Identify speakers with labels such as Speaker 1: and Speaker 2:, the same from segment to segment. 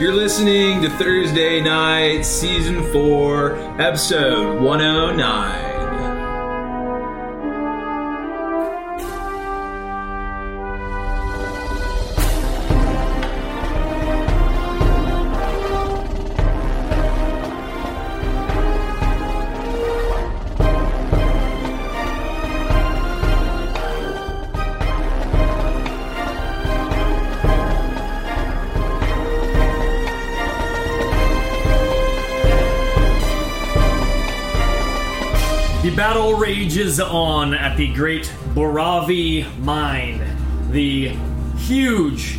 Speaker 1: You're listening to Thursday Night, Season 4, Episode 109.
Speaker 2: The battle rages on at the great Boravi Mine, the huge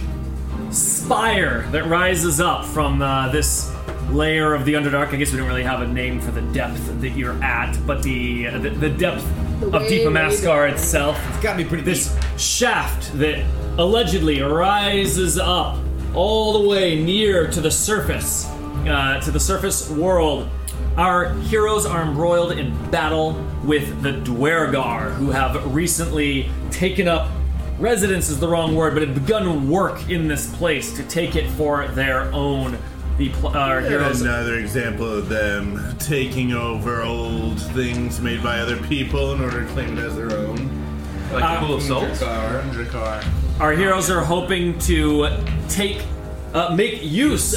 Speaker 2: spire that rises up from uh, this layer of the Underdark. I guess we don't really have a name for the depth that you're at, but the the, the depth of
Speaker 3: way,
Speaker 2: Deepa
Speaker 3: way
Speaker 2: Mascar
Speaker 3: down.
Speaker 2: itself.
Speaker 4: Gotta be pretty
Speaker 2: This shaft that allegedly rises up all the way near to the surface, uh, to the surface world. Our heroes are embroiled in battle with the Dwergar, who have recently taken up residence is the wrong word, but have begun work in this place to take it for their own. The pl- our heroes
Speaker 5: Another example of them taking over old things made by other people in order to claim it as their own.
Speaker 1: Like
Speaker 2: Uh,
Speaker 1: Pool of Souls?
Speaker 5: Drakar, Drakar.
Speaker 2: Our heroes are hoping to take, uh, make use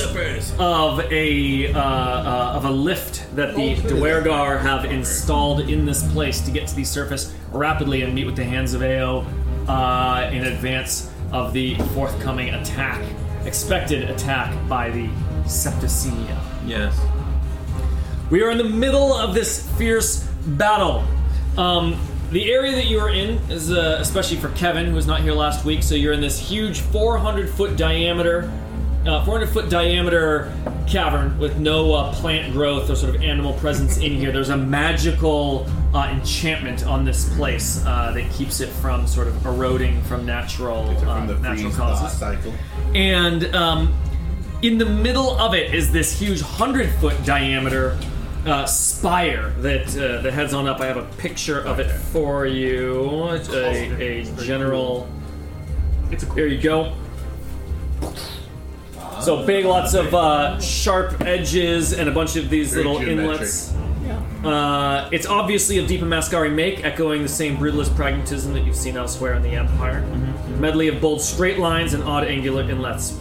Speaker 2: of a uh, uh, of a lift that the Dwergar have installed in this place to get to the surface rapidly and meet with the hands of Ao uh, in advance of the forthcoming attack, expected attack by the Septicemia.
Speaker 1: Yes.
Speaker 2: We are in the middle of this fierce battle. Um, the area that you are in is, uh, especially for Kevin, who was not here last week, so you're in this huge 400 foot diameter, uh, 400 foot diameter cavern with no uh, plant growth or sort of animal presence in here. There's a magical uh, enchantment on this place uh, that keeps it from sort of eroding from natural uh,
Speaker 5: From the
Speaker 2: natural
Speaker 5: freeze
Speaker 2: causes
Speaker 5: cycle.
Speaker 2: and um, in the middle of it is this huge hundred foot diameter uh, spire that uh, that heads on up. I have a picture of it for you. It's A, a general. It's a there you go. So big, lots of uh, sharp edges and a bunch of these
Speaker 5: Very
Speaker 2: little
Speaker 5: geometric.
Speaker 2: inlets. Uh, it's obviously of Deepa Mascari make, echoing the same brutalist pragmatism that you've seen elsewhere in the Empire.
Speaker 5: Mm-hmm.
Speaker 2: Medley of bold straight lines and odd angular inlets,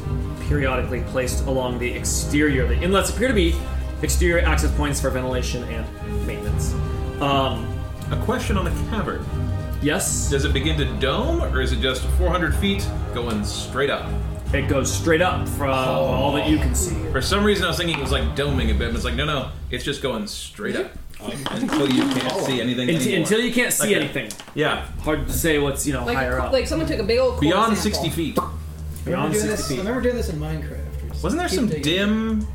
Speaker 2: periodically placed along the exterior. The inlets appear to be exterior access points for ventilation and maintenance. Um,
Speaker 1: A question on the cavern.
Speaker 2: yes,
Speaker 1: Does it begin to dome, or is it just 400 feet going straight up?
Speaker 2: it goes straight up from all that you can see.
Speaker 1: For some reason, I was thinking it was like doming a bit, but it's like, no, no, it's just going straight up. Until you can't see anything
Speaker 2: Until,
Speaker 1: anymore.
Speaker 2: until you can't
Speaker 1: Okay.
Speaker 2: see anything.
Speaker 1: Yeah,
Speaker 2: Hard to say what's, you know,
Speaker 3: Like,
Speaker 2: higher up.
Speaker 3: like someone took a big old
Speaker 1: beyond
Speaker 3: corn
Speaker 1: 60
Speaker 3: sample.
Speaker 1: feet.
Speaker 2: Beyond
Speaker 4: doing
Speaker 2: 60
Speaker 4: this, I
Speaker 2: feet.
Speaker 4: remember doing this in Minecraft. Or
Speaker 1: Wasn't there some
Speaker 4: Keep digging.
Speaker 1: dim,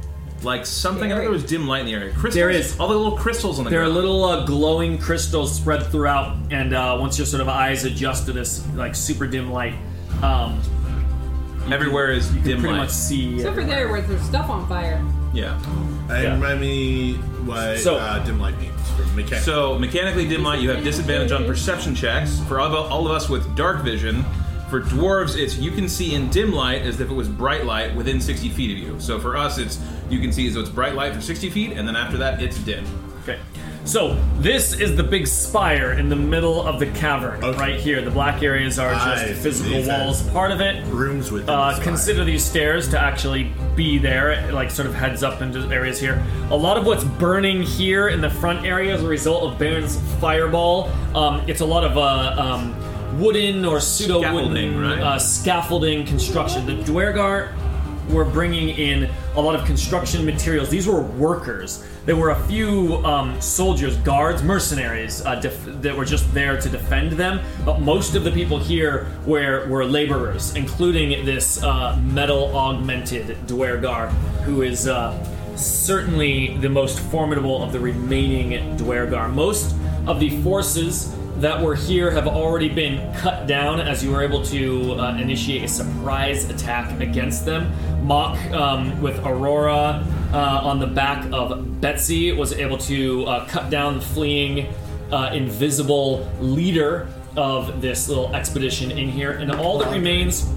Speaker 1: like something? I thought there was dim light in the area. Crystals.
Speaker 2: There is.
Speaker 1: all the little crystals on the
Speaker 2: There are
Speaker 1: ground.
Speaker 2: little uh, glowing crystals spread throughout, and uh, once your sort of eyes adjust to this like super dim light, um,
Speaker 1: Everywhere is
Speaker 2: you
Speaker 1: dim
Speaker 2: pretty
Speaker 1: light.
Speaker 2: much see.
Speaker 3: Except for there where there's stuff on fire.
Speaker 1: Yeah.
Speaker 5: I
Speaker 2: Yeah.
Speaker 5: remind me what
Speaker 2: So-
Speaker 5: uh, dim light means from mechanics.
Speaker 1: So mechanically dim light, you have disadvantage on perception checks. For all of, all of us with dark vision, for dwarves, it's you can see in dim light as if it was bright light within 60 feet of you. So for us, it's you can see as though it's bright light for 60 feet, and then after that, it's dim.
Speaker 2: Okay. So this is the big spire in the middle of the cavern,
Speaker 5: Okay.
Speaker 2: right here. The black areas are just
Speaker 5: I
Speaker 2: physical
Speaker 5: see that.
Speaker 2: walls, part of it.
Speaker 5: rooms with
Speaker 2: Uh, consider these stairs to actually be there. It, like sort of heads up into areas here. A lot of what's burning here in the front area is a result of Baron's fireball. Um, it's a lot of uh, um, wooden or pseudo wooden
Speaker 1: Scaffolding, right?
Speaker 2: uh, scaffolding construction. The Dwergar were bringing in a lot of construction materials. These were workers. There were a few um, soldiers, guards, mercenaries uh, def- that were just there to defend them. But most of the people here were were laborers, including this uh, metal augmented Dwergar, who is. Uh, certainly the most formidable of the remaining Dwergar. Most of the forces that were here have already been cut down as you were able to uh, initiate a surprise attack against them. Mock um, with Aurora uh, on the back of Betsy was able to uh, cut down the fleeing uh, invisible leader of this little expedition in here, and all that remains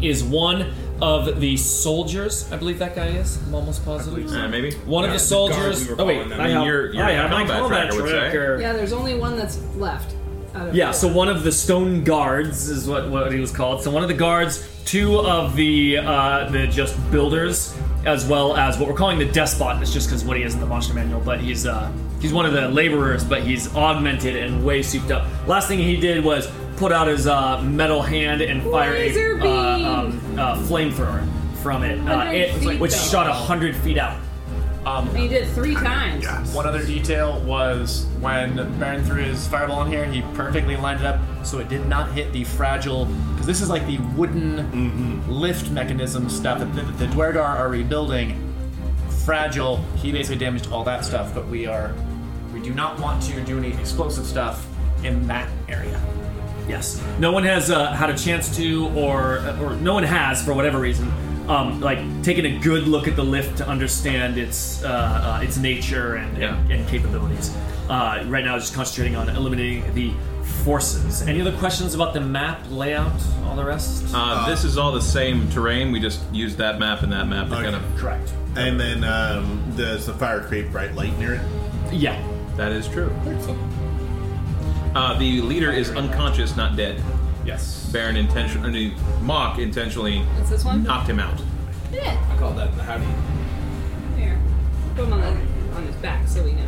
Speaker 2: is one of the soldiers. I believe that guy is. I'm almost positive.
Speaker 1: Uh, maybe
Speaker 2: One of
Speaker 1: Yeah.
Speaker 2: the
Speaker 4: guard
Speaker 2: soldiers.
Speaker 4: we were
Speaker 2: oh wait,
Speaker 4: calling them.
Speaker 1: I mean,
Speaker 2: have-
Speaker 1: your- your
Speaker 2: I have my
Speaker 1: combat
Speaker 2: combat
Speaker 1: tracker would say.
Speaker 2: tracker.
Speaker 3: Yeah, there's only one that's left. Out of
Speaker 2: Yeah,
Speaker 3: four.
Speaker 2: so one of the stone guards is what, what he was called. So one of the guards, two of the uh, the just builders, as well as what we're calling the despot. It's just because what he is in the monster manual, but he's uh, he's one of the laborers, but he's augmented and way souped up. Last thing he did was put out his uh, metal hand and fire
Speaker 3: Laser
Speaker 2: a
Speaker 3: beam!
Speaker 2: uh, um, uh, flamethrower from it, uh,
Speaker 3: 100
Speaker 2: it
Speaker 3: feet
Speaker 2: which
Speaker 3: though.
Speaker 2: shot a hundred feet out.
Speaker 6: Um,
Speaker 3: And he did it three times.
Speaker 6: one other detail was when Baron threw his fireball in here, he perfectly lined it up so it did not hit the fragile. Because this is like the wooden lift mechanism stuff that the, the Dwergar are rebuilding. Fragile. He basically damaged all that stuff, but we are. We do not want to do any explosive stuff in that area.
Speaker 2: Yes. No one has uh, had a chance to, or uh, or no one has, for whatever reason, um, like taken a good look at the lift to understand its uh, uh, its nature and and,
Speaker 1: Yeah.
Speaker 2: and capabilities. Uh, right now, just concentrating on eliminating the forces. Any other questions about the map layout, all the rest?
Speaker 1: Uh, this is all the same terrain. We just used that map and that map to
Speaker 5: Okay.
Speaker 1: kind of.
Speaker 2: Correct.
Speaker 5: And then um, does the fire create bright light near it?
Speaker 2: Yeah.
Speaker 1: That is true. Uh, the leader is unconscious, not dead.
Speaker 6: Yes.
Speaker 1: Baron intentionally, mock intentionally
Speaker 3: It's this one?
Speaker 1: knocked him out.
Speaker 3: Yeah.
Speaker 4: I call that the howdy.
Speaker 3: Here. Put him on, the, on his back so we know.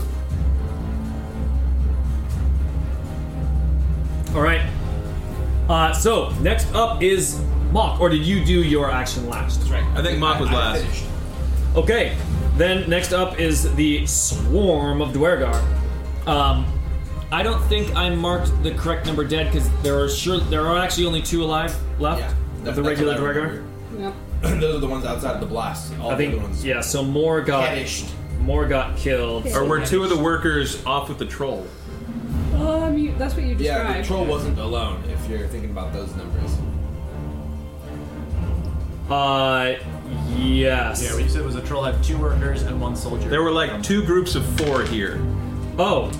Speaker 2: All right. Uh, so next up is Mock, or did you do your action last?
Speaker 4: That's right.
Speaker 1: I think Mach was
Speaker 4: I
Speaker 1: last.
Speaker 4: finished.
Speaker 2: Okay, then next up is the swarm of Dwergar. Um, I don't think I marked the correct number dead because there are sure there are actually only two alive left
Speaker 4: Yeah.
Speaker 2: of
Speaker 4: That-
Speaker 2: the
Speaker 4: that's
Speaker 2: regular
Speaker 4: what I
Speaker 2: Dwergar.
Speaker 3: Yep.
Speaker 4: remember. Those are the ones outside of the blast. All
Speaker 2: I
Speaker 4: the other
Speaker 2: think
Speaker 4: ones.
Speaker 2: yeah. So more got
Speaker 4: Vanished.
Speaker 2: more got killed.
Speaker 3: Okay.
Speaker 1: Or were two of the workers off with the troll?
Speaker 3: Um, you, that's what you described.
Speaker 4: Yeah, the troll wasn't alone. If you're thinking about those numbers,
Speaker 2: Uh, yes.
Speaker 6: Yeah, what you said was a troll had two workers and one soldier.
Speaker 1: There were like two groups of four here.
Speaker 2: oh,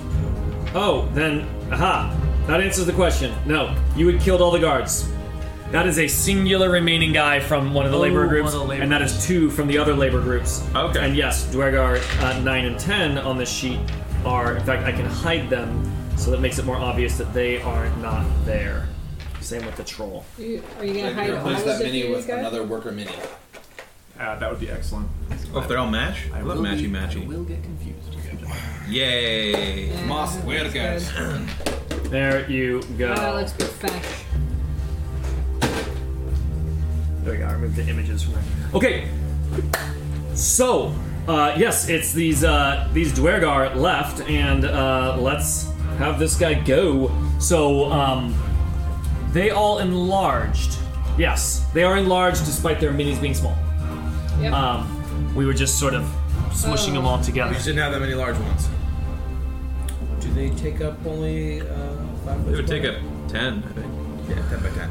Speaker 2: oh. Then aha. That answers the question. No, you had killed all the guards. That is a singular remaining guy from one of the
Speaker 6: Oh,
Speaker 2: labor
Speaker 6: one
Speaker 2: groups,
Speaker 6: of the labor
Speaker 2: and that is two from the other labor groups.
Speaker 1: Okay.
Speaker 2: And yes, Dwergar uh, 9 and 10 on this sheet are, in fact, I can hide them, so that makes it more obvious that they are not there. Same with the troll.
Speaker 3: You, are you gonna
Speaker 4: like,
Speaker 3: hide
Speaker 4: you
Speaker 3: all
Speaker 4: replace
Speaker 3: of
Speaker 4: that
Speaker 3: the
Speaker 4: mini
Speaker 3: figures,
Speaker 4: with
Speaker 3: guys?
Speaker 4: another worker mini.
Speaker 6: Uh, that would be excellent.
Speaker 1: Oh, if they're all match? I love
Speaker 6: will
Speaker 1: matchy
Speaker 6: be- I
Speaker 1: matchy.
Speaker 6: will get confused.
Speaker 1: Yay.
Speaker 3: Yeah,
Speaker 4: Mas
Speaker 3: that's
Speaker 4: huergas.
Speaker 3: good.
Speaker 2: There you go.
Speaker 3: Oh, that looks good. Fesh.
Speaker 2: There we go. I removed the images from there. Okay. So, uh, yes, it's these uh, these Dwergar left, and uh, let's have this guy go. So, um, they all enlarged. Yes, they are enlarged despite their minis being small.
Speaker 3: Yep.
Speaker 2: Um, we were just sort of smushing them all together.
Speaker 4: didn't have that many large ones. Do they take up only uh, five?
Speaker 1: It would take a 10, I think.
Speaker 4: yeah, ten by ten.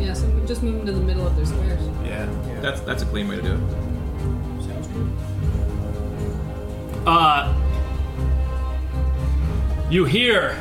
Speaker 3: yeah, so we just move them to the middle of their squares.
Speaker 6: Yeah.
Speaker 1: That's that's a clean way to do it.
Speaker 4: Sounds good.
Speaker 2: Uh, you hear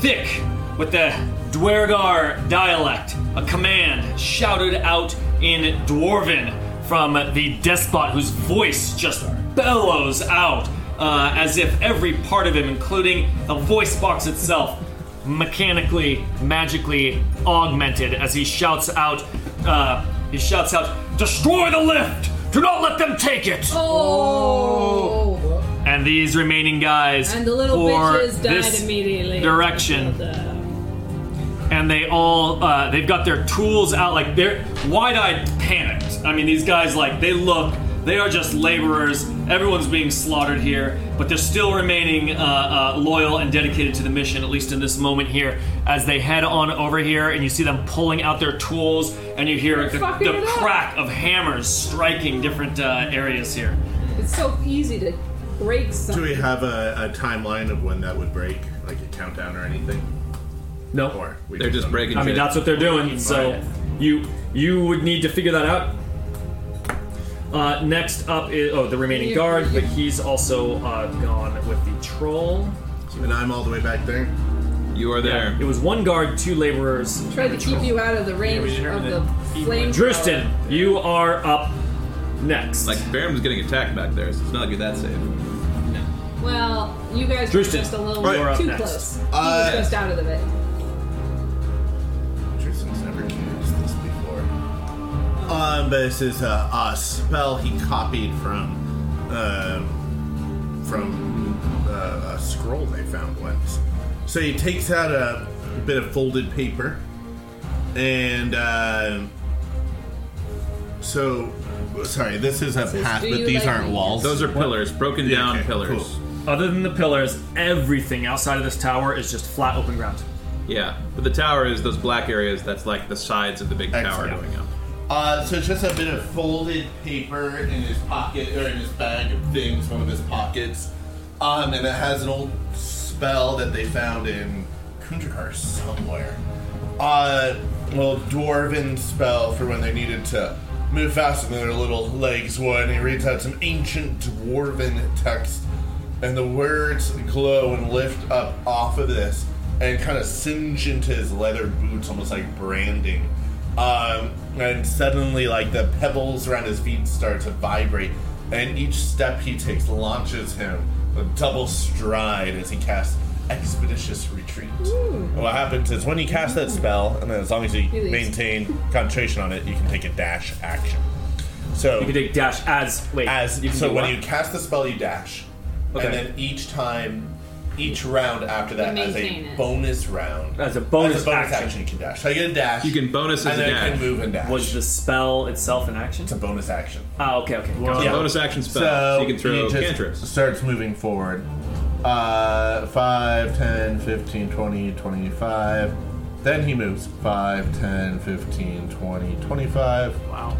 Speaker 2: thick with the Dwergar dialect a command shouted out in Dwarven from the despot whose voice just bellows out uh, as if every part of him, including the voice box itself, mechanically, magically augmented as he shouts out, uh, he shouts out, "Destroy the lift! Do not let them take it!"
Speaker 3: Oh!
Speaker 2: And these remaining guys
Speaker 3: And the little
Speaker 2: pour
Speaker 3: bitches died
Speaker 2: this
Speaker 3: immediately.
Speaker 2: direction. and they all uh, they've got their tools out like they're wide-eyed panicked i mean these guys like they look they are just laborers everyone's being slaughtered here but they're still remaining uh, uh, loyal and dedicated to the mission at least in this moment here as they head on over here and you see them pulling out their tools and you hear the,
Speaker 3: fucking
Speaker 2: the
Speaker 3: it up.
Speaker 2: crack of hammers striking different uh, areas here
Speaker 3: It's so easy to break
Speaker 5: Do
Speaker 3: something.
Speaker 5: we have a, a timeline of when that would break, like a countdown or anything?
Speaker 2: no
Speaker 5: Or we
Speaker 1: They're
Speaker 5: do
Speaker 1: just
Speaker 5: something-
Speaker 1: breaking
Speaker 2: I mean,
Speaker 1: shit.
Speaker 2: that's what they're doing. So you you would need to figure that out. Uh, next up is oh the remaining
Speaker 3: You-
Speaker 2: guard,
Speaker 3: you-
Speaker 2: but he's also uh, gone with the troll.
Speaker 5: And I'm all the way back there.
Speaker 1: You are there.
Speaker 2: It was one guard, two laborers.
Speaker 3: Tried to keep you out of the range
Speaker 6: we
Speaker 3: of
Speaker 6: determined
Speaker 3: the
Speaker 6: that he
Speaker 3: flame.
Speaker 6: would.
Speaker 2: Dristan, you are up next.
Speaker 1: Like Baron's getting attacked back there, so it's not like you're that safe.
Speaker 3: Well, you guys were
Speaker 2: Dristan,
Speaker 3: just a little
Speaker 5: Right. you're
Speaker 2: up
Speaker 3: too
Speaker 2: next.
Speaker 3: close.
Speaker 5: Uh,
Speaker 3: he was just out of the bit.
Speaker 5: Tristan's never used this before. Um, but this is a, a spell he copied from, um, from uh, a scroll they found once. So he takes out a bit of folded paper, and uh, so sorry, this is a path,
Speaker 3: do
Speaker 5: but
Speaker 3: you
Speaker 5: these
Speaker 3: like
Speaker 5: aren't
Speaker 3: me?
Speaker 5: walls.
Speaker 1: Those are pillars, broken
Speaker 5: Yeah,
Speaker 1: down
Speaker 5: okay,
Speaker 1: pillars.
Speaker 5: cool.
Speaker 2: Other than the pillars, everything outside of this tower is just flat open ground.
Speaker 1: Yeah, but the tower is those black areas. That's like the sides of the big tower
Speaker 5: Excellent.
Speaker 1: going up.
Speaker 5: Uh, so it's just a bit of folded paper in his pocket or in his bag of things, one of his pockets, um, and it has an old spell that they found in Kundrakar somewhere. Uh, little dwarven spell for when they needed to move faster than their little legs would. And he reads out some ancient dwarven text, and the words glow and lift up off of this and kind of singe into his leather boots, almost like branding. Um, and suddenly, like the pebbles around his feet start to vibrate, and each step he takes launches him a double stride as he casts expeditious retreat. And What happens is when you cast that spell, and then as long as you
Speaker 3: leaves.
Speaker 5: maintain concentration on it, you can take a dash action. So
Speaker 2: You can take dash as wait
Speaker 5: as
Speaker 2: you can
Speaker 5: so
Speaker 2: do
Speaker 5: when
Speaker 2: what?
Speaker 5: you cast the spell, you dash,
Speaker 2: Okay.
Speaker 5: and then each time, each round after that,
Speaker 3: You
Speaker 5: as a
Speaker 3: maintain it.
Speaker 5: bonus round,
Speaker 2: As a bonus action.
Speaker 5: action. you can dash. So you get a dash.
Speaker 1: You can bonus as
Speaker 5: and
Speaker 1: a
Speaker 5: then you
Speaker 1: dash.
Speaker 5: can move and dash.
Speaker 2: was the spell itself an action?
Speaker 5: it's a bonus action.
Speaker 2: Ah, okay, okay.
Speaker 6: Whoa.
Speaker 1: Yeah. Bonus action spell. So you can throw
Speaker 5: he just
Speaker 1: cantrips.
Speaker 5: Starts moving forward. Uh, 5, 10, 15, 20, 25. Then he moves 5, 10, 15, 20, 25.
Speaker 2: Wow.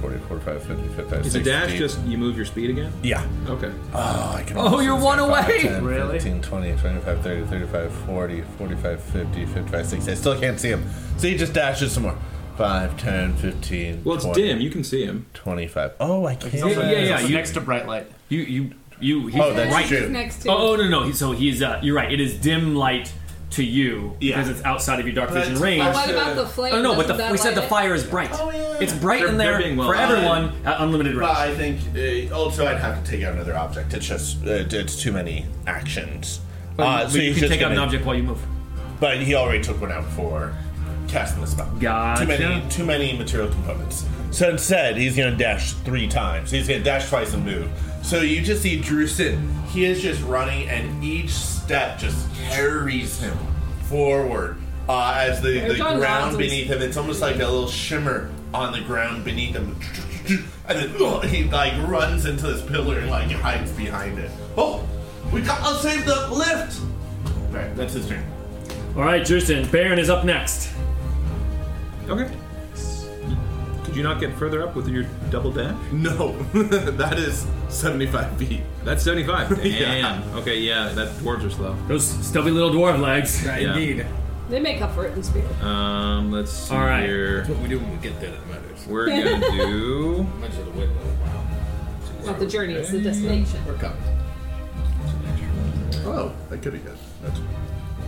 Speaker 5: 40, 45, 50, 55,
Speaker 1: Is a dash just you move your speed again?
Speaker 5: Yeah.
Speaker 1: Okay.
Speaker 5: Oh, I can
Speaker 2: Oh, you're one away!
Speaker 5: 10,
Speaker 6: Really?
Speaker 5: 15, 20, 25, 30, 35, 40, 45, 50, 55, 60. I still can't see him. So he just dashes some more. 5, 10, 15.
Speaker 1: Well, it's
Speaker 5: 20,
Speaker 1: dim. You can see him.
Speaker 5: 25. Oh, I can't.
Speaker 2: Yeah, yeah, yeah,
Speaker 6: So
Speaker 2: you-
Speaker 6: next to bright light.
Speaker 2: You you you. He's
Speaker 5: Oh, that's
Speaker 2: right.
Speaker 5: true.
Speaker 3: He's next to.
Speaker 2: Oh, oh no no. He, so he's uh, you're right. It is dim light to you
Speaker 5: Yeah.
Speaker 2: because it's outside of your dark
Speaker 5: But
Speaker 2: vision
Speaker 5: it's
Speaker 2: range.
Speaker 5: flash-
Speaker 3: What about the flame?
Speaker 2: Oh no, but
Speaker 3: Doesn't
Speaker 2: the,
Speaker 3: that
Speaker 2: we said
Speaker 3: light
Speaker 2: the
Speaker 3: it?
Speaker 2: fire is bright.
Speaker 5: Oh, yeah.
Speaker 2: It's bright
Speaker 1: They're-
Speaker 2: in
Speaker 1: they're
Speaker 2: there
Speaker 1: being well
Speaker 2: for
Speaker 1: lit.
Speaker 2: everyone at unlimited range.
Speaker 5: But I think uh, also I'd have to take out another object. It's just uh, it's too many actions. Uh,
Speaker 2: But
Speaker 5: so
Speaker 2: you
Speaker 5: he's
Speaker 2: can
Speaker 5: just
Speaker 2: take out an
Speaker 5: gonna-
Speaker 2: object while you move.
Speaker 5: But he already took one out for casting the spell.
Speaker 2: Gotcha.
Speaker 5: Too many, too many material components. So instead, he's going to dash three times. He's going to dash twice and move. So you just see Drusin. He is just running, and each step just carries him forward uh, as the, the
Speaker 3: There's our
Speaker 5: ground
Speaker 3: nozzles.
Speaker 5: beneath him. It's almost like a little shimmer on the ground beneath him. And then ugh, he like runs into this pillar and like hides behind it. Oh, we got I'll save the lift. All right, that's his turn.
Speaker 2: All right, Justin. Baron is up next.
Speaker 1: Okay. Could you not get further up with your double dash?
Speaker 5: No, that is 75 feet.
Speaker 1: That's 75. Damn.
Speaker 5: Yeah.
Speaker 1: Okay, yeah, that dwarves are slow.
Speaker 2: Those stubby little dwarf legs.
Speaker 1: Yeah.
Speaker 4: Indeed.
Speaker 3: They make up for it in speed.
Speaker 1: Um, let's see
Speaker 2: All right.
Speaker 1: here.
Speaker 4: That's what we do when we get there that matters.
Speaker 1: We're gonna do.
Speaker 4: Much of the way. Wow.
Speaker 3: Not the journey, it's the destination.
Speaker 4: We're coming.
Speaker 5: Oh, I could have guessed. That's,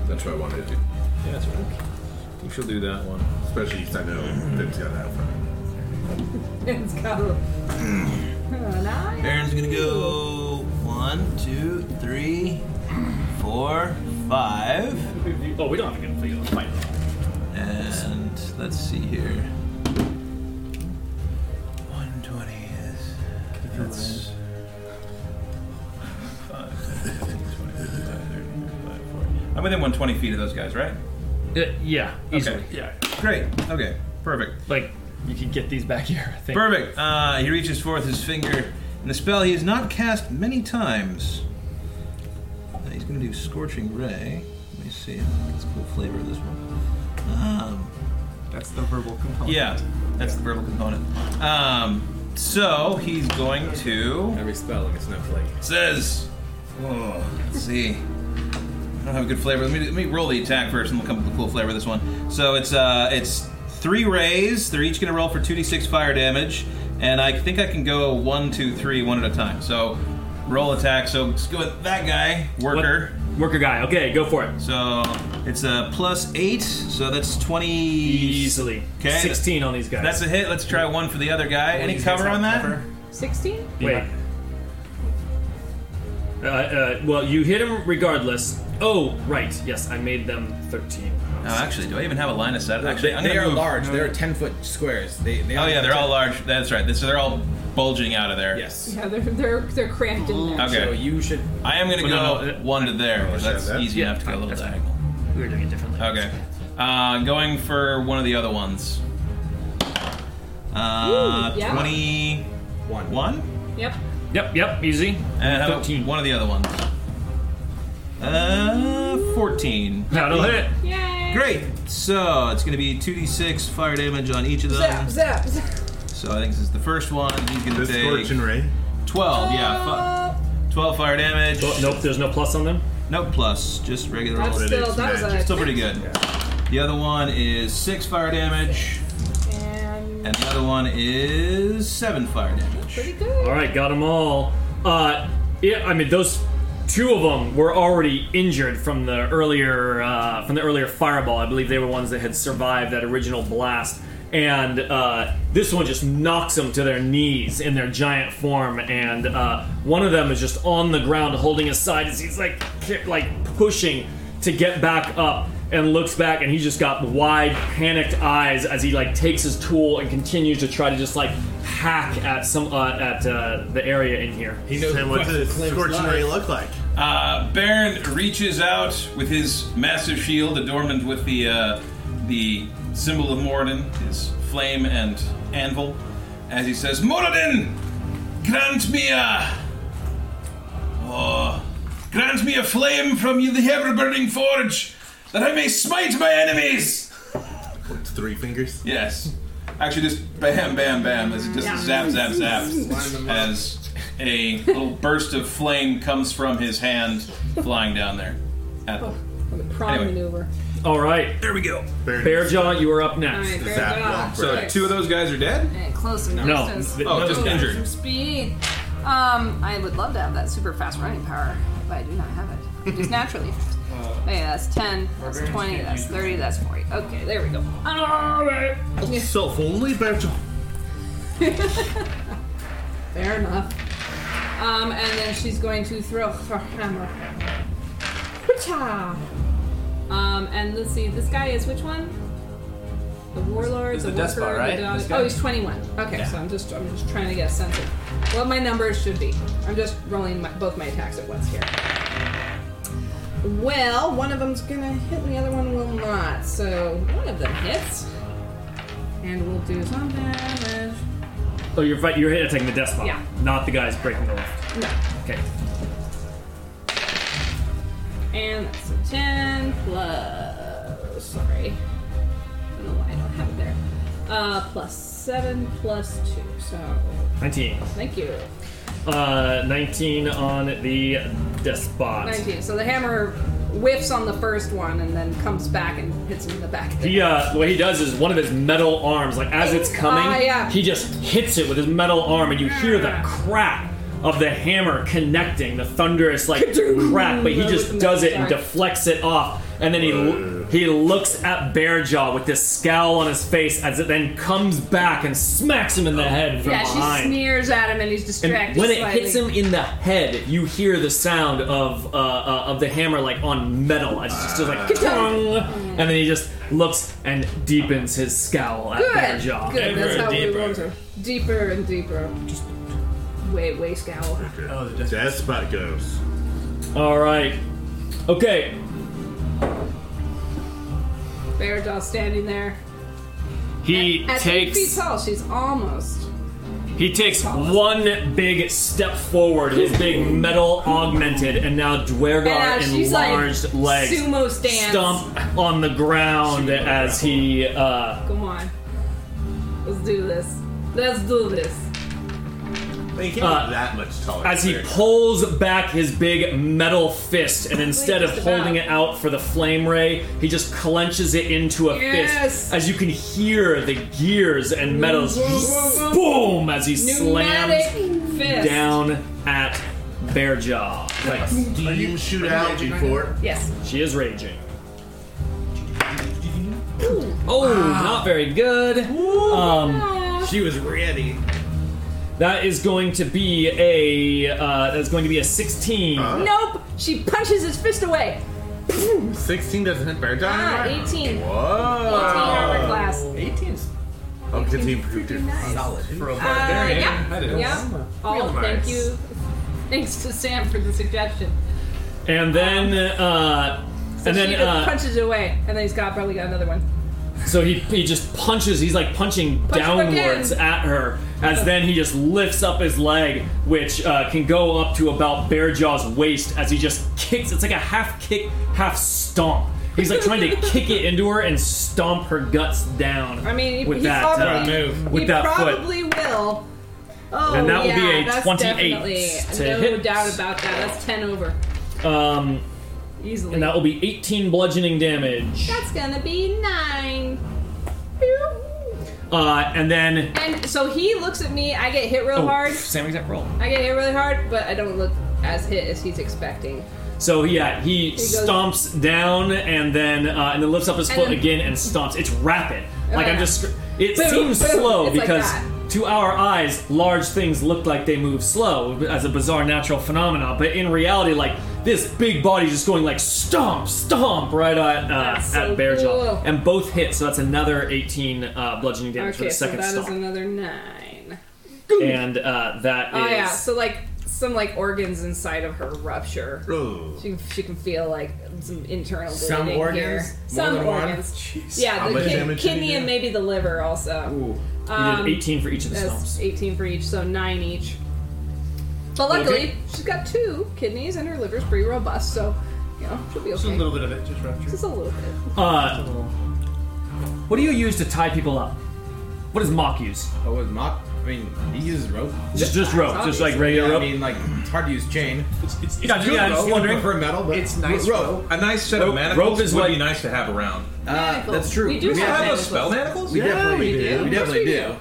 Speaker 4: That's what I wanted to do.
Speaker 1: Yeah, that's right. I think she'll do that one.
Speaker 5: especially since I know Vince got that from.
Speaker 3: It's got a.
Speaker 5: Hmm.
Speaker 3: Nine.
Speaker 7: Aaron's gonna go one, two, three, four, five,
Speaker 2: Oh, we don't have to get a fight.
Speaker 7: and let's see here. One twenty is. That's.
Speaker 1: Five, 10, 15, 20, 25, 30, 35, 40. I'm within 120 feet of those guys, right?
Speaker 2: yeah, easily.
Speaker 1: Okay. Yeah. Great. Okay. Perfect.
Speaker 2: Like you can get these back here. I think.
Speaker 7: Perfect. Uh, he reaches forth his finger, and the spell he has not cast many times. Uh, he's going to do Scorching Ray. Let me see. That's a cool flavor of this one. Um,
Speaker 6: That's the verbal component.
Speaker 7: yeah, that's the verbal component. Um, so he's going to
Speaker 4: Every spelling, it's not like.
Speaker 7: says. Oh, let's see. I don't have a good flavor. Let me let me roll the attack first, and we'll come up with a cool flavor of this one. So it's uh it's three rays. They're each gonna roll for two d six fire damage, and I think I can go one, two, three, one at a time. So
Speaker 1: roll attack. So let's go with that guy, worker.
Speaker 2: Worker guy. Okay, go for it.
Speaker 1: So it's a plus eight, so that's twenty.
Speaker 2: Easily.
Speaker 1: Okay.
Speaker 2: 16 on these guys.
Speaker 1: That's a hit. Let's try one for the other guy. Any
Speaker 8: These
Speaker 1: cover
Speaker 8: guys
Speaker 1: on
Speaker 8: have
Speaker 1: that?
Speaker 8: cover.
Speaker 3: 16?
Speaker 2: Wait. Uh, uh, well, you hit him regardless. Oh, right. Yes, I made them 13.
Speaker 1: No, actually, do I even have a line of sight? Actually, I'm
Speaker 6: They
Speaker 1: gonna
Speaker 6: are
Speaker 1: move-
Speaker 6: large. They are ten foot squares. They, they
Speaker 1: Oh
Speaker 6: are
Speaker 1: yeah, they're all large. That's right. So they're all bulging out of there.
Speaker 6: Yes.
Speaker 3: Yeah, they're they're they're cramped in there.
Speaker 1: Okay.
Speaker 6: So you should.
Speaker 1: I am gonna
Speaker 2: Well, no,
Speaker 1: go
Speaker 2: no, uh,
Speaker 1: one to there. 'cause
Speaker 5: understand
Speaker 1: That's
Speaker 5: that.
Speaker 1: easy
Speaker 2: Yeah,
Speaker 1: enough to go a
Speaker 2: fine,
Speaker 1: little
Speaker 2: that's fine.
Speaker 1: diagonal.
Speaker 2: We were doing it differently.
Speaker 1: Okay. Uh, going for one of the other ones. Uh,
Speaker 3: Ooh, yeah.
Speaker 1: 21?
Speaker 5: Oh.
Speaker 3: Yep.
Speaker 2: Yep, yep, easy.
Speaker 1: And how about
Speaker 2: 13.
Speaker 1: one of the other ones? Uh, 14.
Speaker 2: That'll hit.
Speaker 3: Yay!
Speaker 1: Great! So it's gonna be 2d6 fire damage on each of them.
Speaker 3: Zap, zap, zap.
Speaker 1: So I think this is the first one. He's gonna
Speaker 5: The
Speaker 1: take
Speaker 5: scorching ray.
Speaker 1: 12, yeah. Fu- 12 fire damage.
Speaker 2: Oh, nope, there's no plus on them.
Speaker 1: No plus, just regular
Speaker 3: That's
Speaker 1: roll.
Speaker 5: Already
Speaker 3: still that was a
Speaker 5: smashed.
Speaker 1: Still pretty good. The other one is 6 fire damage.
Speaker 3: And
Speaker 1: And the other one is seven fire damage.
Speaker 3: pretty good.
Speaker 2: All right, got them all. Uh, yeah, I mean those two of them were already injured from the earlier uh, from the earlier fireball. I believe they were ones that had survived that original blast, and uh, this one just knocks them to their knees in their giant form. And uh, one of them is just on the ground, holding his side as he's like ki- like pushing to get back up. And looks back, and he's just got wide, panicked eyes as he like takes his tool and continues to try to just like hack at some uh, at uh, the area in here.
Speaker 6: He knows
Speaker 5: And what does
Speaker 6: claims
Speaker 5: scorching
Speaker 6: life.
Speaker 5: ray look like?
Speaker 1: Uh, Baron reaches out with his massive shield adorned with the uh, the symbol of Moradin, his flame and anvil, as he says, "Moradin, grant me a oh, grant me a flame from the ever-burning forge, that I may smite my enemies."
Speaker 5: It's three fingers.
Speaker 1: Yes. Actually, just bam, bam, bam. As it just zap, zap, zap. as a little burst of flame comes from his hand flying down there. At
Speaker 3: Oh,
Speaker 1: them.
Speaker 3: The prime
Speaker 1: Anyway.
Speaker 3: maneuver.
Speaker 2: All right,
Speaker 1: There we go.
Speaker 2: Bearjaw, you are up
Speaker 3: All
Speaker 2: next.
Speaker 3: right, fair
Speaker 5: zap
Speaker 3: enough.
Speaker 5: block,
Speaker 9: So
Speaker 5: right?
Speaker 9: two of those guys are dead.
Speaker 10: Eh, Close enough.
Speaker 2: No,
Speaker 10: Since-
Speaker 2: th-
Speaker 9: Oh, just
Speaker 10: Ooh,
Speaker 9: injured.
Speaker 10: Some speed. Um, I would love to have that super fast running power, but I do not have it. Just naturally.
Speaker 9: Uh,
Speaker 10: Oh yeah, that's 10, that's 20, that's 30, that's 40. Okay, there we go. Alright.
Speaker 5: Self only better.
Speaker 3: Fair enough. Um, and then she's going to throw her hammer. Hoo-cha! Um, and let's see, this guy is which one? The warlord,
Speaker 8: He's
Speaker 3: the,
Speaker 8: the Despot,
Speaker 3: worker,
Speaker 8: right?
Speaker 3: the dog-
Speaker 8: This guy?
Speaker 3: Oh, he's twenty-one. Okay, so I'm just I'm just trying to get a sense of what my numbers should be. I'm just rolling my, both my attacks at once here. Well, one of them's gonna hit, and the other one will not. So one of them hits, and we'll do some damage.
Speaker 2: Oh, you're fight, you're attacking the despot,
Speaker 3: Yeah.
Speaker 2: not the guys breaking the left.
Speaker 3: No.
Speaker 2: Okay.
Speaker 3: And that's a 10 plus. Sorry. I don't know why I don't have it there. Uh, plus 7 plus 2. So,
Speaker 2: 19.
Speaker 3: thank you.
Speaker 2: Uh, 19 on the despot.
Speaker 3: 19. So the hammer whiffs on the first one and then comes back and hits him in the back.
Speaker 2: He, uh, what he does is one of his metal arms, like as it's coming,
Speaker 3: Ah, yeah. Ah.
Speaker 2: he just hits it with his metal arm, and you hear the crack of the hammer connecting, the thunderous like crack. But he
Speaker 3: That was
Speaker 2: just does it and
Speaker 3: amazing.
Speaker 2: deflects it off, and then he he looks at Bearjaw with this scowl on his face as it then comes back and smacks him in the head from
Speaker 3: yeah, she
Speaker 2: behind.
Speaker 3: sneers at him and he's distracted.
Speaker 2: And when it
Speaker 3: slightly.
Speaker 2: hits him in the head, you hear the sound of uh, uh, of the hammer like on metal. It's just, just
Speaker 3: Ah.
Speaker 2: like "Ka-tong!"
Speaker 3: Mm.
Speaker 2: and then he just looks and deepens his scowl at their
Speaker 3: Good.
Speaker 2: jaw.
Speaker 3: Good. That's
Speaker 8: Deeper,
Speaker 3: how we
Speaker 8: deeper.
Speaker 3: want to. Deeper and deeper. Just way, way scowl.
Speaker 8: Oh, the death.
Speaker 5: That spot goes.
Speaker 2: All right, okay.
Speaker 3: Bear doll standing there.
Speaker 2: He
Speaker 3: At eight feet
Speaker 2: takes
Speaker 3: tall, she's almost.
Speaker 2: he takes one big step forward, his big metal augmented and now
Speaker 3: And,
Speaker 2: Dwergar
Speaker 3: uh, she's like
Speaker 2: enlarged legs
Speaker 3: sumo stance.
Speaker 2: stomp on the ground as he uh,
Speaker 3: Come on. Let's do this. Let's do this.
Speaker 5: They can't
Speaker 2: Uh,
Speaker 5: be that much taller.
Speaker 2: As he
Speaker 5: They're-
Speaker 2: pulls back his big metal fist, and instead of
Speaker 3: just about.
Speaker 2: holding it out for the flame ray, he just clenches it into a
Speaker 3: Yes.
Speaker 2: fist. As you can hear the gears and metals
Speaker 3: Boom, boom, boom, boom.
Speaker 2: boom as he
Speaker 3: Pneumatic
Speaker 2: slams
Speaker 3: fist.
Speaker 2: down at Bear Jaw. Like,
Speaker 5: Do you shoot out before?
Speaker 3: Yes.
Speaker 2: she is raging. Oh, not very good.
Speaker 3: Ah,
Speaker 2: Um,
Speaker 4: She was ready.
Speaker 2: that is going to be a uh, that's going to be a 16.
Speaker 5: Uh,
Speaker 3: Nope. She punches his fist away.
Speaker 5: 16 doesn't hit bear
Speaker 3: Ah,
Speaker 5: down?
Speaker 3: 18. 18
Speaker 4: Oh,
Speaker 3: armor
Speaker 5: Whoa!
Speaker 3: class.
Speaker 4: 18's
Speaker 5: Oh, 'cause he improved it.
Speaker 4: solid. For a
Speaker 3: Uh, yeah.
Speaker 4: that is.
Speaker 3: Yeah. All
Speaker 4: Real
Speaker 3: thank
Speaker 4: nice.
Speaker 3: you. Thanks to Sam for the suggestion.
Speaker 2: And then uh, and
Speaker 3: she
Speaker 2: then
Speaker 3: just
Speaker 2: uh,
Speaker 3: punches it away, and then he's got probably got another one.
Speaker 2: So he, he just punches, he's like punching downwards
Speaker 3: again.
Speaker 2: at her, as then he just lifts up his leg, which uh, can go up to about Bearjaw's waist as he just kicks. It's like a half kick, half stomp. He's like trying to kick it into her and stomp her guts down.
Speaker 3: I mean, he-
Speaker 2: with
Speaker 3: he's
Speaker 2: that, uh,
Speaker 3: probably,
Speaker 4: move.
Speaker 2: with
Speaker 3: he
Speaker 2: that foot.
Speaker 3: probably will. Oh,
Speaker 2: And that will
Speaker 3: yeah,
Speaker 2: be a
Speaker 3: that's
Speaker 2: 28
Speaker 3: definitely-
Speaker 2: to
Speaker 3: no
Speaker 2: hit.
Speaker 3: doubt about that. That's 10 over.
Speaker 2: um,
Speaker 3: Easily.
Speaker 2: and that will be 18 bludgeoning damage.
Speaker 3: That's gonna be 9.
Speaker 2: Uh, and then
Speaker 3: And so he looks at me, I get hit real
Speaker 2: Oh.
Speaker 3: hard.
Speaker 2: same exact roll.
Speaker 3: I get hit really hard, but I don't look as hit as he's expecting.
Speaker 2: So yeah, he,
Speaker 3: goes-
Speaker 2: stomps down and then uh, and then lifts up his
Speaker 3: And
Speaker 2: foot
Speaker 3: then-
Speaker 2: again and stomps. It's rapid. Like I'm
Speaker 3: yeah.
Speaker 2: just. It
Speaker 3: Boom,
Speaker 2: seems
Speaker 3: boom.
Speaker 2: slow
Speaker 3: It's like
Speaker 2: because
Speaker 3: that.
Speaker 2: to our eyes, large things look like they move slow as a bizarre natural phenomenon. But in reality, like this big body just going like stomp, stomp right at uh,
Speaker 3: That's so
Speaker 2: at bear jaw,
Speaker 3: cool.
Speaker 2: and both hit. So that's another 18 uh, bludgeoning damage for
Speaker 3: Okay,
Speaker 2: the
Speaker 3: so that
Speaker 2: second
Speaker 3: is
Speaker 2: stomp,
Speaker 3: another 9.
Speaker 2: and uh, that is
Speaker 3: Oh yeah, so like some like organs inside of her rupture. She, she can feel like some internal bleeding
Speaker 4: Some organs?
Speaker 3: here.
Speaker 4: More
Speaker 3: Some
Speaker 4: than one?
Speaker 3: organs.
Speaker 4: Jeez.
Speaker 3: Yeah,
Speaker 5: How
Speaker 3: the
Speaker 5: much
Speaker 3: kid-
Speaker 5: damage did he
Speaker 3: kidney
Speaker 5: do?
Speaker 3: and maybe the liver also.
Speaker 4: Ooh.
Speaker 2: you did 18 for each of the
Speaker 3: um, That's
Speaker 2: stomps.
Speaker 3: 18 for each, so 9 each. But luckily, she's got two kidneys and her liver's pretty robust, so you know, she'll be okay.
Speaker 6: Just a little bit of it, just rupture.
Speaker 3: Just a little bit.
Speaker 2: Uh, what do you use to tie people up? What does mock use?
Speaker 4: Oh, was mock. I mean, he uses rope.
Speaker 2: Just, just rope, just like regular
Speaker 4: Yeah,
Speaker 2: rope.
Speaker 4: I mean, like it's hard to use chain.
Speaker 2: yeah, just- yeah, I'm just
Speaker 4: You would
Speaker 2: wondering.
Speaker 4: prefer metal, but
Speaker 6: It's nice
Speaker 4: rope.
Speaker 1: A nice set of
Speaker 2: Rope-
Speaker 1: manacles
Speaker 2: rope is
Speaker 1: would
Speaker 2: like-
Speaker 1: be nice to have around.
Speaker 4: Uh, that's true.
Speaker 3: We do
Speaker 4: We
Speaker 3: have
Speaker 1: I
Speaker 4: have
Speaker 1: have
Speaker 3: manacles.
Speaker 1: spell manacles?
Speaker 4: We
Speaker 3: we
Speaker 4: definitely
Speaker 3: do.
Speaker 4: We
Speaker 3: Of course
Speaker 4: definitely
Speaker 3: we
Speaker 4: do.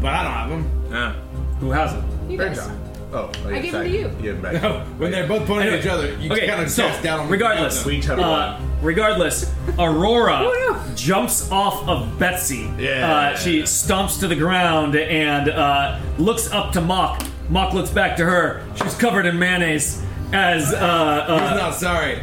Speaker 4: But I don't have them.
Speaker 1: Yeah.
Speaker 2: Who has it?
Speaker 3: He
Speaker 4: Fair
Speaker 3: does.
Speaker 4: job.
Speaker 5: Oh,
Speaker 3: I give them to you.
Speaker 5: Yeah, back.
Speaker 4: When they're both pointing
Speaker 2: Anyway,
Speaker 4: at each other, you
Speaker 2: okay,
Speaker 4: kind of
Speaker 2: so,
Speaker 4: down on
Speaker 2: regardless.
Speaker 5: We each have
Speaker 2: Uh,
Speaker 5: one.
Speaker 2: regardless, Aurora
Speaker 3: Oh,
Speaker 2: jumps off of Betsy.
Speaker 5: Yeah.
Speaker 2: Uh, she stomps to the ground and uh, looks up to Mock. Mock looks back to her. She's covered in mayonnaise as uh, uh,
Speaker 4: He's not sorry.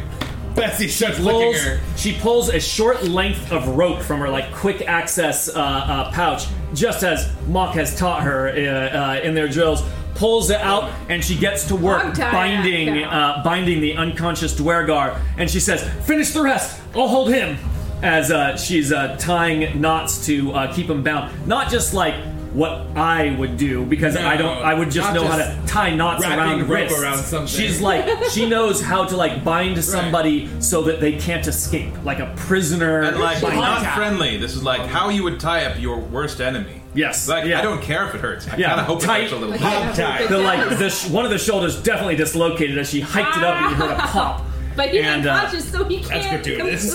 Speaker 4: Betsy starts licking
Speaker 2: pulls,
Speaker 4: her.
Speaker 2: she pulls a short length of rope from her like quick access uh, uh, pouch, just as Mock has taught her uh, uh, in their drills. Pulls it out, and she gets to
Speaker 3: I'm
Speaker 2: work
Speaker 3: tired.
Speaker 2: binding,
Speaker 3: Yeah.
Speaker 2: uh, binding the unconscious Dwergar, and she says, "Finish the rest. I'll hold him." As uh, she's uh, tying knots to uh, keep him bound, not just like what I would do because I don't.
Speaker 4: No,
Speaker 2: I would just
Speaker 4: not
Speaker 2: know
Speaker 4: just
Speaker 2: how to tie knots
Speaker 4: wrapping
Speaker 2: around
Speaker 4: rope
Speaker 2: wrists.
Speaker 4: around something.
Speaker 2: She's like she knows how to like bind somebody so that they can't escape, like a prisoner.
Speaker 1: And like,
Speaker 2: bind.
Speaker 1: not friendly. This is like how you would tie up your worst enemy.
Speaker 2: Yes.
Speaker 1: Like,
Speaker 2: yeah.
Speaker 1: I don't care if it hurts. I
Speaker 2: Yeah.
Speaker 1: kind of hope
Speaker 2: Tight.
Speaker 1: it hurts a little bit.
Speaker 4: Hog tied.
Speaker 2: The like the sh- one of the shoulders definitely dislocated as she hiked it up and you heard a pop.
Speaker 3: But he's
Speaker 2: And, uh,
Speaker 3: unconscious, so he can't
Speaker 4: gratuitous.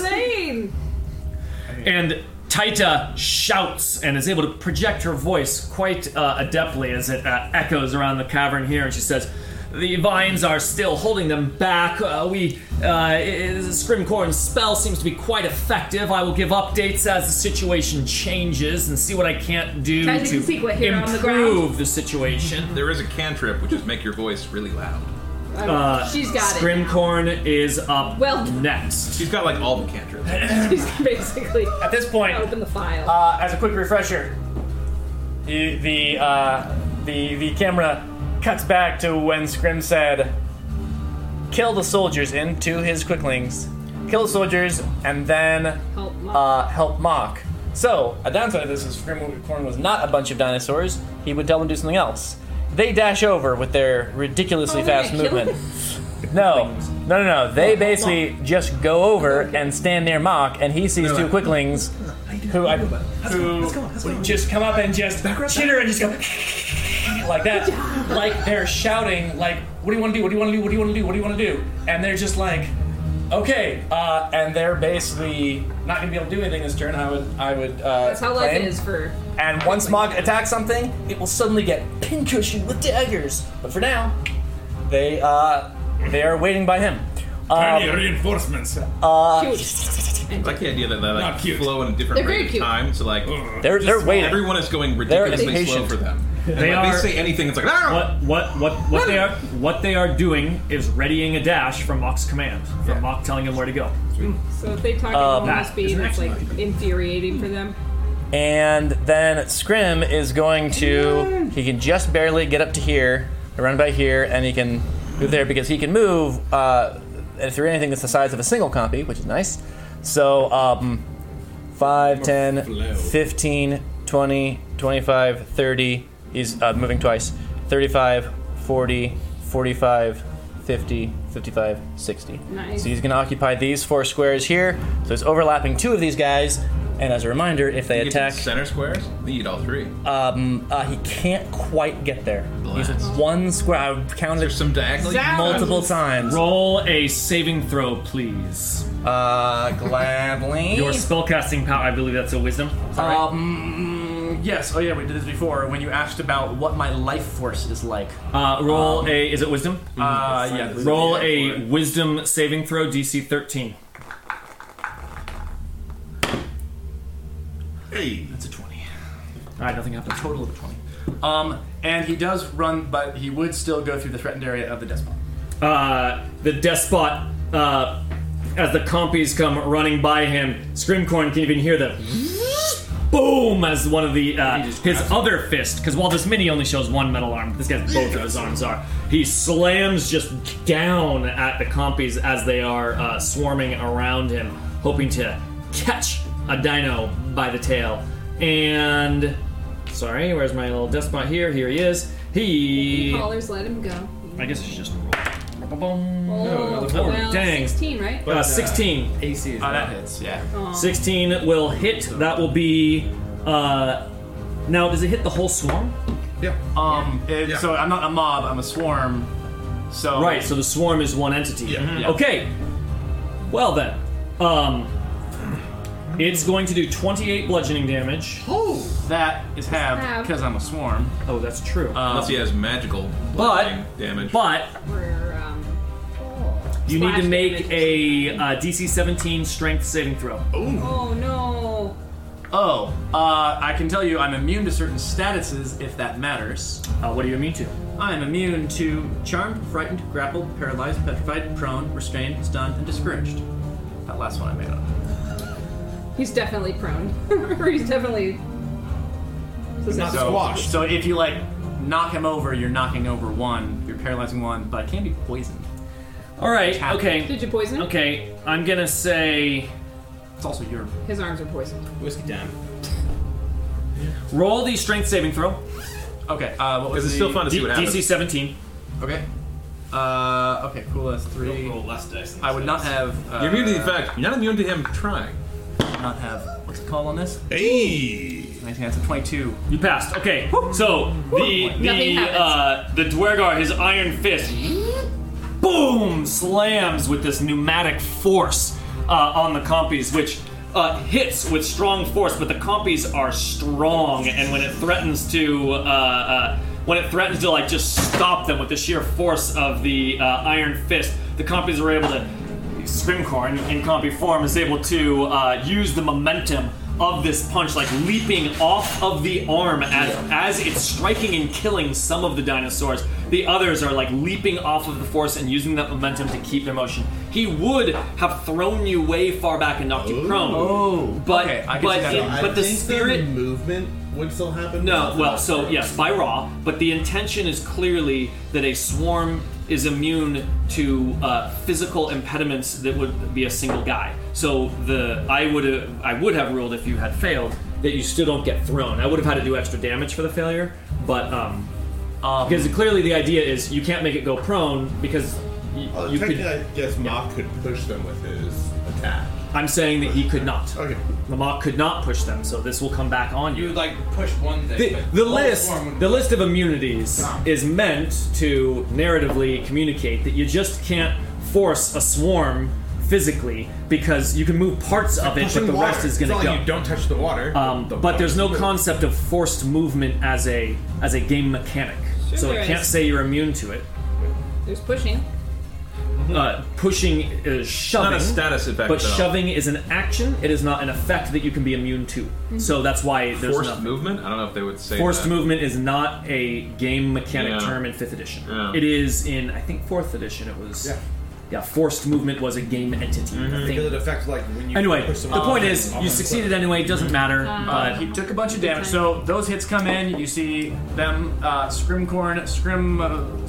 Speaker 3: complain.
Speaker 2: And Taita shouts and is able to project her voice quite uh, adeptly as it uh, echoes around the cavern here. And she says, "The vines are still holding them back. Uh, we, uh, i- i- the Scrimcorn's spell seems to be quite effective. I will give updates as the situation changes and see what I can't do
Speaker 3: Guys, you
Speaker 2: to
Speaker 3: can see what here on the ground.
Speaker 2: improve the situation."
Speaker 1: There is a cantrip, which is make your voice really loud.
Speaker 2: Uh,
Speaker 3: She's got it.
Speaker 2: Scrimcorn is up
Speaker 3: Well-
Speaker 2: next.
Speaker 1: She's got like all the cantrips.
Speaker 3: She's basically
Speaker 6: At this point,
Speaker 3: open the file.
Speaker 6: Uh, as a quick refresher, the the, uh, the the camera cuts back to when Scrim said, "Kill the soldiers into his quicklings, kill the soldiers, and then
Speaker 3: Help Mock.
Speaker 6: uh, help mock." So a downside of this is Scrim Corn was not a bunch of dinosaurs. He would tell them to do something else. They dash over with their ridiculously
Speaker 3: Oh, they're
Speaker 6: fast
Speaker 3: gonna kill
Speaker 6: movement. No, no, no, no. They basically just go over and stand near Mock, and he sees two quicklings who I, who would just come up and just chitter and just go like that, like they're shouting, like, "What do you want to do? What do you want to do? What do you want to do? What do you want to do?" And they're just like, "Okay," uh, and they're basically not going to be able to do anything this turn. I would, I would. Uh,
Speaker 3: That's how life
Speaker 6: claim.
Speaker 3: is for.
Speaker 6: And once Mog attacks something, it will suddenly get pincushioned with daggers. But for now,
Speaker 11: They uh, they are waiting by him.
Speaker 12: Tiny
Speaker 11: Um,
Speaker 12: reinforcements.
Speaker 2: Uh,
Speaker 1: I like the idea that they like
Speaker 12: Not cute.
Speaker 1: flow in a different
Speaker 3: They're very
Speaker 1: rate of
Speaker 3: cute.
Speaker 1: time. So like
Speaker 11: they're they're waiting.
Speaker 1: everyone is going
Speaker 11: They're
Speaker 1: ridiculously slow
Speaker 11: impatient.
Speaker 1: for them. And
Speaker 2: They
Speaker 1: like,
Speaker 2: are-
Speaker 1: they say anything, it's like ah!
Speaker 2: What what what what they are what they are doing is readying a dash from Mock's command. From Mock telling him where to go.
Speaker 3: So if they talk at
Speaker 11: Uh,
Speaker 3: normal
Speaker 2: that is
Speaker 3: speed,
Speaker 2: an
Speaker 3: it's like infuriating for them.
Speaker 11: And then Scrim is going to. He can just barely get up to here, around by here, and he can move there because he can move uh, through anything that's the size of a single copy, which is nice. So, um, 5, 10, 15, 20, 25, 30. He's uh, moving twice. 35, 40, 45, 50, 55, 60.
Speaker 3: Nice.
Speaker 11: So he's going to occupy these four squares here. So he's overlapping two of these guys. And as a reminder, if they
Speaker 1: You get
Speaker 11: attack,
Speaker 1: to the center squares. They eat all three.
Speaker 11: um, uh, he can't quite get there. He's
Speaker 1: Blast.
Speaker 11: one square. I've counted
Speaker 1: There's some diagonal.
Speaker 11: multiple times.
Speaker 2: Roll a saving throw, please.
Speaker 11: Uh, gladly.
Speaker 2: Your spellcasting power. I believe that's a wisdom.
Speaker 6: Um, yes. Oh, yeah, we did this before when you asked about what my life force is like.
Speaker 2: Uh, roll a. Is it wisdom?
Speaker 6: Uh, yeah. this is-
Speaker 2: roll a wisdom saving throw, DC 13.
Speaker 5: Hey,
Speaker 6: That's a 20.
Speaker 2: All right, nothing happens.
Speaker 6: Total of a 20. Um, and he does run, but he would still go through the threatened area of the despot.
Speaker 2: uh, the despot, uh, as the compies come running by him, Scrimcorn can even hear the boom as one of the uh, his other fist. Because while this mini only shows one metal arm, this guy's both of his arms are. He slams just down at the compies as they are uh, swarming around him, hoping to catch a dino by the tail. And sorry, where's my little despot here? Here he is. He.
Speaker 3: Callers, let him go.
Speaker 2: I guess it's just roll. Ba-ba-boom.
Speaker 3: Oh,
Speaker 2: four.
Speaker 3: well,
Speaker 2: Dang.
Speaker 3: 16, right?
Speaker 2: Uh, 16.
Speaker 4: AC is
Speaker 6: Oh,
Speaker 4: not
Speaker 6: that hits, yeah.
Speaker 3: Aw.
Speaker 2: 16 will hit. That will be. Uh, now, does it hit the whole swarm?
Speaker 6: Um, it- So I'm not a mob, I'm a swarm. So
Speaker 2: Right, so the swarm is one entity.
Speaker 6: yeah.
Speaker 2: Okay. Well, then. Um, it's going to do 28 bludgeoning damage.
Speaker 6: that is half
Speaker 3: halved.
Speaker 6: because I'm a swarm.
Speaker 2: Oh, that's true.
Speaker 6: Uh,
Speaker 1: Unless he has magical
Speaker 2: but.
Speaker 1: bludgeoning damage.
Speaker 2: But.
Speaker 3: We're, um,
Speaker 2: You need
Speaker 3: Splash
Speaker 2: to make
Speaker 3: damage.
Speaker 2: a uh, DC 17 strength saving throw.
Speaker 3: oh no.
Speaker 6: Oh, uh, I can tell you I'm immune to certain statuses if that matters.
Speaker 2: Uh, what do you immune to?
Speaker 6: I'm immune to charmed, frightened, grappled, paralyzed, petrified, prone, restrained, stunned, and discouraged. That last one I made up.
Speaker 3: He's definitely prone. or he's definitely.
Speaker 6: So,
Speaker 4: squashed.
Speaker 6: So if you like knock him over, you're knocking over one. You're paralyzing one, but it can be poisoned.
Speaker 2: All right,
Speaker 6: Attack.
Speaker 2: okay.
Speaker 3: Did you poison him?
Speaker 2: Okay, I'm gonna say.
Speaker 6: It's also your
Speaker 3: His arms are poisoned.
Speaker 4: whiskey time.
Speaker 2: Roll the strength saving throw.
Speaker 6: okay. Uh, what
Speaker 1: because it's
Speaker 6: was the-
Speaker 1: still fun to see
Speaker 2: D-
Speaker 1: what happens.
Speaker 2: DC 17.
Speaker 6: Okay. Uh, okay. Cool. That's three.
Speaker 4: Roll less dice. than
Speaker 6: I would not have. Uh,
Speaker 1: You're immune to the effect. You're not immune to him trying.
Speaker 6: Not have. What's the call on this?
Speaker 5: hey.
Speaker 6: I think that's a twenty-two.
Speaker 2: You passed. Okay. So the
Speaker 3: Nothing
Speaker 2: the
Speaker 3: happens.
Speaker 2: uh, the Dwergar, his iron fist, boom, slams with this pneumatic force uh, on the compies, which uh, hits with strong force. But the compies are strong, and when it threatens to uh, uh, when it threatens to like just stop them with the sheer force of the uh, iron fist, the compies are able to Scrimcorn in compy form is able to uh, use the momentum of this punch, like leaping off of the arm as as it's striking and killing some of the dinosaurs. The others are like leaping off of the force and using that momentum to keep their motion. He would have thrown you way far back and knocked you prone.
Speaker 6: Oh.
Speaker 2: but
Speaker 6: Okay, I can
Speaker 2: but
Speaker 6: see that
Speaker 2: it-
Speaker 6: now.
Speaker 5: I
Speaker 2: but the
Speaker 5: think
Speaker 2: spirit
Speaker 5: movement would still happen.
Speaker 2: no, well, so yes, by raw, but the intention is clearly that a swarm is immune to uh, physical impediments that would be a single guy. So the I would have I would have ruled if you had failed that you still don't get thrown. I would have had to do extra damage for the failure, but um,
Speaker 6: Um,
Speaker 2: because clearly the idea is you can't make it go prone because y-
Speaker 5: Well,
Speaker 2: you
Speaker 5: technically,
Speaker 2: could.
Speaker 5: I guess Mock could push them with his attack.
Speaker 2: I'm saying that he could not.
Speaker 5: Okay.
Speaker 2: The mock could not push them, so this will come back on you.
Speaker 4: You would like push one thing.
Speaker 2: the,
Speaker 4: but
Speaker 2: the
Speaker 4: all
Speaker 2: list
Speaker 4: swarm would-
Speaker 2: the list of immunities is meant to narratively communicate that you just can't force a swarm physically because you can move parts of it but
Speaker 12: Pushing
Speaker 2: the
Speaker 12: water.
Speaker 2: rest is going
Speaker 12: It's
Speaker 2: to
Speaker 12: not
Speaker 2: go
Speaker 12: Like you don't touch the water.
Speaker 2: um, but there's no concept of forced movement as a as a game mechanic so
Speaker 3: there
Speaker 2: it can't
Speaker 3: is.
Speaker 2: say you're immune to it
Speaker 3: There's pushing.
Speaker 2: Uh, pushing is shoving.
Speaker 1: not a status effect,
Speaker 2: But
Speaker 1: though.
Speaker 2: shoving is an action. It is not an effect that you can be immune to.
Speaker 3: Mm-hmm.
Speaker 2: So that's why there's
Speaker 1: Forced
Speaker 2: nothing.
Speaker 1: movement? I don't know if they would say
Speaker 2: Forced
Speaker 1: that.
Speaker 2: movement is not a game mechanic
Speaker 1: Yeah.
Speaker 2: term in fifth edition.
Speaker 1: Yeah.
Speaker 2: It is in I think fourth edition. It was yeah. forced movement was a game entity. a thing.
Speaker 12: Because it affects like when you
Speaker 2: Anyway,
Speaker 12: push
Speaker 2: the
Speaker 12: someone
Speaker 2: point
Speaker 12: off
Speaker 2: is
Speaker 12: and
Speaker 2: you
Speaker 12: off and
Speaker 2: succeeded
Speaker 12: cliff.
Speaker 2: anyway. It doesn't matter.
Speaker 13: Uh,
Speaker 2: But
Speaker 6: He took a bunch of damage. So those hits come in. You see them, uh, Scrimcorn, Scrim, uh,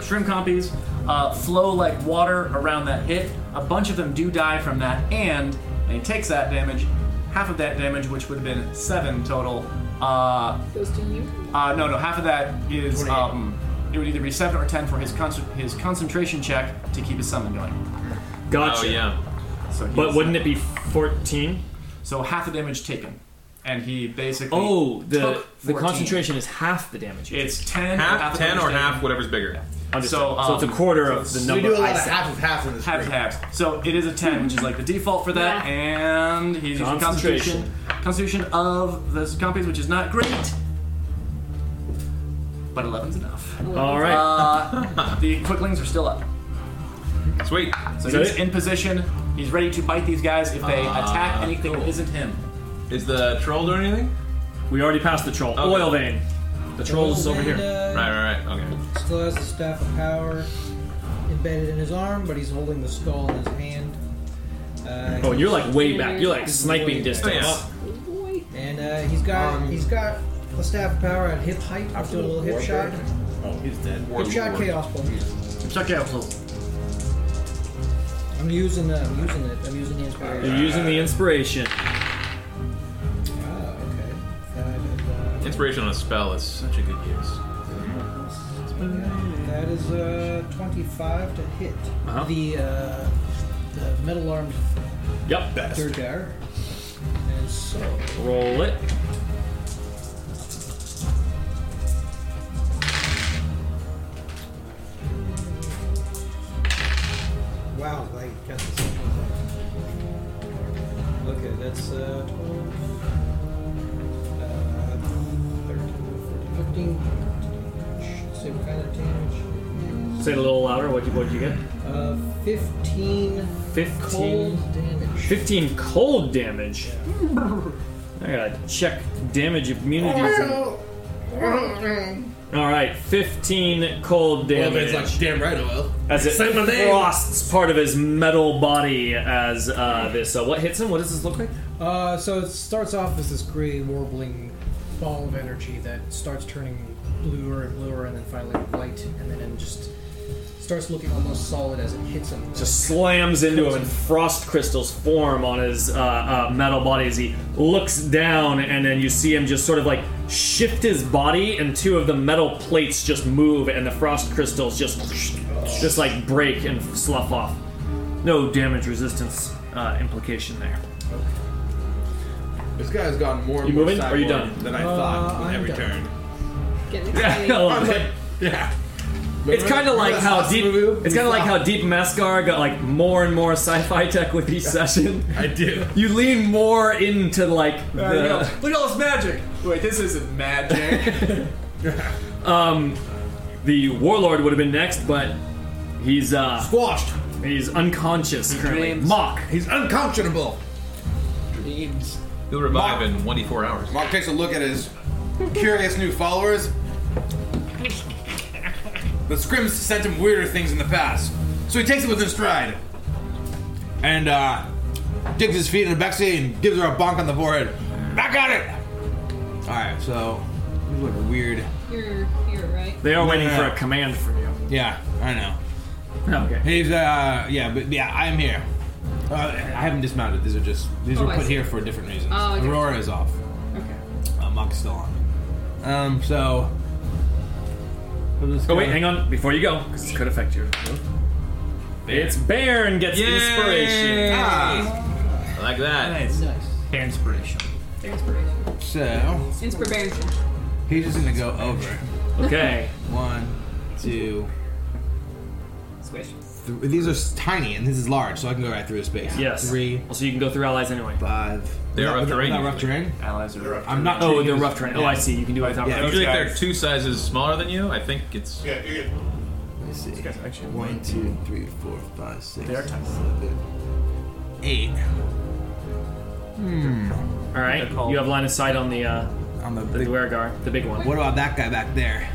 Speaker 6: Scrim Compies, uh, flow like water around that hit. A bunch of them do die from that, and, and he takes that damage, half of that damage, which would have been seven total. Uh,
Speaker 3: Goes to you.
Speaker 6: uh, no, no, half of that is um, it would either be seven or ten for his con- his concentration check to keep his summon going.
Speaker 1: Oh,
Speaker 2: gotcha.
Speaker 1: yeah.
Speaker 6: So he
Speaker 2: But
Speaker 6: is-
Speaker 2: wouldn't it be fourteen?
Speaker 6: so half the damage taken, and he basically
Speaker 2: Oh, the
Speaker 6: took
Speaker 2: the
Speaker 6: 14.
Speaker 2: concentration is half the damage. you
Speaker 6: It's ten,
Speaker 1: Half,
Speaker 6: half the
Speaker 1: 10 or
Speaker 6: damage taken.
Speaker 1: half, whatever's bigger.
Speaker 2: Understood.
Speaker 6: So,
Speaker 2: so it's a
Speaker 6: um,
Speaker 2: quarter
Speaker 6: so
Speaker 2: of the
Speaker 6: we
Speaker 2: number.
Speaker 4: We do a
Speaker 2: I
Speaker 4: lot of
Speaker 2: said.
Speaker 4: half of half in this
Speaker 6: Half
Speaker 4: group.
Speaker 6: halves. So it is a 10, which is like the default for that,
Speaker 3: Yeah.
Speaker 6: and he's using
Speaker 2: Concentration.
Speaker 6: Constitution. Constitution of the Scumpies, which is not great, but 11's enough.
Speaker 2: All right.
Speaker 6: Uh, the Quicklings are still up.
Speaker 1: Sweet.
Speaker 6: So
Speaker 2: that
Speaker 6: he's
Speaker 2: it?
Speaker 6: in position. He's ready to bite these guys if they
Speaker 1: Ah,
Speaker 6: attack anything that isn't him.
Speaker 1: Is the troll doing anything?
Speaker 2: we already passed the troll.
Speaker 1: Okay.
Speaker 2: Oil vein. The troll's over here.
Speaker 4: Amanda
Speaker 1: Right, right, right. Okay.
Speaker 4: Still has the staff of power embedded in his arm, but he's holding the skull in his hand. Uh,
Speaker 2: Oh, you're like way back. You're like sniping
Speaker 1: Oh,
Speaker 2: distance.
Speaker 1: yeah.
Speaker 3: Boy.
Speaker 4: and uh, he's got he's got the staff of power at hip height. He's doing a little hip shot.
Speaker 12: Oh, he's dead.
Speaker 4: Hip shot chaos ball.
Speaker 6: Check it out. so-
Speaker 4: I'm using uh, I'm using it. I'm using the inspiration.
Speaker 2: You're using the inspiration.
Speaker 4: Ah, okay. That is,
Speaker 1: Inspiration on a spell is such a good use.
Speaker 4: uh, yeah, that is uh, 25 to hit
Speaker 2: Uh-huh.
Speaker 4: the uh, the metal armed
Speaker 2: Yep.
Speaker 4: third guy. And so
Speaker 2: Roll it.
Speaker 4: wow, I got the same one. Okay, that's uh, 12, uh, 13, 14, 15. Say what kind of damage?
Speaker 2: Say it a little louder. What did you, what did you get?
Speaker 4: Uh, 15
Speaker 2: 15,
Speaker 4: cold damage.
Speaker 2: 15 cold damage. I gotta check damage immunities. and- All right, 15 cold
Speaker 12: Well,
Speaker 2: damage.
Speaker 12: it's like damn right oil.
Speaker 2: as it
Speaker 12: Say my name.
Speaker 2: frosts part of his metal body as uh, this. Uh, what hits him? What does this look like?
Speaker 4: Uh, so it starts off as this gray warbling ball of energy that starts turning bluer and bluer, and then finally white, and then it just starts looking almost solid as it hits him.
Speaker 2: just slams into him and frost crystals form on his uh, uh, metal body as he looks down and then you see him just sort of like shift his body and two of the metal plates just move and the frost crystals just just like break and slough off no damage resistance uh, implication there
Speaker 12: This guy's gotten more. and
Speaker 2: You
Speaker 12: more
Speaker 2: moving? Are you
Speaker 12: cyborg
Speaker 2: done?
Speaker 12: Than I thought
Speaker 4: Uh,
Speaker 12: with
Speaker 4: I'm
Speaker 12: every
Speaker 4: done.
Speaker 12: turn.
Speaker 3: Getting excited.
Speaker 12: I'm like, yeah.
Speaker 2: It's kind of like how deep.
Speaker 12: Movie?
Speaker 2: It's kind of like how deep Mascar got like more and more sci-fi tech with each session.
Speaker 12: I do.
Speaker 2: You lean more into like the.
Speaker 6: There you go. Look at all this magic. Wait, this isn't magic.
Speaker 2: The warlord would have been next, but he's uh
Speaker 12: Squashed.
Speaker 2: he's unconscious currently.
Speaker 6: dreams.
Speaker 2: Mock.
Speaker 12: He's unconscionable.
Speaker 6: Dreams.
Speaker 1: He'll revive in 24 hours.
Speaker 5: Mark takes a look at his curious new followers.
Speaker 7: The scrims sent him weirder things in the past, so he takes it within stride. And uh, digs his feet into Bexy and gives her a bonk on the forehead. Back at it! Alright, so. This is like a weird.
Speaker 3: You're here, right?
Speaker 2: They are waiting
Speaker 7: Yeah.
Speaker 2: for a command from you.
Speaker 7: Yeah, I know.
Speaker 12: Oh,
Speaker 2: Okay.
Speaker 7: He's, uh, yeah, but yeah, I'm here. Uh, I haven't dismounted. These are just, these
Speaker 3: Oh,
Speaker 7: were
Speaker 3: I
Speaker 7: put
Speaker 3: see.
Speaker 7: here for different reasons.
Speaker 3: Oh, okay.
Speaker 7: Aurora is off.
Speaker 3: Okay.
Speaker 7: Uh, Mock's still on. Um, so.
Speaker 2: Oh wait, hang on before you go, because this could affect you. It's Baron gets
Speaker 1: Yay!
Speaker 2: inspiration.
Speaker 7: Ah,
Speaker 1: I like that.
Speaker 6: Nice.
Speaker 4: Nice.
Speaker 6: Inspiration.
Speaker 3: Inspiration.
Speaker 7: so,
Speaker 3: Inspiration.
Speaker 7: he's just gonna go over.
Speaker 2: Okay.
Speaker 7: One, two,
Speaker 3: Squish.
Speaker 7: th- these are s- tiny and this is large, so I can go right through his space.
Speaker 2: Yes.
Speaker 7: Three,
Speaker 2: Well, so you can go through allies anyway.
Speaker 7: five.
Speaker 1: They are
Speaker 7: Without-
Speaker 1: rough terrain,
Speaker 7: without rough
Speaker 1: usually.
Speaker 7: terrain.
Speaker 6: Allies are up.
Speaker 7: I'm not.
Speaker 2: Oh,
Speaker 7: changing
Speaker 2: they're
Speaker 7: his-
Speaker 2: rough terrain. Oh, I see. You can do it without
Speaker 7: Yeah.
Speaker 2: rough
Speaker 1: Usually, if
Speaker 7: guys-
Speaker 1: they're two sizes smaller than you, I think it's.
Speaker 5: Yeah, you're good.
Speaker 12: me see.
Speaker 6: guys are actually
Speaker 12: One, two, three, four, five, six,
Speaker 6: They are tight.
Speaker 12: seven, eight.
Speaker 2: All right,
Speaker 6: They're called-
Speaker 2: you have line of sight on the uh,
Speaker 12: On the
Speaker 2: the
Speaker 12: big.
Speaker 2: Dwargar, the big one.
Speaker 12: What about that guy back there?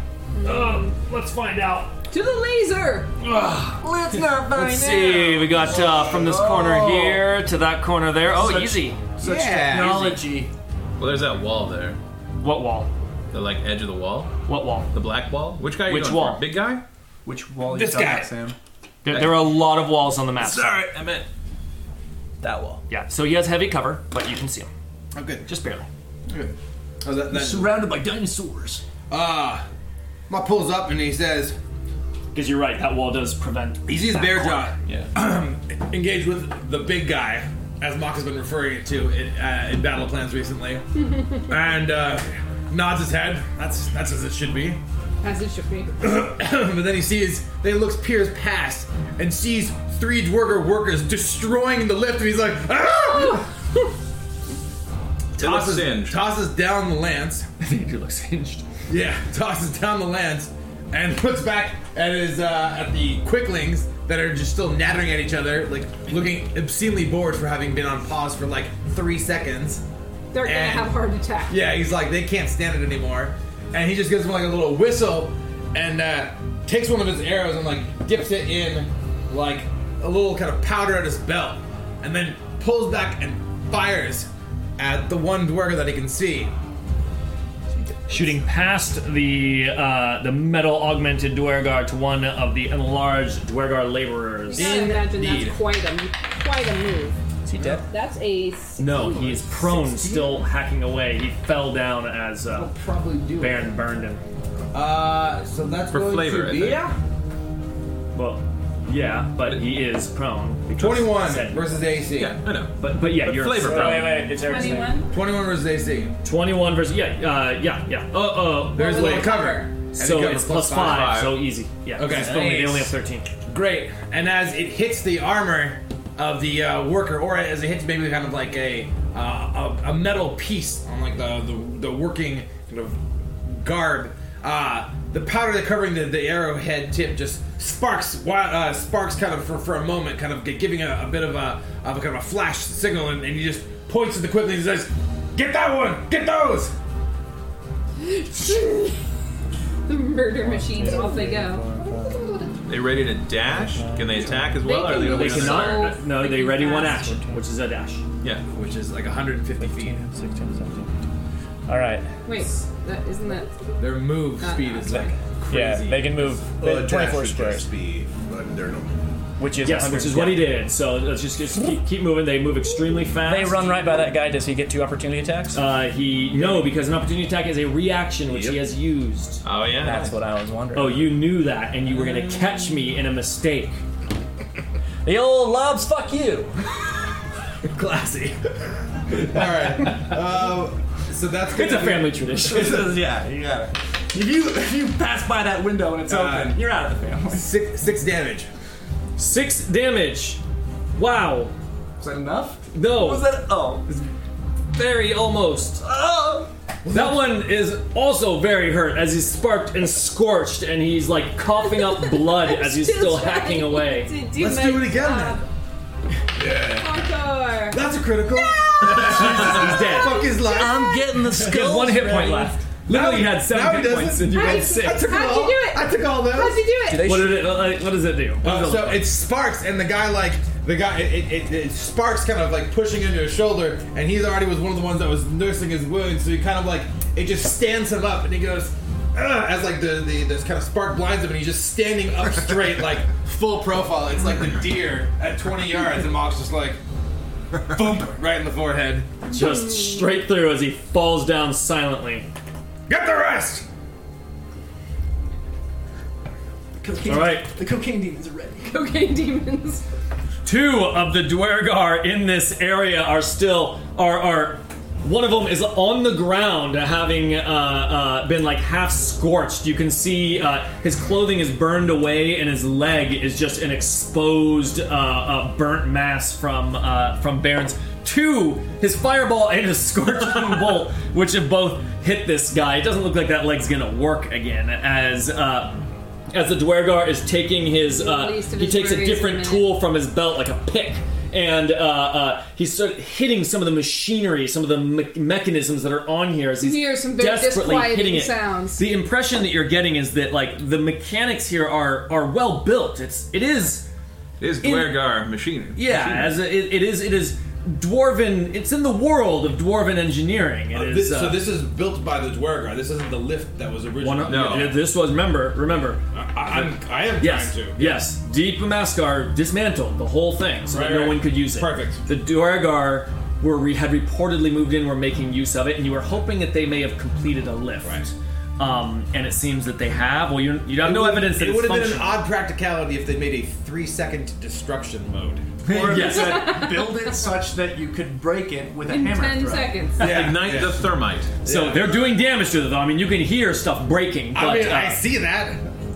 Speaker 2: Um, let's find out.
Speaker 3: To the laser!
Speaker 12: Let's not find
Speaker 2: Let's see. We got uh, from this corner
Speaker 1: Oh.
Speaker 2: here to that corner there. Oh,
Speaker 6: Such-
Speaker 2: easy.
Speaker 6: Such
Speaker 12: Yeah.
Speaker 6: technology.
Speaker 1: Well, there's that wall there.
Speaker 2: What wall?
Speaker 1: The like edge of the wall,
Speaker 2: What wall?
Speaker 1: the black wall. Which guy? Are you
Speaker 2: Which
Speaker 1: going
Speaker 2: wall?
Speaker 1: For? Big guy.
Speaker 6: Which wall are you
Speaker 12: This
Speaker 6: talking
Speaker 12: guy.
Speaker 6: about, Sam?
Speaker 2: There, there are a lot of walls on the map.
Speaker 1: Sorry, I meant that wall.
Speaker 2: Yeah. So he has heavy cover, but you can see him
Speaker 12: I'm good.
Speaker 2: just barely.
Speaker 12: Good. Oh, that, that,
Speaker 6: Surrounded by dinosaurs.
Speaker 12: uh, my pulls up and he says,
Speaker 2: Because you're right. That wall does prevent.
Speaker 12: he sees
Speaker 2: that
Speaker 12: Bear
Speaker 2: corner.
Speaker 12: Jaw
Speaker 1: Yeah.
Speaker 12: engage with the big guy, as Mock has been referring it to in, uh, in battle plans recently, and uh, nods his head. That's that's as it should be.
Speaker 3: As it should be.
Speaker 12: but then he sees, then he looks, peers past, and sees three Dwerger workers destroying the lift, and he's like, ah!
Speaker 1: It looks singed.
Speaker 12: tosses down the lance.
Speaker 2: Andrew looks hinged.
Speaker 12: Yeah, tosses down the lance and looks back at his uh, at the quicklings that are just still nattering at each other, like looking obscenely bored for having been on pause for like three seconds.
Speaker 3: They're gonna
Speaker 12: And-
Speaker 3: have heart attack.
Speaker 12: Yeah, he's like they can't stand it anymore, and he just gives him like a little whistle and uh, takes one of his arrows and like dips it in like a little kind of powder at his belt, and then pulls back and fires at the one dwerger that he can see.
Speaker 2: Shooting past the uh, the metal augmented Dwargar to one of the enlarged Dwargar laborers.
Speaker 3: I imagine
Speaker 12: Indeed.
Speaker 3: that's quite a quite a move.
Speaker 11: Is he dead?
Speaker 3: That's a s-
Speaker 2: No, he is prone, still hacking away. He fell down as uh,
Speaker 4: Probably do.
Speaker 2: Baron burned him.
Speaker 4: Uh, so that's
Speaker 1: For
Speaker 4: going
Speaker 1: flavor,
Speaker 4: to
Speaker 1: I
Speaker 4: be.
Speaker 1: think.
Speaker 4: Yeah.
Speaker 2: Well, yeah, but he is prone. because-
Speaker 12: Twenty-one
Speaker 2: Said-
Speaker 12: versus AC.
Speaker 1: Yeah, I know.
Speaker 2: But but yeah,
Speaker 1: But
Speaker 2: you're
Speaker 1: flavor
Speaker 2: Wait, wait,
Speaker 1: problem.
Speaker 2: wait, it's Eric's name.
Speaker 3: 21.
Speaker 12: 21 versus AC.
Speaker 2: 21 versus yeah uh, yeah yeah. Uh uh.
Speaker 12: There's
Speaker 3: Well,
Speaker 12: a
Speaker 3: wait.
Speaker 12: cover. And
Speaker 2: so
Speaker 12: it covers
Speaker 2: it's plus five,
Speaker 1: five.
Speaker 2: so easy. Yeah.
Speaker 12: Okay.
Speaker 2: It's only, they only have 13.
Speaker 12: Great. And as it hits the armor of the uh, worker, or as it hits maybe kind of like a uh, a, a metal piece on like the the, the working kind of garb, uh, the powder that covering the, the arrowhead tip just sparks wild, uh, sparks kind of for, for a moment, kind of gi- giving a, a bit of a, of a kind of a flash signal, and, and he just points at the quickly and says, "Get that one! Get those!"
Speaker 3: The murder machines, off they go.
Speaker 1: They ready to dash? Can they attack as well?
Speaker 3: They
Speaker 1: or are they gonna
Speaker 3: can
Speaker 2: They
Speaker 1: wait
Speaker 3: do
Speaker 1: another?
Speaker 3: so-
Speaker 2: cannot. No, they
Speaker 3: freaking
Speaker 2: ready one
Speaker 3: fast.
Speaker 2: action, which is a dash.
Speaker 1: Yeah.
Speaker 12: Which is like 150 feet.
Speaker 11: 16, 17. All right.
Speaker 3: Wait, that isn't that
Speaker 12: Their move
Speaker 3: Uh,
Speaker 12: speed is like crazy.
Speaker 11: Yeah, they can move
Speaker 5: Well, a dash
Speaker 11: 24
Speaker 5: would
Speaker 11: squares,
Speaker 5: just be, like, they're no-
Speaker 11: which is
Speaker 2: Yes,
Speaker 11: 100
Speaker 2: which is what he
Speaker 11: yeah.
Speaker 2: did. So let's just, just keep, keep moving. They move extremely fast.
Speaker 11: They run right by that guy. Does he get two opportunity attacks?
Speaker 2: Uh, he no, because an opportunity attack is a reaction which he
Speaker 1: Yep.
Speaker 2: has used.
Speaker 1: Oh yeah.
Speaker 11: That's what I was wondering.
Speaker 2: Oh, you knew that, and you were gonna catch me in a mistake.
Speaker 11: The old lobs, fuck you.
Speaker 12: Classy.
Speaker 5: All right. Um, so that's
Speaker 2: It's a family tradition.
Speaker 6: yeah, you got it. If you if you pass by that window and it's
Speaker 12: Uh,
Speaker 6: open, you're out of the family. Is
Speaker 12: Six, six damage.
Speaker 2: Six damage. Wow.
Speaker 6: that enough?
Speaker 2: No.
Speaker 6: Was that? Oh,
Speaker 2: Very almost.
Speaker 6: oh.
Speaker 2: That one is also very hurt as he's sparked and scorched, and he's like coughing up blood as he's still hacking away.
Speaker 12: Let's do it again,
Speaker 3: Encore.
Speaker 12: That's a critical.
Speaker 2: He's dead.
Speaker 12: Fuck his life.
Speaker 11: I'm getting the
Speaker 2: He has
Speaker 11: skull.
Speaker 2: one hit point left. Literally had
Speaker 12: Now- now he
Speaker 2: seven hit
Speaker 12: doesn't.
Speaker 2: points, and you
Speaker 3: How
Speaker 2: had
Speaker 3: did-
Speaker 12: I
Speaker 2: six.
Speaker 12: took
Speaker 3: How'd
Speaker 12: all,
Speaker 3: you do it?
Speaker 12: I took all those.
Speaker 3: How'd you do it?
Speaker 11: They
Speaker 2: What
Speaker 11: shoot-
Speaker 2: did it? Like, what does it do? What does
Speaker 12: Uh,
Speaker 2: it
Speaker 12: so
Speaker 2: look
Speaker 12: it sparks, and the guy like the guy it, it, it sparks kind of like pushing into his shoulder, and he's already was one of the ones that was nursing his wound, so he kind of like it just stands him up, and he goes "Ugh," as like the the this kind of spark blinds him, and he's just standing up straight like full profile. It's like the deer at 20 yards, and Mox just like boom right in the forehead.
Speaker 2: like? Just straight through as he falls down silently.
Speaker 12: Get the rest.
Speaker 6: Cocaine,
Speaker 2: All right.
Speaker 6: The cocaine demons are ready.
Speaker 3: Cocaine demons.
Speaker 2: Two of the Dwergar in this area are still are are. One of them is on the ground, having uh, uh, been like half scorched. You can see uh, his clothing is burned away, and his leg is just an exposed, uh, uh, burnt mass from uh, from Baron's. Two, his fireball and his scorching bolt, which have both hit this guy. It doesn't look like that leg's gonna work again, as uh, as the Dwergar is taking his, uh,
Speaker 13: Least of
Speaker 2: he
Speaker 13: his
Speaker 2: takes a
Speaker 13: worries in a
Speaker 2: different
Speaker 13: minute.
Speaker 2: tool from his belt, like a pick, and uh, uh, he's sort of hitting some of the machinery, some of the me- mechanisms that are on here. As he's
Speaker 13: hear some very
Speaker 2: desperately hitting
Speaker 13: disquieting
Speaker 2: it.
Speaker 13: sounds.
Speaker 2: The impression that you're getting is that like the mechanics here are are well built. It's it is
Speaker 1: It is Dwergar machine.
Speaker 2: yeah, as a, it, it is it is dwarven. It's in the world of dwarven engineering. It is.
Speaker 12: This-
Speaker 2: uh,
Speaker 12: so this is built by the Dwergar. This isn't the lift that was originally.
Speaker 2: one,
Speaker 1: No.
Speaker 2: yeah, This was remember remember
Speaker 12: I, I'm, I am
Speaker 2: Yes.
Speaker 12: trying to.
Speaker 2: Yes. Deep Amaskar dismantled the whole thing so
Speaker 12: Right,
Speaker 2: that no
Speaker 12: right.
Speaker 2: one could use it.
Speaker 12: Perfect.
Speaker 2: The Duergar were re- had reportedly moved in, were making use of it, and you were hoping that they may have completed a lift.
Speaker 12: Right.
Speaker 2: Um, and it seems that they have. Well, you you have no
Speaker 12: It would-
Speaker 2: evidence that
Speaker 12: it
Speaker 2: it's
Speaker 12: would have been an
Speaker 2: functional.
Speaker 12: odd practicality if they made a three-second destruction mode.
Speaker 6: Or
Speaker 2: Yes.
Speaker 6: they said, build it such that you could break it with a
Speaker 13: In
Speaker 6: hammer.
Speaker 13: ten
Speaker 6: throw.
Speaker 13: seconds.
Speaker 1: Ignite the thermite.
Speaker 2: so they're doing damage to it. Though. I mean, you can hear stuff breaking. But,
Speaker 12: I mean,
Speaker 2: uh,
Speaker 12: I see that.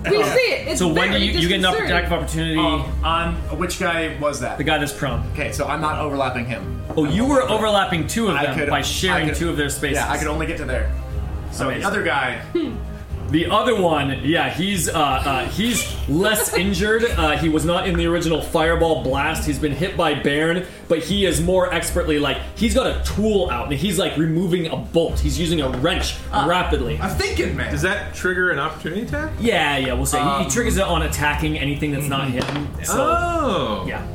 Speaker 13: We see it. It's
Speaker 2: so when do
Speaker 13: very
Speaker 2: you, you get an
Speaker 13: disconcerting.
Speaker 2: attack of opportunity?
Speaker 6: Um, on which guy was that?
Speaker 2: the guy that's prone.
Speaker 6: Okay, so I'm not overlapping him.
Speaker 2: Oh, you were overlapping two of
Speaker 6: I
Speaker 2: them
Speaker 6: could-
Speaker 2: by sharing
Speaker 6: I could-
Speaker 2: two of their spaces.
Speaker 6: Yeah, I could only get to there. So
Speaker 2: Amazing.
Speaker 6: the other guy,
Speaker 2: The other one, yeah, he's uh, uh, he's less injured. Uh, he was not in the original fireball blast. He's been hit by Bairn, but he is more expertly like he's got a tool out and he's like removing a bolt. He's using a wrench rapidly.
Speaker 6: I'm thinking, man.
Speaker 1: Does that trigger an opportunity attack?
Speaker 2: yeah, yeah, we'll say He- he, triggers it on attacking anything that's not him. So
Speaker 1: Oh,
Speaker 2: yeah,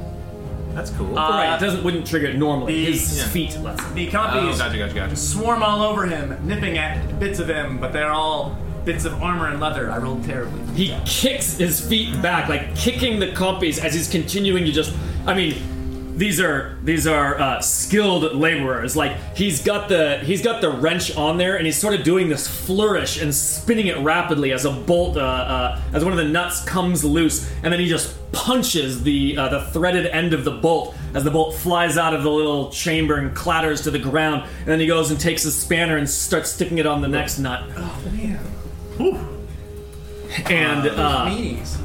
Speaker 1: that's cool.
Speaker 2: All right, it doesn't wouldn't trigger it normally.
Speaker 6: the-
Speaker 2: His
Speaker 1: yeah.
Speaker 2: feet, let's say.
Speaker 6: the
Speaker 1: oh,
Speaker 6: copies
Speaker 1: gotcha, gotcha, gotcha.
Speaker 6: swarm all over him, nipping at bits of him, but they're all bits of armor and leather. I rolled terribly.
Speaker 2: He kicks his feet back, like kicking the compies as he's continuing to just. I mean, these are these are uh, skilled laborers. Like he's got the he's got the wrench on there, and he's sort of doing this flourish and spinning it rapidly as a bolt, uh, uh, as one of the nuts comes loose, and then he just punches the uh, the threaded end of the bolt as the bolt flies out of the little chamber and clatters to the ground, and then he goes and takes his spanner and starts sticking it on the next nut.
Speaker 6: Oh man,
Speaker 2: And uh,
Speaker 6: meanies.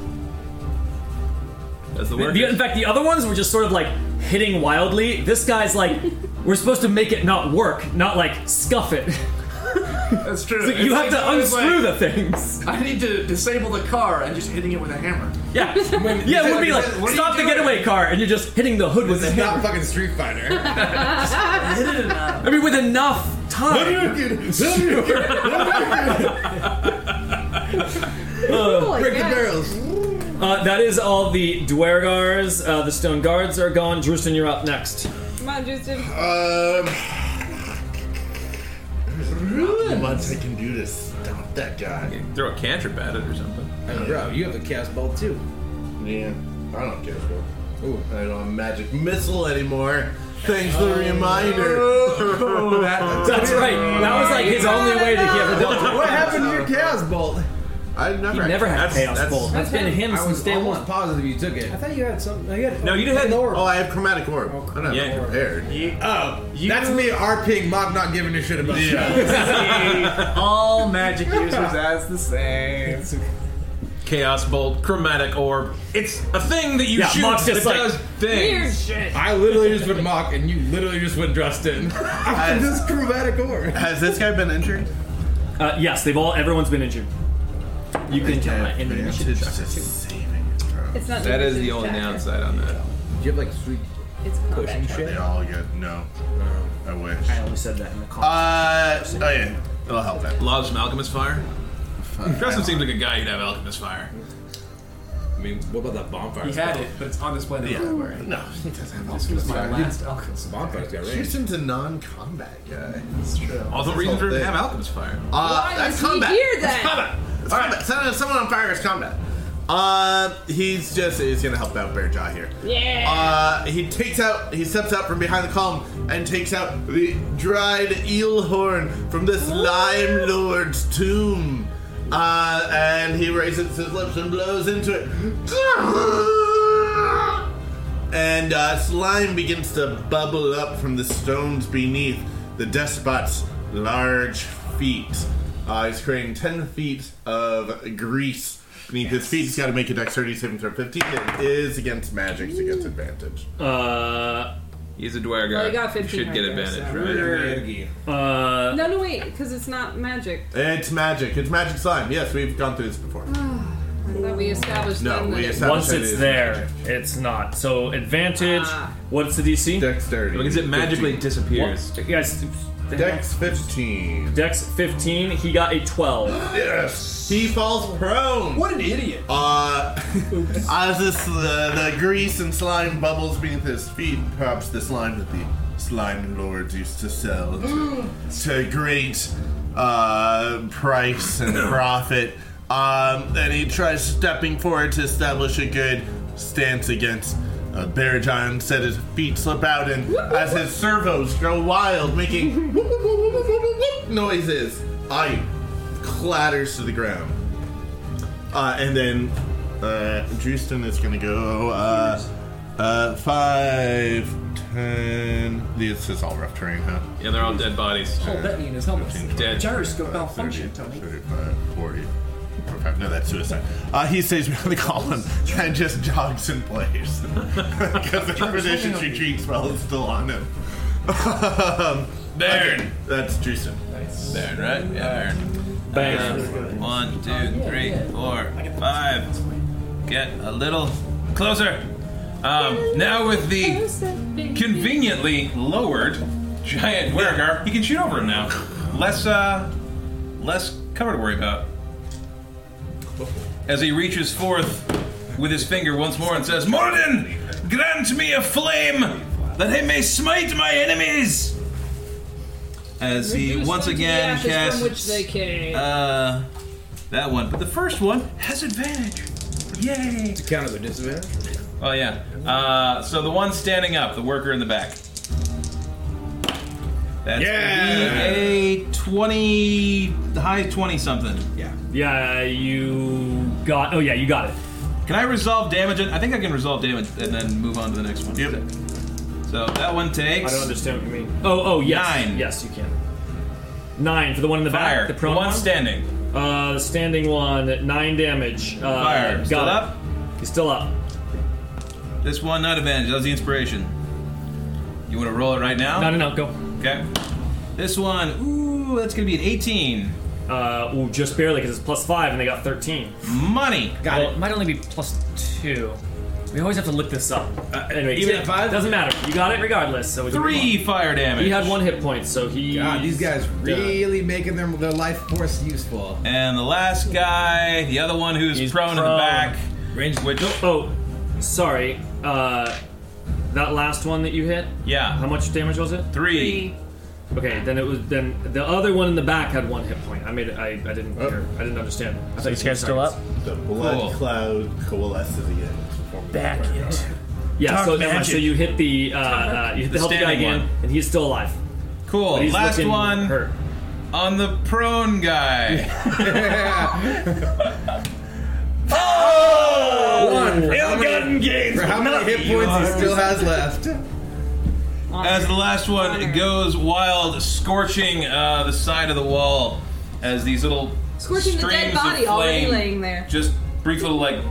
Speaker 1: That's the
Speaker 2: The-
Speaker 1: word.
Speaker 2: the- in fact, the other ones were just sort of like hitting wildly. This guy's like, we're supposed to make it not work, not like scuff it.
Speaker 6: That's true. It's
Speaker 2: you have
Speaker 6: like
Speaker 2: to
Speaker 6: I was
Speaker 2: unscrew
Speaker 6: like,
Speaker 2: the things.
Speaker 6: I need to disable the car and just hitting it with a hammer.
Speaker 2: Yeah, yeah. It would be like
Speaker 12: What are you
Speaker 2: stop the
Speaker 12: doing?
Speaker 2: getaway car, and you're just hitting the hood with a
Speaker 12: It's not
Speaker 2: hammer.
Speaker 12: fucking Street Fighter.
Speaker 2: I mean, with enough time.
Speaker 13: Oh, my God.
Speaker 2: Uh, that is all the Dwergars. Uh, the Stone Guards are gone. Drustin, you're up next.
Speaker 13: Come on, Justin.
Speaker 5: Um, there's not much I can do to stop that guy.
Speaker 1: Throw a cantrip at it or something.
Speaker 12: Bro, you have a cast ball too.
Speaker 5: Yeah, I don't care. Bro. I don't have magic missile anymore. Thanks for the reminder.
Speaker 2: That's right. That was like his only way that he ever done.
Speaker 12: What happened to your chaos bolt?
Speaker 5: I never.
Speaker 2: He never had
Speaker 1: That's-
Speaker 2: chaos
Speaker 1: that's-
Speaker 2: bolt. That's been him
Speaker 12: I
Speaker 2: since
Speaker 12: was
Speaker 2: day one.
Speaker 12: almost positive you took it.
Speaker 4: I thought you had something. No, you had.
Speaker 1: No, you had-
Speaker 4: Or,
Speaker 5: Oh, I have chromatic orb. I don't have
Speaker 1: Yeah.
Speaker 5: it prepared.
Speaker 12: Oh, that's me RPing Mob not giving a shit about
Speaker 6: all magic users as the same.
Speaker 1: Chaos bolt, chromatic orb. It's a thing that you
Speaker 2: Yeah,
Speaker 1: shoot
Speaker 2: Mock's just
Speaker 1: that
Speaker 2: like,
Speaker 1: does
Speaker 13: Weird
Speaker 1: things.
Speaker 13: shit.
Speaker 12: I literally just went mock, and you literally just went Justin.
Speaker 5: Has-
Speaker 12: this chromatic orb.
Speaker 5: Has this guy been injured?
Speaker 2: Uh, yes, they've all. Everyone's been injured. You can tell that in the initiative.
Speaker 5: Just saving it, bro.
Speaker 13: It's not
Speaker 1: That is
Speaker 13: Justin's
Speaker 1: the only
Speaker 13: attack.
Speaker 1: downside on that.
Speaker 12: Do you have like sweet?
Speaker 13: It's cushion shit.
Speaker 5: They all get no. I wish.
Speaker 6: I only said that in the car.
Speaker 5: Uh, oh yeah, it'll help that.
Speaker 1: Loves some alchemist fire. Justin seems like a guy who'd have alchemist fire.
Speaker 12: I mean, what about that bonfire?
Speaker 6: he had it, but it's on display in the library.
Speaker 5: No, he doesn't have
Speaker 6: It was
Speaker 5: alchemist
Speaker 6: my
Speaker 5: fire.
Speaker 6: last Alchemist.
Speaker 12: Bonfire's got range.
Speaker 5: Shoots into non-combat guy.
Speaker 6: That's true.
Speaker 1: Also, reason for him to have alchemist fire.
Speaker 5: Uh,
Speaker 13: Why
Speaker 5: that's
Speaker 13: is he
Speaker 5: combat.
Speaker 13: here,
Speaker 5: That's
Speaker 13: then?
Speaker 5: combat. All right, someone, someone on fire is combat. Uh, he's just he's gonna help out Bear Jaw here.
Speaker 13: Yeah.
Speaker 5: Uh, he takes out, he steps out from behind the column and takes out the dried eel horn from this lime lord's tomb. Uh, and he raises his lips and blows into it. And uh, slime begins to bubble up from the stones beneath the despot's large feet. Uh, he's creating 10 feet of grease beneath his feet. He's got to make a dexterity saving throw 15. It is against magic, so he gets advantage.
Speaker 2: Uh,
Speaker 1: He's a dwarf
Speaker 13: Well,
Speaker 1: guy.
Speaker 13: he got 15
Speaker 1: Should
Speaker 13: right
Speaker 1: get
Speaker 13: there,
Speaker 1: advantage, right?
Speaker 2: uh,
Speaker 13: no, no, wait, because it's not magic.
Speaker 5: It's magic. It's magic slime. Yes, we've gone through this before.
Speaker 13: I
Speaker 3: That we established
Speaker 5: No,
Speaker 3: then that
Speaker 5: we
Speaker 3: it-
Speaker 5: established
Speaker 2: Once
Speaker 5: that it
Speaker 2: it's
Speaker 5: is
Speaker 2: there, it's not. So advantage.
Speaker 3: Ah.
Speaker 2: What's the DC?
Speaker 5: Dexterity.
Speaker 12: Because it magically
Speaker 5: 15.
Speaker 12: disappears.
Speaker 2: What? Yes.
Speaker 5: Dex 15.
Speaker 2: Dex 15. He got a 12.
Speaker 5: Yes. He falls prone.
Speaker 6: What an idiot!
Speaker 5: Uh, as this uh, the grease and slime bubbles beneath his feet, perhaps the slime that the slime lords used to sell to, to great uh, price and profit. Um, and he tries stepping forward to establish a good stance against. Uh, Bear John said his feet slip out, and as his servos grow wild, making whoop, whoop, whoop, whoop, whoop, whoop, whoop noises, I clatters to the ground. Uh, and then uh, Drewston is going to go uh, uh, 5, 10. This is all rough terrain, huh?
Speaker 12: Yeah, they're all dead bodies.
Speaker 6: Hold that knee in his helmet.
Speaker 5: 15, 20,
Speaker 12: Dead.
Speaker 5: Uh,
Speaker 6: Gyroscope malfunction,
Speaker 5: 30,
Speaker 6: Tony.
Speaker 5: 35, 40. 45. No, that's suicide. Uh, he stays behind the column and just jogs in place. Because the tradition retreat spell is still on him. um,
Speaker 1: Baron.
Speaker 5: that's Drewston.
Speaker 1: Baron, right? Yeah, Baron.
Speaker 2: Bam.
Speaker 1: One, two, three, four, five. Get a little closer. Um, now with the conveniently lowered giant wergar, he can shoot over him now. Less, uh, less cover to worry about. As he reaches forth with his finger once more and says, "Morden, grant me a flame that I may smite my enemies." As he
Speaker 14: Reduce
Speaker 1: once
Speaker 14: them to the
Speaker 1: again
Speaker 14: ashes
Speaker 1: casts
Speaker 14: From which they came.
Speaker 1: uh, that one. But the first one has advantage. Yay!
Speaker 15: Count as a disadvantage.
Speaker 1: Oh yeah. Uh, so the one standing up, the worker in the back. That's
Speaker 15: Yeah!
Speaker 1: a twenty, high twenty something.
Speaker 15: Yeah.
Speaker 2: Yeah, you got. Oh yeah, you got it.
Speaker 1: Can I resolve damage? I think I can resolve damage and then move on to the next one.
Speaker 5: Yep.
Speaker 1: So that one takes.
Speaker 2: I don't understand what you mean. Oh, oh yes,
Speaker 1: Nine.
Speaker 2: yes, you can. Nine for the one in the
Speaker 1: Fire.
Speaker 2: back. The
Speaker 1: The
Speaker 2: prone
Speaker 1: one standing.
Speaker 2: Uh, the standing one, nine damage. Uh,
Speaker 1: Fire.
Speaker 2: Got
Speaker 1: Still
Speaker 2: it.
Speaker 1: up?
Speaker 2: He's still up.
Speaker 1: This one not advantage. That was the inspiration. You want to roll it right now?
Speaker 2: No, no, no, go.
Speaker 1: Okay. This one. Ooh, that's gonna be an eighteen.
Speaker 2: Uh, ooh, just barely because it's plus five, and they got thirteen.
Speaker 1: Money.
Speaker 2: Got it. Might only be plus two. We always have to look this up. Uh, anyway,
Speaker 15: even
Speaker 2: t-
Speaker 15: at five?
Speaker 2: doesn't matter. You got it regardless. So we can move
Speaker 1: Three fire
Speaker 2: on.
Speaker 1: damage.
Speaker 2: He had one hit point, so he.
Speaker 15: God, these guys really making their, their life force useful.
Speaker 1: And the last guy, the other one who's
Speaker 2: He's
Speaker 1: prone, in
Speaker 2: prone.
Speaker 1: the back.
Speaker 15: Range
Speaker 1: Which,
Speaker 2: Oh, sorry. Uh, that last one that you hit.
Speaker 1: yeah.
Speaker 2: How much damage was it?
Speaker 1: Three.
Speaker 2: Okay, then it was then the other one in the back had one hit point. I made it. I, I didn't. hear- I didn't understand. I thought
Speaker 11: So
Speaker 2: you
Speaker 11: you
Speaker 2: said
Speaker 11: guys still up?
Speaker 5: The blood
Speaker 1: Cool.
Speaker 5: cloud coalesces again.
Speaker 11: Back it.
Speaker 2: Yeah.
Speaker 11: Dark
Speaker 2: So, never mind. so
Speaker 11: magic.
Speaker 2: you hit the uh, uh, you hit the,
Speaker 1: The
Speaker 2: healthy guy
Speaker 1: standing
Speaker 2: again, Oh,
Speaker 1: one.
Speaker 2: and he's still alive.
Speaker 1: Cool.
Speaker 2: But he's
Speaker 1: Last
Speaker 2: looking
Speaker 1: one
Speaker 2: Hurt.
Speaker 1: on the prone guy.
Speaker 15: One. For how many,
Speaker 2: Ill-gotten gains.
Speaker 15: for how many hit points he still has left?
Speaker 1: as the last one goes wild, scorching uh, the side of the wall as these little
Speaker 3: Scorching the
Speaker 1: strings
Speaker 3: dead
Speaker 1: of
Speaker 3: body already
Speaker 1: flame
Speaker 3: laying there.
Speaker 1: Just brief little like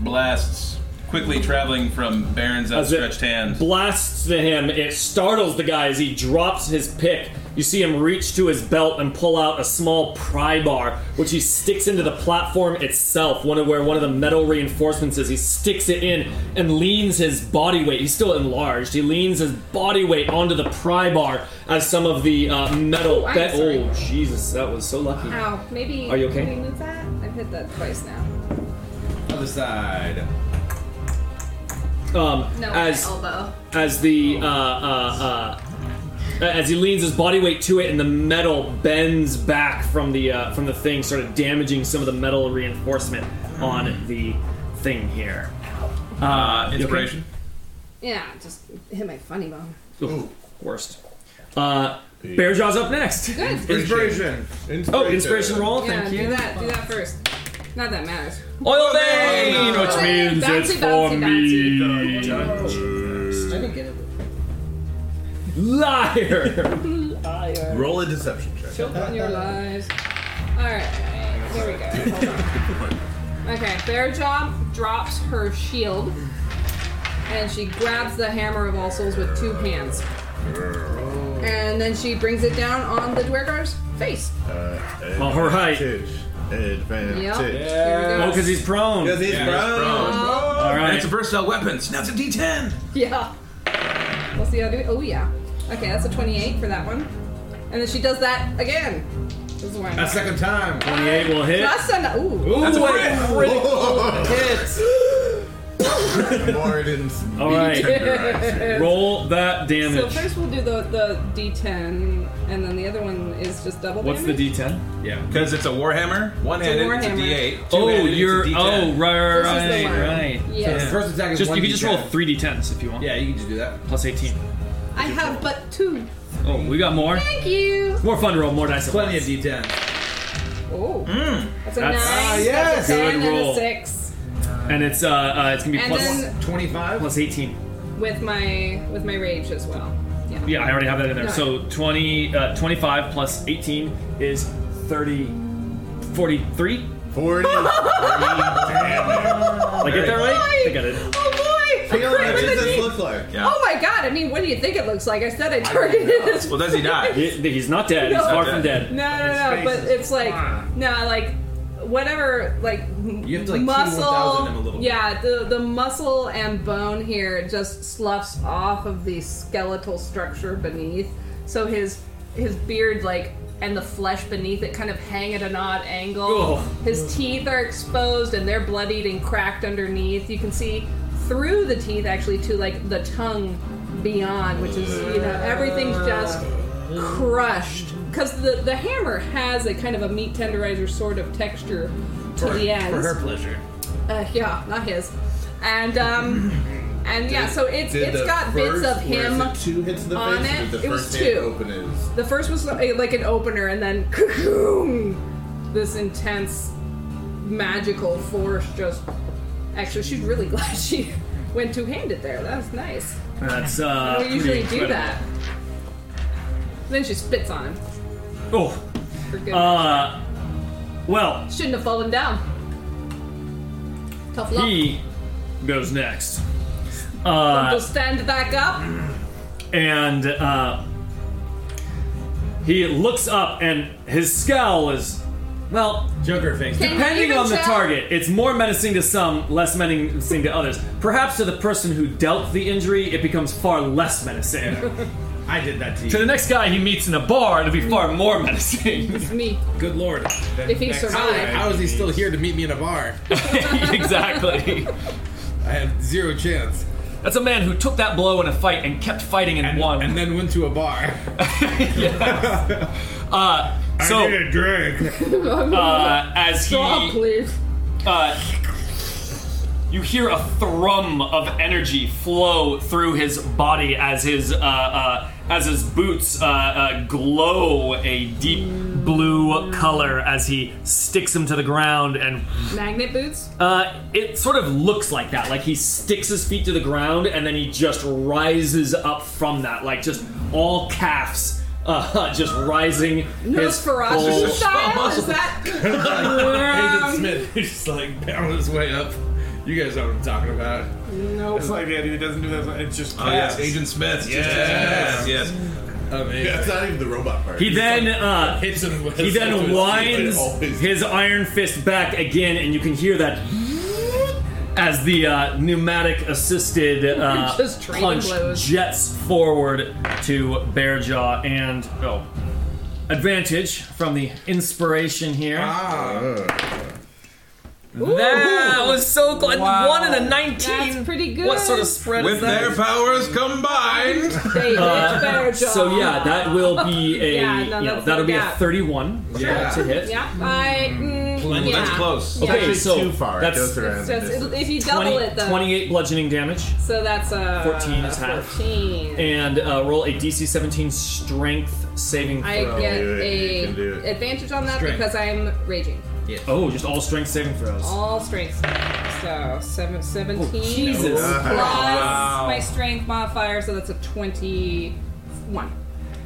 Speaker 1: blasts, quickly traveling from Baron's
Speaker 2: As it
Speaker 1: outstretched hand.
Speaker 2: Blasts to him. It startles the guy as he drops his pick. You see him reach to his belt and pull out a small pry bar, which he sticks into the platform itself, one of where one of the metal reinforcements is. He sticks it in and leans his body weight. He's still enlarged. He leans his body weight onto the pry bar as some of the uh, metal.
Speaker 3: Ooh, I'm
Speaker 2: be-
Speaker 3: sorry.
Speaker 2: oh, Jesus, that was so lucky.
Speaker 3: Ow, maybe.
Speaker 2: Are you okay?
Speaker 3: Can we move that? I've hit that twice now.
Speaker 15: Other side.
Speaker 2: Um,
Speaker 3: No,
Speaker 2: as
Speaker 3: my elbow.
Speaker 2: as the uh, uh, uh, as he leans his body weight to it, and the metal bends back from the uh, from the thing, sort of damaging some of the metal reinforcement on the thing here.
Speaker 1: Uh, inspiration.
Speaker 3: Yeah, just hit my funny bone.
Speaker 2: Ooh, worst. Uh, Bear Jaw's up next.
Speaker 3: Good.
Speaker 15: Inspiration.
Speaker 2: Oh, inspiration roll.
Speaker 3: yeah,
Speaker 2: Thank
Speaker 3: do
Speaker 2: you.
Speaker 3: that. Do that first. Not that matters.
Speaker 2: Oil vein,
Speaker 3: Oil
Speaker 2: which
Speaker 3: vein.
Speaker 2: means
Speaker 3: Bouncy,
Speaker 2: it's
Speaker 3: bouncy,
Speaker 2: for me.
Speaker 4: Oh, I didn't get it.
Speaker 2: Liar.
Speaker 5: Roll a deception check.
Speaker 3: Children, your lives. All right, there we go. Hold on. Okay, Bearjaw drops her shield, and she grabs the hammer of all souls with two hands, and then she brings it down on the Dwergar's face.
Speaker 2: All right.
Speaker 5: Advantage. Advantage.
Speaker 2: Oh,
Speaker 3: Here we
Speaker 2: because
Speaker 3: go.
Speaker 2: he's prone.
Speaker 5: Because he's
Speaker 1: Yeah,
Speaker 5: prone.
Speaker 1: prone.
Speaker 2: All
Speaker 1: And
Speaker 2: right.
Speaker 1: it's a versatile weapon, so now it's a D10.
Speaker 3: Yeah. We'll see how I do. Oh yeah. Okay, that's a 28 for that one. And then she does that again. This is why. I'm
Speaker 12: A second time.
Speaker 2: 28 will hit.
Speaker 3: Plus an- ooh.
Speaker 12: That's
Speaker 1: a
Speaker 5: Morden's
Speaker 2: All right.
Speaker 5: tenderized.
Speaker 2: Roll that
Speaker 3: So
Speaker 2: damage.
Speaker 3: first we'll do the the D10, and then the other one is just double.
Speaker 2: What's the
Speaker 3: damage?
Speaker 2: D10?
Speaker 12: Yeah.
Speaker 1: Because it's a warhammer, one-handed, it's a,
Speaker 3: warhammer.
Speaker 1: D8.
Speaker 2: Oh,
Speaker 1: two-handed, it's a
Speaker 2: you're
Speaker 1: D10.
Speaker 2: oh right
Speaker 3: This is the
Speaker 2: right
Speaker 3: one.
Speaker 2: right.
Speaker 12: The
Speaker 3: Yes.
Speaker 12: first attack is
Speaker 2: Just
Speaker 12: one
Speaker 2: you can just roll
Speaker 12: D10.
Speaker 2: three d10s if you want.
Speaker 12: Yeah, you can just do that.
Speaker 2: Plus 18.
Speaker 3: I have but two.
Speaker 2: Oh, we got more.
Speaker 3: Thank you.
Speaker 2: More fun to roll more dice. at
Speaker 12: Plenty of
Speaker 2: once.
Speaker 12: D10.
Speaker 3: Oh. That's a
Speaker 2: That's-
Speaker 3: nine.
Speaker 2: Ah,
Speaker 12: yes.
Speaker 3: That's a
Speaker 2: Good
Speaker 3: ten and
Speaker 2: roll.
Speaker 3: a six.
Speaker 2: And it's uh, uh it's gonna be
Speaker 3: And
Speaker 2: plus
Speaker 3: then-
Speaker 12: 25?
Speaker 2: plus 18.
Speaker 3: With my with my rage as well. Yeah.
Speaker 2: Yeah, I already have that in there.
Speaker 3: No.
Speaker 2: So 20 uh, 25 plus 18 is 30 43.
Speaker 5: 40 damage.
Speaker 2: Did I get that right? I think I did.
Speaker 3: Oh boy! A
Speaker 5: What
Speaker 3: crit with
Speaker 5: does
Speaker 3: a
Speaker 5: this
Speaker 3: D-
Speaker 5: look like?
Speaker 1: Yeah.
Speaker 3: Oh my god! I mean, what do you think it looks like? I said I targeted this.
Speaker 1: Well, does he die?
Speaker 2: He- He's not dead. He's
Speaker 3: No.
Speaker 2: far from
Speaker 3: No,
Speaker 2: dead.
Speaker 3: no, no.
Speaker 12: face
Speaker 3: But
Speaker 12: is
Speaker 3: it's like
Speaker 12: fine.
Speaker 3: no, like whatever, like
Speaker 12: You have to, like, T1000
Speaker 3: muscle.
Speaker 12: him a little bit.
Speaker 3: yeah, the the muscle and bone here just sloughs off of the skeletal structure beneath. So his his beard like and the flesh beneath it kind of hang at an odd angle.
Speaker 2: Ugh.
Speaker 3: His teeth are exposed and they're bloodied and cracked underneath. You can see through the teeth actually to like the tongue beyond, which is you know everything's just crushed because the the hammer has a kind of a meat tenderizer sort of texture to the ends.
Speaker 12: For her pleasure.
Speaker 3: Uh, yeah, not his. And um, and yeah, so it's
Speaker 5: Did
Speaker 3: it's
Speaker 5: the
Speaker 3: got bits
Speaker 5: first-
Speaker 3: of
Speaker 5: where is
Speaker 3: him.
Speaker 5: it two hits to the
Speaker 3: on
Speaker 5: face, or
Speaker 3: it?
Speaker 5: did the
Speaker 3: It was
Speaker 5: first hit
Speaker 3: two.
Speaker 5: Open is
Speaker 3: The first was a, like an opener, and then cocoon, this intense magical force just. Actually, she's really glad she went two-handed there. That was nice.
Speaker 2: That's uh
Speaker 3: we usually
Speaker 2: pretty
Speaker 3: do
Speaker 2: incredible.
Speaker 3: that. Then she spits on him.
Speaker 2: Oh.
Speaker 3: For good.
Speaker 2: Uh well,
Speaker 3: Shouldn't have fallen down. Tough luck.
Speaker 2: he goes next. Uh
Speaker 3: Just stand back up.
Speaker 2: and uh, he looks up and his scowl is well
Speaker 12: Joker face.
Speaker 3: Can you
Speaker 2: depending
Speaker 3: even
Speaker 2: on the
Speaker 3: tell?
Speaker 2: target it's more menacing to some less menacing to others perhaps to the person who dealt the injury it becomes far less menacing
Speaker 12: I did that to you.
Speaker 2: to the next guy he meets in a bar it'll be far more menacing
Speaker 3: It's me.
Speaker 12: Good lord.
Speaker 3: If he survived.
Speaker 12: How is he still here to meet me in a bar?
Speaker 2: exactly
Speaker 12: I have zero chance.
Speaker 2: that's a man who took that blow in a fight and kept fighting and,
Speaker 12: And,
Speaker 2: won
Speaker 12: and then went to a bar.
Speaker 2: uh, so
Speaker 12: drink.
Speaker 2: uh, as he
Speaker 3: Stop, please.
Speaker 2: uh, you hear a thrum of energy flow through his body as his uh, uh, as his boots uh, uh, glow a deep blue color as he sticks him to the ground and
Speaker 3: Magnet boots.
Speaker 2: uh, it sort of looks like that like he sticks his feet to the ground and then he just rises up from that like just all calves uh, just rising his
Speaker 3: Nosferatu
Speaker 2: full-
Speaker 3: style? Is that?
Speaker 12: Agent Smith is just like pounding his way up. You guys know what I'm talking about.
Speaker 3: no.
Speaker 6: It's like the idea that doesn't do that. It's just
Speaker 1: Oh, yes, Agent Smith. Yes,
Speaker 12: Yes.
Speaker 1: yes.
Speaker 12: Amazing.
Speaker 5: That's not even the robot part.
Speaker 2: he then uh,
Speaker 12: Hits him with
Speaker 2: He
Speaker 12: his- with
Speaker 2: then
Speaker 12: his-
Speaker 2: winds
Speaker 5: always-
Speaker 2: his iron fist back again, and you can hear that as the uh, pneumatic assisted uh,
Speaker 3: Just trading
Speaker 2: punch
Speaker 3: blows.
Speaker 2: jets forward to Bearjaw and oh, advantage from the inspiration here. That was so close. One and a nineteen.
Speaker 3: That's pretty good.
Speaker 2: What sort of spread
Speaker 1: With
Speaker 2: is that? Uh,
Speaker 1: their powers combined.
Speaker 3: They did better job.
Speaker 2: so yeah, that will be a
Speaker 3: Yeah, no,
Speaker 2: you know,
Speaker 3: that's
Speaker 2: that'll
Speaker 3: like
Speaker 2: be a
Speaker 3: that.
Speaker 2: thirty-one
Speaker 12: Yeah.
Speaker 2: to hit.
Speaker 3: Yeah, I. Mm,
Speaker 1: Well,
Speaker 3: yeah.
Speaker 1: That's close.
Speaker 3: Yeah.
Speaker 2: Okay,
Speaker 5: Actually,
Speaker 2: so
Speaker 5: too far.
Speaker 2: that's-
Speaker 5: it goes around.
Speaker 3: So it's-
Speaker 5: the
Speaker 3: if you double
Speaker 2: 20,
Speaker 3: it though,
Speaker 2: 28 bludgeoning damage
Speaker 3: so that's uh,
Speaker 2: 14 is half.
Speaker 3: 14.
Speaker 2: and uh, roll a DC 17 strength saving
Speaker 3: I
Speaker 2: throw.
Speaker 3: get
Speaker 5: do it,
Speaker 3: a
Speaker 5: you can do it.
Speaker 3: advantage on that
Speaker 12: Strength.
Speaker 3: because I'm raging.
Speaker 2: oh, just all strength saving throws.
Speaker 3: All strength. So seven, 17
Speaker 2: Oh, Jesus.
Speaker 3: plus
Speaker 1: Wow.
Speaker 3: my strength modifier, so that's a 21.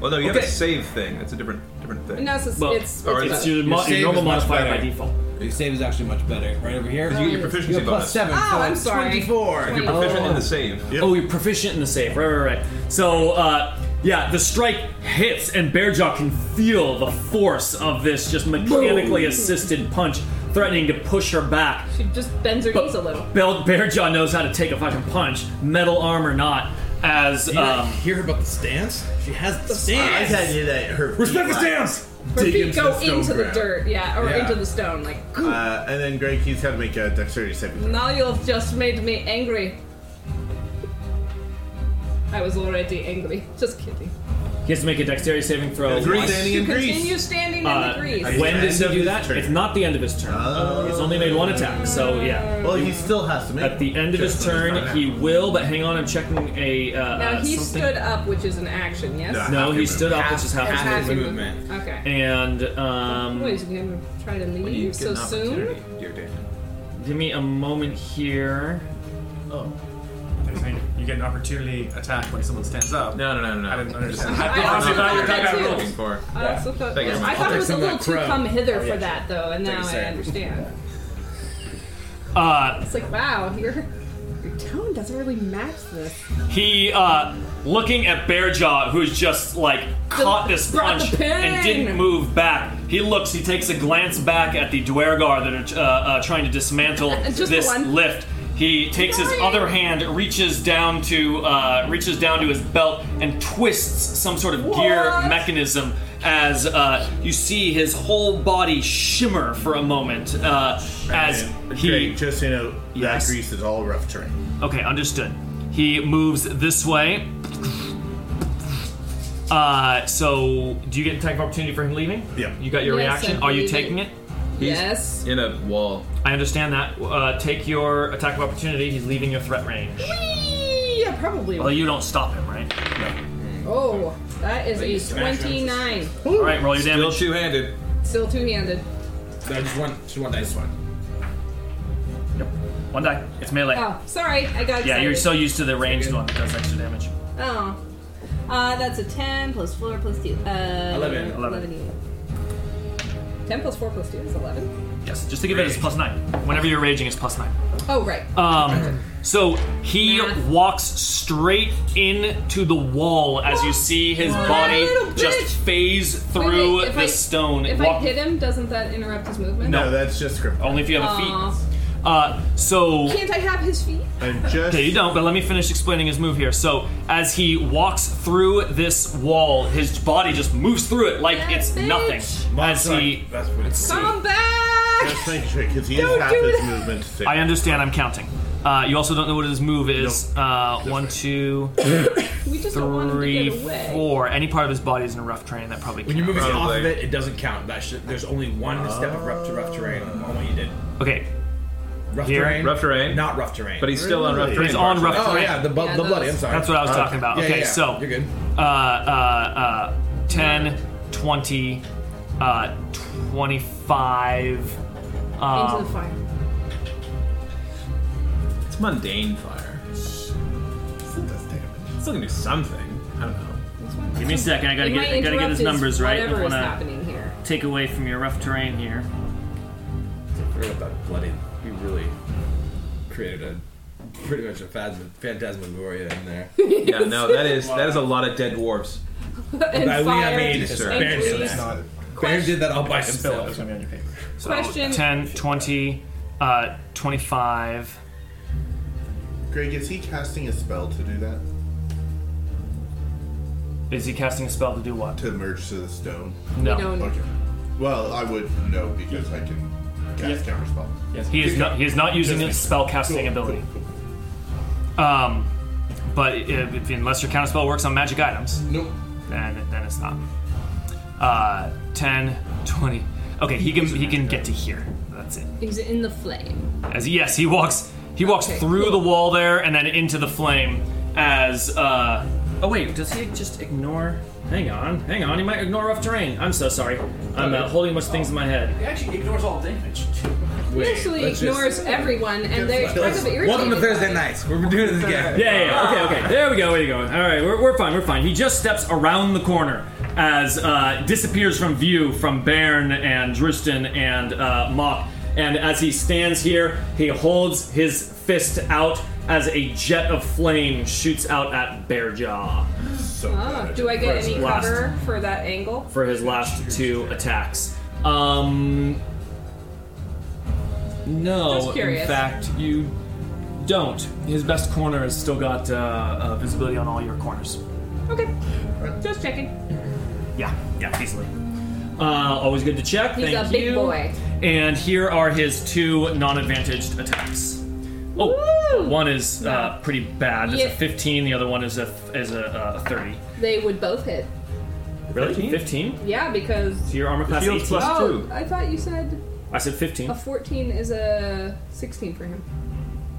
Speaker 1: Well, no, you have
Speaker 2: Okay.
Speaker 1: a save thing. That's a different different thing.
Speaker 3: No, it's, it's,
Speaker 2: Well,
Speaker 3: it's,
Speaker 1: all right,
Speaker 2: it's
Speaker 3: it's
Speaker 2: your, mo-
Speaker 12: save
Speaker 2: your normal
Speaker 12: is much
Speaker 2: modifier by
Speaker 12: better.
Speaker 2: default.
Speaker 12: Your save is actually much better. Right over here.
Speaker 1: You get your proficiency bonus.
Speaker 12: seven.
Speaker 3: Oh, so I'm it's sorry. 24.
Speaker 12: Twenty-four.
Speaker 1: Proficient in the save.
Speaker 5: Yep.
Speaker 2: Oh, you're proficient in the save. Right, right, right. So uh, Yeah, the strike hits, and Bearjaw can feel the force of this just mechanically assisted punch threatening to push her back.
Speaker 3: She just bends her knees a little.
Speaker 2: Bel- Bearjaw knows how to take a fucking punch, metal arm or not, as.
Speaker 12: Did you not
Speaker 2: Um,
Speaker 12: hear about the stance? She has the
Speaker 5: I
Speaker 12: stance.
Speaker 5: had you that her
Speaker 12: Respect the
Speaker 5: feet
Speaker 12: stance.
Speaker 3: Her
Speaker 5: dig
Speaker 3: feet
Speaker 5: into
Speaker 3: go
Speaker 5: the stone
Speaker 3: into the
Speaker 5: ground.
Speaker 3: dirt, yeah, or
Speaker 12: Yeah.
Speaker 3: into the stone. Like,
Speaker 5: last. Uh, and then Greg, he's had to make a dexterity saving throw.
Speaker 3: now you've just made me angry. I was already angry. Just kidding.
Speaker 2: he has to make a dexterity saving throw.
Speaker 5: Three
Speaker 2: once.
Speaker 5: standing
Speaker 3: You
Speaker 5: in
Speaker 3: continue
Speaker 5: Greece.
Speaker 3: standing in
Speaker 2: Uh,
Speaker 3: the grease.
Speaker 5: I-
Speaker 2: when does he
Speaker 5: End of
Speaker 2: do
Speaker 5: his
Speaker 2: that?
Speaker 5: turn.
Speaker 2: It's not the end of his turn.
Speaker 5: Oh.
Speaker 2: He's only made one attack, so yeah.
Speaker 5: Well, he still has to make.
Speaker 2: At the end of his
Speaker 5: Just when he's
Speaker 2: turn,
Speaker 5: not
Speaker 2: he
Speaker 5: out.
Speaker 2: will, but hang on, I'm checking a. Uh,
Speaker 3: now
Speaker 2: uh,
Speaker 3: he
Speaker 2: something.
Speaker 3: stood up, which is an action, yes?
Speaker 5: No.
Speaker 2: No, he stood up, which is half his
Speaker 3: Half
Speaker 2: movement.
Speaker 3: your
Speaker 12: movement.
Speaker 3: Okay.
Speaker 2: And um,
Speaker 3: Wait, is he gonna try to
Speaker 1: When you
Speaker 3: leave
Speaker 1: get
Speaker 3: so
Speaker 1: an
Speaker 3: soon?
Speaker 1: opportunity, dear Dan.
Speaker 2: um, give me a moment here.
Speaker 6: They're saying you get an opportunity attack when someone stands up.
Speaker 1: No, no, no, no, no.
Speaker 6: I didn't understand. I,
Speaker 3: I
Speaker 6: honestly
Speaker 3: also
Speaker 6: thought you were
Speaker 3: thought
Speaker 6: talking
Speaker 3: that
Speaker 6: about
Speaker 3: too.
Speaker 6: rules.
Speaker 1: For
Speaker 3: I also thought,
Speaker 1: Thank you very
Speaker 3: I
Speaker 1: much.
Speaker 3: thought it was a
Speaker 12: some of
Speaker 3: little
Speaker 12: that
Speaker 3: too
Speaker 12: crow.
Speaker 3: come hither for that, though, and now I understand.
Speaker 2: Uh,
Speaker 3: It's like, wow, your, your tone doesn't really match this.
Speaker 2: He, uh, looking at Bearjaw, who's just like caught this
Speaker 3: brought the
Speaker 2: punch
Speaker 3: pain.
Speaker 2: and didn't move back, he looks, he takes a glance back at the Dwergar that are uh, uh, trying to dismantle
Speaker 3: Just
Speaker 2: this
Speaker 3: one.
Speaker 2: lift. He takes his
Speaker 3: Sorry.
Speaker 2: other hand, reaches down to uh, reaches down to his belt, and twists some sort of gear
Speaker 3: What?
Speaker 2: mechanism. As uh, you see his whole body shimmer for a moment, uh, as
Speaker 5: And
Speaker 2: he
Speaker 5: Greg, just so you know,
Speaker 2: Yes.
Speaker 5: that Greece is all rough terrain.
Speaker 2: Okay, understood. He moves this way. Uh, so do you get an attack of opportunity for him leaving?
Speaker 5: Yeah.
Speaker 2: You got your
Speaker 3: Yes,
Speaker 2: reaction.
Speaker 3: I
Speaker 2: Are you
Speaker 3: believe
Speaker 2: taking it?
Speaker 3: it. yes.
Speaker 1: In a wall.
Speaker 2: I understand that. Uh, take your attack of opportunity. He's leaving your threat range.
Speaker 3: Yeah, probably.
Speaker 1: Oh,
Speaker 2: Well, you don't stop him, right?
Speaker 3: oh, that is a
Speaker 12: smash
Speaker 3: 29.
Speaker 2: All right, roll your
Speaker 1: Still
Speaker 2: damage.
Speaker 1: two handed.
Speaker 3: Still two handed.
Speaker 12: No, just one, just one dice. One.
Speaker 2: One die. It's melee.
Speaker 3: Oh, sorry, I got excited.
Speaker 2: yeah, you're so used to the ranged one that does extra damage.
Speaker 3: Oh. Uh, that's a 10 plus 4 plus 2. Uh,
Speaker 12: 11.
Speaker 3: 11. yeah. 10 plus 4 plus 2 is 11.
Speaker 2: Yes, just to give it as plus nine. Whenever you're raging, it's plus nine.
Speaker 3: Oh, right.
Speaker 2: Um, so he
Speaker 3: Math.
Speaker 2: walks straight into the wall as you see his
Speaker 3: What?
Speaker 2: body
Speaker 3: Little bitch.
Speaker 2: just phase
Speaker 3: Wait,
Speaker 2: through
Speaker 3: wait, if
Speaker 2: the
Speaker 3: I-
Speaker 2: stone.
Speaker 3: If
Speaker 2: Walk-
Speaker 3: I hit him, doesn't that interrupt his movement?
Speaker 5: No, that's just grip.
Speaker 2: only if you have a
Speaker 3: Aw.
Speaker 2: feet. Uh, so
Speaker 3: Can't I have his feet?
Speaker 5: And just
Speaker 2: Okay, you don't, but let me finish explaining his move here. So, as he walks through this wall, his body just moves through it like
Speaker 3: Yeah,
Speaker 2: it's
Speaker 3: bitch.
Speaker 2: nothing. As he,
Speaker 12: That's what it's.
Speaker 3: Come back!
Speaker 5: just make sure because he
Speaker 3: Don't
Speaker 5: is half
Speaker 3: do
Speaker 5: his
Speaker 3: that.
Speaker 5: movement. To save.
Speaker 2: I understand, I'm counting. Uh, you also don't know what his move is. Uh, one, two,
Speaker 3: We just don't want him to
Speaker 2: three,
Speaker 3: get away.
Speaker 2: four. Any part of his body is in a rough terrain that probably.
Speaker 12: When you
Speaker 2: counts.
Speaker 12: move it off
Speaker 1: Probably.
Speaker 12: of it, it doesn't count. That should, there's only one step of rough to rough terrain on what you did.
Speaker 2: Okay,
Speaker 12: Rough
Speaker 2: Here?
Speaker 12: terrain.
Speaker 1: Rough terrain.
Speaker 12: Not rough terrain.
Speaker 1: But he's still on rough
Speaker 5: But
Speaker 1: terrain.
Speaker 2: he's on rough
Speaker 12: Oh
Speaker 2: terrain.
Speaker 12: yeah, the, bu-
Speaker 3: Yeah,
Speaker 12: the
Speaker 3: those-
Speaker 12: blood. I'm sorry.
Speaker 2: That's what I was
Speaker 5: Okay.
Speaker 2: talking about.
Speaker 12: Yeah,
Speaker 2: okay,
Speaker 12: yeah, yeah.
Speaker 2: so
Speaker 12: you're good.
Speaker 2: Uh, uh, uh, 10, 20, uh, 25.
Speaker 3: Into
Speaker 2: Um,
Speaker 3: the fire.
Speaker 1: It's mundane fire.
Speaker 5: It does damage.
Speaker 1: It's still gonna do something. I don't know.
Speaker 2: give me a second. I gotta
Speaker 3: It
Speaker 2: get
Speaker 3: might
Speaker 2: I gotta get
Speaker 3: interrupt
Speaker 2: his numbers right. I
Speaker 3: Whatever is
Speaker 2: wanna
Speaker 3: happening here.
Speaker 2: take away from your rough terrain here.
Speaker 12: I forgot about that blood. in. We really created a pretty much a phasm- phantasmagoria in there.
Speaker 1: Yeah, no, that is that is a lot of dead dwarves.
Speaker 3: and
Speaker 12: Uh, we- I
Speaker 3: fire.
Speaker 12: mean,
Speaker 1: Yes, sir.
Speaker 3: and
Speaker 12: Baron did
Speaker 3: grease.
Speaker 12: that. Baron did that all by himself.
Speaker 6: It's gonna be on your paper.
Speaker 2: So
Speaker 3: Question.
Speaker 2: 10, 20, uh, 25.
Speaker 5: Greg, is he casting a spell to do that?
Speaker 2: Is he casting a spell to do what?
Speaker 5: To merge to the stone?
Speaker 3: We
Speaker 2: No.
Speaker 3: don't-
Speaker 5: Okay. Well, I would know because I can cast counter spell.
Speaker 6: Yes.
Speaker 2: He is not he is not using his spell casting ability. Um, but if, if, unless your counterspell works on magic items,
Speaker 12: Nope.
Speaker 2: then then it's not. Uh, 10, 20. Okay, he can he can get to here. That's it.
Speaker 3: He's in the flame.
Speaker 2: As yes, he walks he walks
Speaker 3: Okay,
Speaker 2: through
Speaker 3: cool.
Speaker 2: the wall there and then into the flame. As uh, oh wait, does he just ignore? Hang on, hang on. He might ignore rough terrain. I'm so sorry. I'm uh, holding much things in my head.
Speaker 6: He actually ignores all damage too.
Speaker 3: He
Speaker 12: Wait,
Speaker 3: actually
Speaker 12: let's
Speaker 3: ignores everyone, and they're kind of irritated.
Speaker 12: Welcome to
Speaker 3: by
Speaker 12: Thursday
Speaker 3: it.
Speaker 12: nights. We're doing it again.
Speaker 2: Yeah, yeah, yeah. Okay, okay. There we go. Where you going? All right, we're, we're fine. We're fine. He just steps around the corner as uh, disappears from view from Bairn and Drustin and uh, Mock. And as he stands here, he holds his fist out as a jet of flame shoots out at Bearjaw
Speaker 5: So
Speaker 3: Oh,
Speaker 5: good.
Speaker 3: do I get any
Speaker 2: Last.
Speaker 3: cover for that angle?
Speaker 2: for his last two attacks. Um, no,
Speaker 3: Just curious.
Speaker 2: in fact, you don't. His best corner has still got uh, uh, visibility on all your corners.
Speaker 3: Okay. Just checking.
Speaker 2: Yeah, yeah, easily. Uh, always good to check.
Speaker 3: He's
Speaker 2: Thank
Speaker 3: a big
Speaker 2: you.
Speaker 3: boy.
Speaker 2: And here are his two non-advantaged attacks. Oh, one
Speaker 3: Woo!
Speaker 2: is uh, pretty bad. It's
Speaker 3: Yeah.
Speaker 2: a 15. The other one is a is a, uh, a 30.
Speaker 3: They would both hit.
Speaker 2: Really? 15?
Speaker 3: Yeah, because.
Speaker 2: So your armor class
Speaker 1: Field's
Speaker 2: 18.
Speaker 1: plus-
Speaker 3: Oh,
Speaker 1: two.
Speaker 3: I thought you said
Speaker 2: I said 15.
Speaker 3: a 14 is a 16 for him.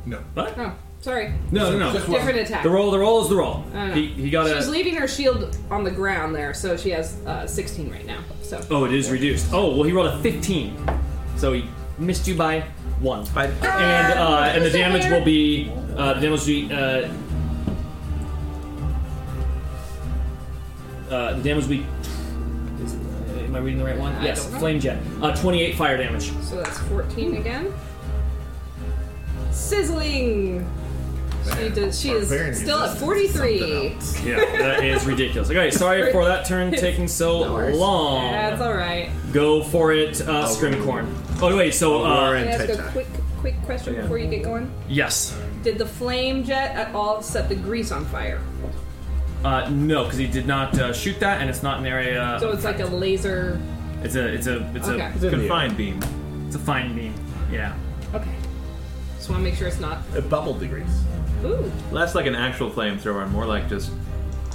Speaker 5: No.
Speaker 2: What?
Speaker 3: Oh, sorry.
Speaker 2: No, no, no.
Speaker 5: Just one.
Speaker 3: Different attack.
Speaker 2: The roll, the roll is the roll.
Speaker 3: don't know.
Speaker 2: He, he got
Speaker 3: She's
Speaker 2: a.
Speaker 3: leaving her shield on the ground there, so she has uh, 16 right now. So
Speaker 2: Oh, it is reduced. Oh, well, he rolled a 15, so he missed you by one.
Speaker 1: By
Speaker 2: and
Speaker 3: Ah,
Speaker 2: uh, and the damage will be uh, the damage will be uh, uh, the damage will be. Is, uh, am I reading the right one?
Speaker 3: I
Speaker 2: yes,
Speaker 3: don't know.
Speaker 2: flame jet. Uh, Twenty-eight fire damage.
Speaker 3: so that's 14 again. Sizzling. She does. She is
Speaker 5: Barbarian
Speaker 3: still at
Speaker 5: resistance is
Speaker 3: 43.
Speaker 5: something
Speaker 2: Yeah, that is ridiculous. Okay, sorry for that turn taking so
Speaker 3: No worries.
Speaker 2: long.
Speaker 3: That's all right.
Speaker 2: Go for it, uh, Scrimcorn. Oh wait, so
Speaker 5: Aurora
Speaker 2: uh,
Speaker 5: and
Speaker 3: Can I ask a
Speaker 5: Titan.
Speaker 3: quick, quick question before you get going?
Speaker 2: yes,
Speaker 3: Did the flame jet at all set the grease on fire?
Speaker 2: uh, no, because he did not uh, shoot that, and it's not an area. uh,
Speaker 3: So it's like a laser.
Speaker 2: It's a it's a it's
Speaker 3: Okay.
Speaker 2: a
Speaker 1: confined beam.
Speaker 2: it's a fine beam. Yeah.
Speaker 3: Okay. Just want to make sure it's not.
Speaker 5: It bubbled degrees.
Speaker 3: Ooh,
Speaker 1: Less like an actual flamethrower, more like just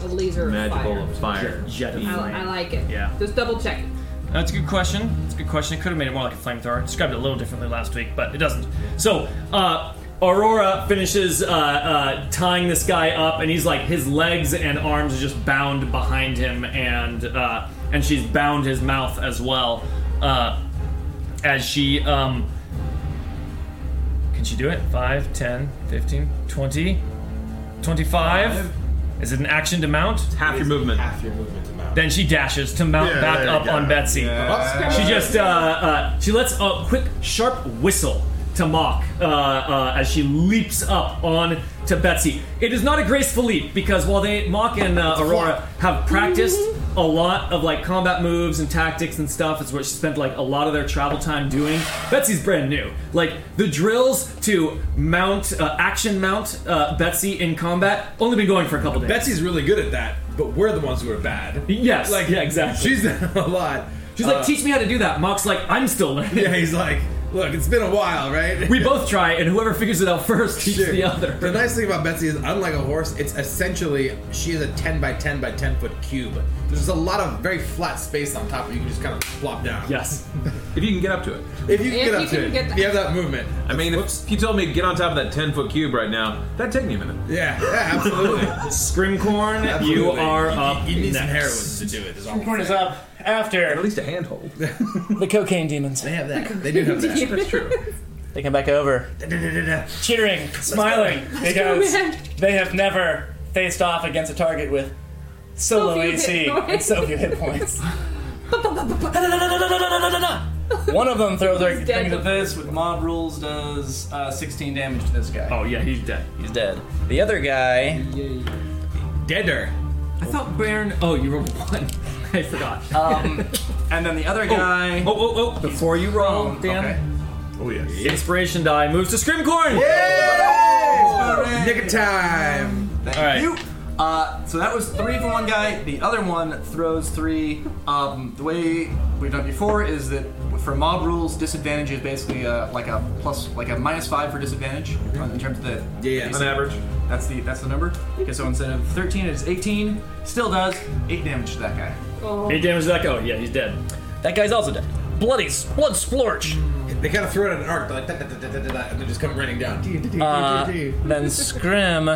Speaker 3: a laser of
Speaker 1: magical
Speaker 3: fire.
Speaker 1: fire.
Speaker 2: Jet of
Speaker 1: beam.
Speaker 3: I, I like it.
Speaker 2: Yeah.
Speaker 3: Just double check it.
Speaker 2: That's a good question. It's a good question. It could have made it more like a flamethrower. Described it a little differently last week, but it doesn't. So, uh, Aurora finishes uh, uh, tying this guy up, and he's like his legs and arms are just bound behind him, and uh, and she's bound his mouth as well. Uh, as she um, can she do it? 5, 10, 15, 20, 25? Is it an action to mount?
Speaker 1: Half your movement.
Speaker 12: Half your movement amount.
Speaker 2: Then she dashes to mount
Speaker 5: Yeah,
Speaker 2: back
Speaker 5: there you
Speaker 2: up
Speaker 5: go.
Speaker 2: on Betsy. She just uh, uh, she lets a quick sharp whistle to mock uh, uh, as she leaps up on to Betsy. It is not a graceful leap because while they mock and uh, Aurora have practiced a lot of like combat moves and tactics and stuff, it's what she spent like a lot of their travel time doing. Betsy's brand new. Like the drills to mount uh, action mount uh, Betsy in combat only been going for a couple days.
Speaker 12: Betsy's really good at that, but we're the ones who are bad.
Speaker 2: Yes, yeah, exactly.
Speaker 12: She's done a lot.
Speaker 2: She's like,
Speaker 12: Uh,
Speaker 2: teach me how to do that. Mock's like, I'm still learning.
Speaker 12: Yeah, he's like, look, it's been a while, right?
Speaker 2: We both try, and whoever figures it out first keeps
Speaker 12: Sure.
Speaker 2: the other.
Speaker 12: The nice thing about Betsy is, unlike a horse, it's essentially she is a 10 by 10 by 10 foot cube. There's a lot of very flat space on top, where you can just kind of flop down.
Speaker 2: Yes.
Speaker 1: If you can get up to it.
Speaker 12: If you
Speaker 3: If
Speaker 12: can get
Speaker 3: you can
Speaker 12: up to it,
Speaker 3: get
Speaker 12: if
Speaker 3: the-
Speaker 12: you have that movement.
Speaker 1: I mean, if you told me to get on top of that 10 foot cube right now, that'd take me a minute.
Speaker 12: Yeah, yeah, absolutely.
Speaker 2: Scrimcorn,
Speaker 12: Absolutely.
Speaker 2: you are up
Speaker 12: You, you need
Speaker 2: next.
Speaker 12: some heroin to do it. Is all I'm
Speaker 11: Corn is
Speaker 12: saying.
Speaker 11: up after
Speaker 1: least a handhold.
Speaker 11: the cocaine demons.
Speaker 12: They have that. They do have that.
Speaker 1: That's true.
Speaker 11: They come back over, cheering, smiling, because
Speaker 3: Oh, man.
Speaker 11: they have never faced off against a target with so
Speaker 3: So
Speaker 11: low
Speaker 3: few hit
Speaker 11: AC and
Speaker 3: points.
Speaker 11: so few hit points. One of them throws their
Speaker 3: He's dead.
Speaker 11: things at this, with mob rules, does uh, 16 damage to this guy.
Speaker 2: Oh, yeah, he's dead.
Speaker 11: He's dead. The other guy,
Speaker 12: Deader.
Speaker 2: I thought Baron. Oh, you rolled one. I forgot.
Speaker 11: um, and then the other guy. Um,
Speaker 2: oh, oh, oh. Before you roll, Dan.
Speaker 5: Oh, yes.
Speaker 2: Inspiration die moves to Scrimcorn.
Speaker 12: Nick of time.
Speaker 11: Thank
Speaker 2: All right.
Speaker 11: you. Uh, so that was three from one guy. The other one throws three. Um, the way we've done it before is that for mob rules, disadvantage is basically uh like a plus, like a minus five for disadvantage uh, in terms of the.
Speaker 12: Yeah, yeah.
Speaker 1: On average.
Speaker 11: That's the that's the number. Okay, so instead of 13, it's 18. Still does eight damage to that guy.
Speaker 2: Eight damage to that. Oh, yeah, he's dead.
Speaker 11: That guy's also dead. Bloody s- blood splorch.
Speaker 12: Mm. They kind of throw it at an arc, they're like, da, da, da, da, da, da, and they just come running down.
Speaker 11: Uh, then Scrim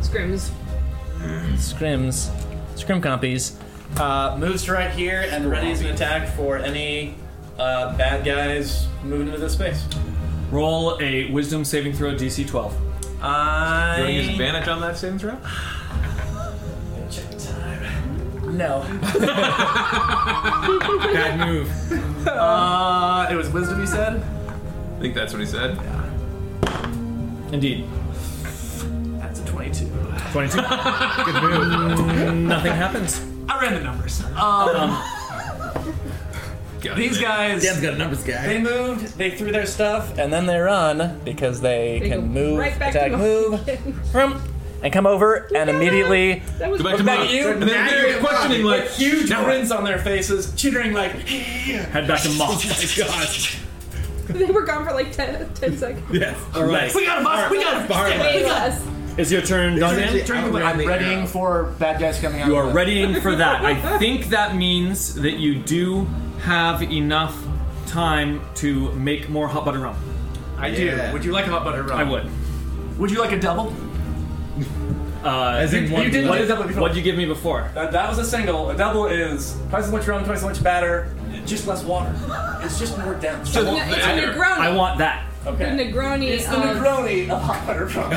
Speaker 3: Scrims.
Speaker 11: scrims, scrim compies, uh, moves to right here and readies an attack for any uh, bad guys moving into this space.
Speaker 2: Roll a Wisdom saving throw DC 12.
Speaker 11: I
Speaker 1: Do you use advantage on that saving throw?
Speaker 11: no.
Speaker 12: Bad move.
Speaker 11: Uh, it was wisdom, you said.
Speaker 1: I think that's what he said.
Speaker 2: Indeed.
Speaker 6: 22.
Speaker 2: 22. Nothing happens.
Speaker 6: I ran the numbers. Um, these guys,
Speaker 1: Dan's got a numbers guy.
Speaker 6: they moved, they threw their stuff.
Speaker 11: and then they run because they,
Speaker 3: They go
Speaker 11: can move,
Speaker 3: right back
Speaker 11: attack,
Speaker 3: to
Speaker 11: move, vroom, and come over and immediately.
Speaker 3: That was
Speaker 12: Go back to
Speaker 11: back
Speaker 12: Mog.
Speaker 11: at you.
Speaker 12: And then
Speaker 6: Now
Speaker 12: you're questioning, like,
Speaker 6: Huge
Speaker 12: now-
Speaker 6: grins on their faces, chittering like,
Speaker 2: Head back to Moth.
Speaker 3: They were gone for like 10, 10 seconds.
Speaker 2: All right.
Speaker 6: we got a bus, we got a bus.
Speaker 3: Way less.
Speaker 2: It's your turn, Duncan.
Speaker 6: I'm readying for bad guys coming out.
Speaker 2: You are
Speaker 6: of the-
Speaker 2: readying for that. I think that means that you do have enough time to make more hot butter rum.
Speaker 6: I do. Would you like a hot butter rum?
Speaker 2: I would.
Speaker 6: Would you like a double?
Speaker 2: Uh,
Speaker 1: As in
Speaker 2: you-
Speaker 1: one
Speaker 2: you did
Speaker 1: blood.
Speaker 2: what, what'd you give me before?
Speaker 6: That, that was a single. A double is twice as much rum, twice as much batter, just less water. It's just more dense.
Speaker 3: No, it's a Negroni.
Speaker 2: I want that.
Speaker 3: a Negroni.
Speaker 6: It's the
Speaker 3: um,
Speaker 6: Negroni of hot butter rum.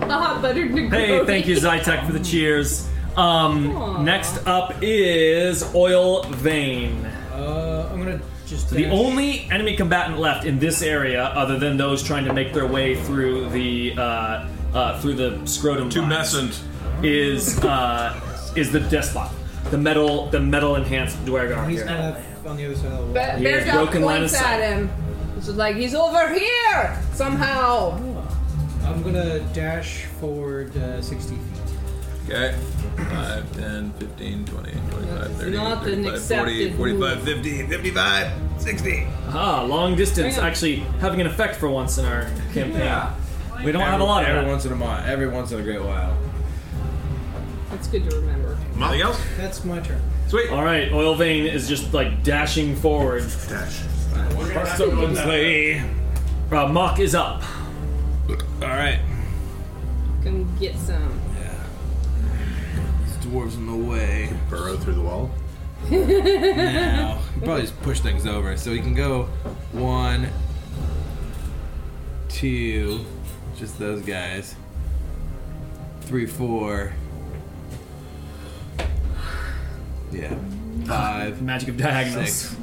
Speaker 3: a hot buttered Negroni.
Speaker 2: Hey, thank you, Zytech, for the cheers. Um,
Speaker 3: Aw.
Speaker 2: next up is Oil Vein.
Speaker 4: Uh, I'm gonna just.
Speaker 2: The
Speaker 4: dash-
Speaker 2: only enemy combatant left in this area, other than those trying to make their way through the uh, uh, through the scrotum,
Speaker 12: Too
Speaker 2: lines,
Speaker 12: messant.
Speaker 2: is uh, is the despot, the metal the metal enhanced Dwargar
Speaker 4: He's
Speaker 2: here.
Speaker 4: kind of on the other side of the wall.
Speaker 3: Ba-
Speaker 2: He has
Speaker 3: Bear Dog
Speaker 2: broken line of
Speaker 3: points
Speaker 2: sight.
Speaker 3: at him. He's like, he's over here somehow.
Speaker 4: I'm gonna dash forward uh, 60 feet.
Speaker 12: Okay. 5, 10, 15, 20, 25, 30,
Speaker 3: not an
Speaker 12: 35, 40,
Speaker 3: accepted
Speaker 12: 45,
Speaker 3: move.
Speaker 12: 50, 55, 60.
Speaker 2: Ah, long distance
Speaker 3: Hang on.
Speaker 2: actually having an effect for once in our campaign.
Speaker 6: yeah.
Speaker 2: We don't have a lot
Speaker 1: Every
Speaker 2: of that.
Speaker 1: once in a while. Every once in a great while.
Speaker 3: That's good to remember.
Speaker 12: Nothing else?
Speaker 4: That's my turn.
Speaker 12: Sweet.
Speaker 2: All right, Oil Vein is just like dashing forward.
Speaker 12: Dash.
Speaker 2: Uh, Mach is up.
Speaker 1: All right.
Speaker 3: Come get some.
Speaker 1: These dwarves in the way.
Speaker 5: Burrow through the wall.
Speaker 1: now. He probably just push things over. So he can go one, two, just those guys. Three, four. Yeah. Five,
Speaker 2: Magic of diagonals.
Speaker 1: six,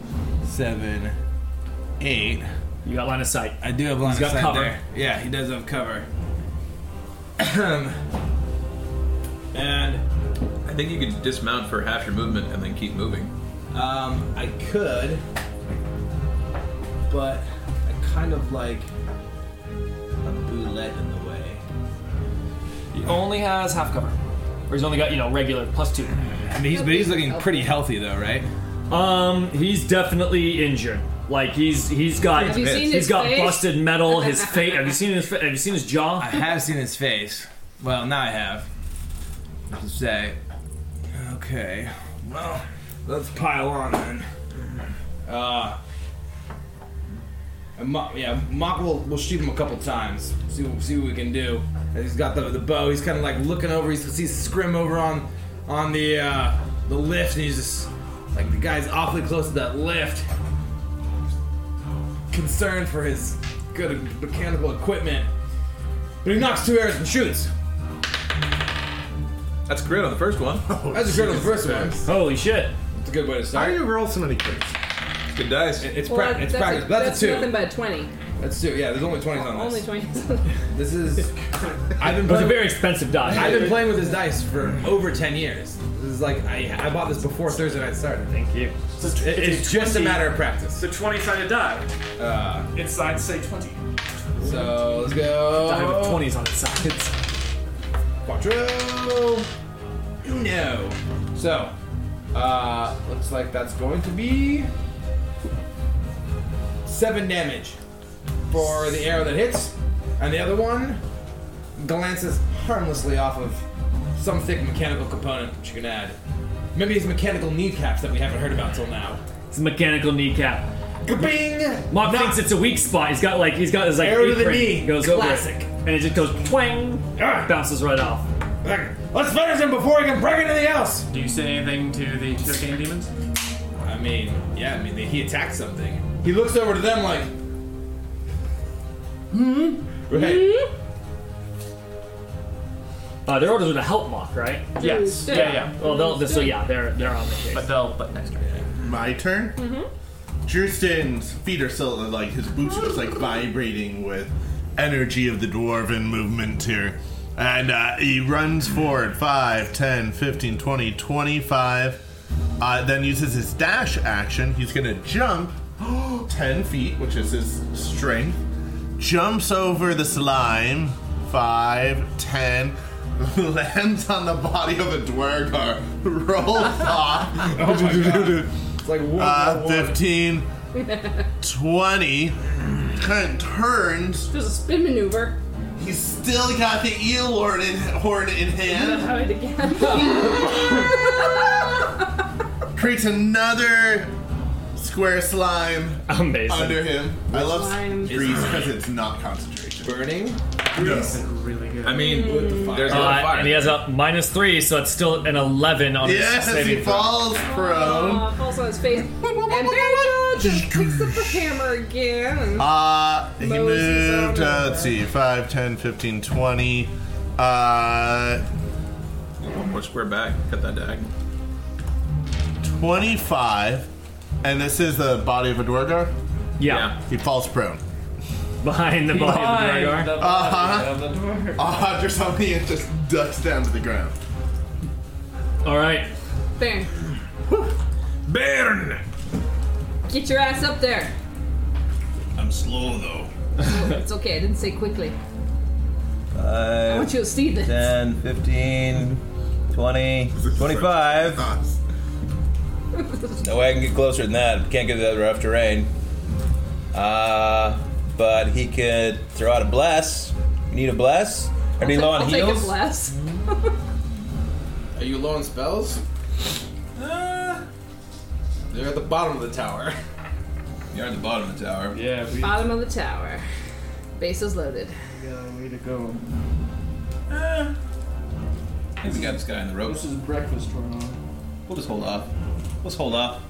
Speaker 1: seven, eight.
Speaker 2: You got line of sight.
Speaker 1: I do have line
Speaker 2: He's
Speaker 1: of
Speaker 2: got
Speaker 1: sight
Speaker 2: cover.
Speaker 1: there. Yeah, he does have cover. and
Speaker 12: I think you could dismount for half your movement and then keep moving.
Speaker 1: Um, I could, but I kind of like a boulette in the way.
Speaker 2: He only has half cover, or he's only got you know regular plus two.
Speaker 1: I mean, he's but he's looking pretty healthy though, right?
Speaker 2: Um, he's definitely injured. Like he's he's got
Speaker 3: Have you seen
Speaker 2: he's
Speaker 3: his
Speaker 2: got
Speaker 3: face?
Speaker 2: busted metal. His face. Have you seen his? fa- Have you seen his
Speaker 1: I
Speaker 2: jaw?
Speaker 1: have seen his face. Well, now I have. I should say, okay. Well, let's pile on then. Uh, and Mo- yeah, Mock will will shoot him a couple times. See what, see what we can do. And he's got the the bow. He's kind of like looking over. He sees Scrim over on on the uh, the lift, and he's just like the guy's awfully close to that lift. Concerned for his good mechanical equipment. But he knocks two arrows and shoots.
Speaker 12: That's great on the first one.
Speaker 1: That's a crit on the first one. It's
Speaker 2: Holy shit!
Speaker 1: a good way to
Speaker 5: How
Speaker 1: start.
Speaker 5: do you roll so many crits?
Speaker 12: Good dice.
Speaker 1: It's,
Speaker 3: Well,
Speaker 1: prac-
Speaker 3: that-
Speaker 1: it's
Speaker 3: that's,
Speaker 1: practice.
Speaker 3: a-
Speaker 1: but
Speaker 3: that's
Speaker 1: that's a two.
Speaker 3: nothing but a 20.
Speaker 1: That's two. Yeah, there's only 20s on
Speaker 3: Only
Speaker 1: this.
Speaker 3: 20.
Speaker 1: This is. I've been
Speaker 2: It was a
Speaker 1: playing.
Speaker 2: very expensive
Speaker 1: I've
Speaker 2: die.
Speaker 1: been playing with this dice for over 10 years. This is like I, I bought this before Thursday night started.
Speaker 2: Thank you.
Speaker 1: It- It's, just a matter of practice.
Speaker 6: The 20 trying to die.
Speaker 1: Uh,
Speaker 6: It's I'd say 20.
Speaker 1: so let's
Speaker 2: Die with
Speaker 1: go.
Speaker 2: twenties on its sides.
Speaker 1: Quattro. No. So, uh, looks like that's going to be seven damage for the arrow that hits, and the other one glances harmlessly off of some thick mechanical component which you can add. Maybe these mechanical kneecaps that we haven't heard about till now.
Speaker 2: It's a mechanical kneecap.
Speaker 1: Kabing!
Speaker 2: Mock thinks it's a weak spot. He's got like he's got his like
Speaker 1: Arrow to the
Speaker 2: apron.
Speaker 1: knee.
Speaker 2: He Goes over it.
Speaker 1: Classic.
Speaker 2: and it just goes twang,
Speaker 1: Ah.
Speaker 2: bounces right off.
Speaker 1: Let's finish him before he can break anything else.
Speaker 6: Do you say anything to the 15 demons?
Speaker 1: I mean, yeah, I mean, he attacked something. He looks over to them like, hmm? Right?
Speaker 2: Uh, their orders were to help Mock, right?
Speaker 6: Yes.
Speaker 3: Yeah.
Speaker 6: Yeah, yeah.
Speaker 2: Well, they'll, so yeah, they're they're on the case. Uh,
Speaker 6: But they'll, but next turn.
Speaker 5: My turn. Mm-hmm. Jurston's feet are still like his boots are just like vibrating with energy of the dwarven movement here, And uh, he runs forward 5, 10, 15, 20, 25. Uh, then uses his dash action. He's going to jump 10 feet, which is his strength. Jumps over the slime 5, 10. Lands on the body of a dwergar. Roll off.
Speaker 12: It's like one.
Speaker 5: Uh,
Speaker 12: one,
Speaker 5: 15, 20. Kind of turns.
Speaker 3: There's a spin maneuver.
Speaker 5: He's still got the eel horn in, horn in hand.
Speaker 3: Try it again.
Speaker 5: Creates another square slime
Speaker 2: Amazing.
Speaker 5: under him. I love
Speaker 3: Slime.
Speaker 5: grease because it's not concentration.
Speaker 12: burning.
Speaker 1: I mean, there's a lot of
Speaker 2: Uh,
Speaker 1: fire.
Speaker 2: and he has a minus three, so it's still an eleven on his
Speaker 5: Yes, he
Speaker 2: saving throw.
Speaker 5: falls prone.
Speaker 3: Aw, falls on his face. And Banjo just picks up the hammer again.
Speaker 5: Uh, he
Speaker 3: Moses
Speaker 5: moved,
Speaker 3: over.
Speaker 5: uh, let's see, 5, 10, 15, 20. Uh,
Speaker 1: One more square back. Cut that dag.
Speaker 5: 25. And this is the body of a Dwargar.
Speaker 2: Yeah,
Speaker 1: Yeah.
Speaker 5: He falls prone.
Speaker 2: behind the body
Speaker 6: Behind
Speaker 2: of the Dragar.
Speaker 6: the
Speaker 5: Uh-huh.
Speaker 6: body of the dwarf.
Speaker 5: A hundred something and just ducks down to the ground.
Speaker 2: All right,
Speaker 3: Bang.
Speaker 1: Burn!
Speaker 3: Get your ass up there. Oh,
Speaker 7: I'm slow though.
Speaker 3: It's okay, I didn't say quickly. I
Speaker 7: Five,
Speaker 3: want you to see this.
Speaker 1: uh,
Speaker 7: 10, 15, 20, 25.
Speaker 5: Uh,
Speaker 7: No way I can get closer than that. Can't get to that rough terrain. Uh, but he could throw out a bless. You need a bless? Are you
Speaker 3: I'll
Speaker 7: low on
Speaker 3: take- I'll
Speaker 7: heals?
Speaker 3: Take a bless.
Speaker 12: Are you low on spells?
Speaker 7: Uh,
Speaker 12: They're at the bottom of the tower.
Speaker 7: You're at the bottom of the tower.
Speaker 6: Yeah, we
Speaker 3: Bottom of the tower. Base is loaded.
Speaker 6: got a way to go.
Speaker 7: I think we got this guy in the ropes.
Speaker 6: This is breakfast tomorrow.
Speaker 7: We'll just hold off. Let's hold off.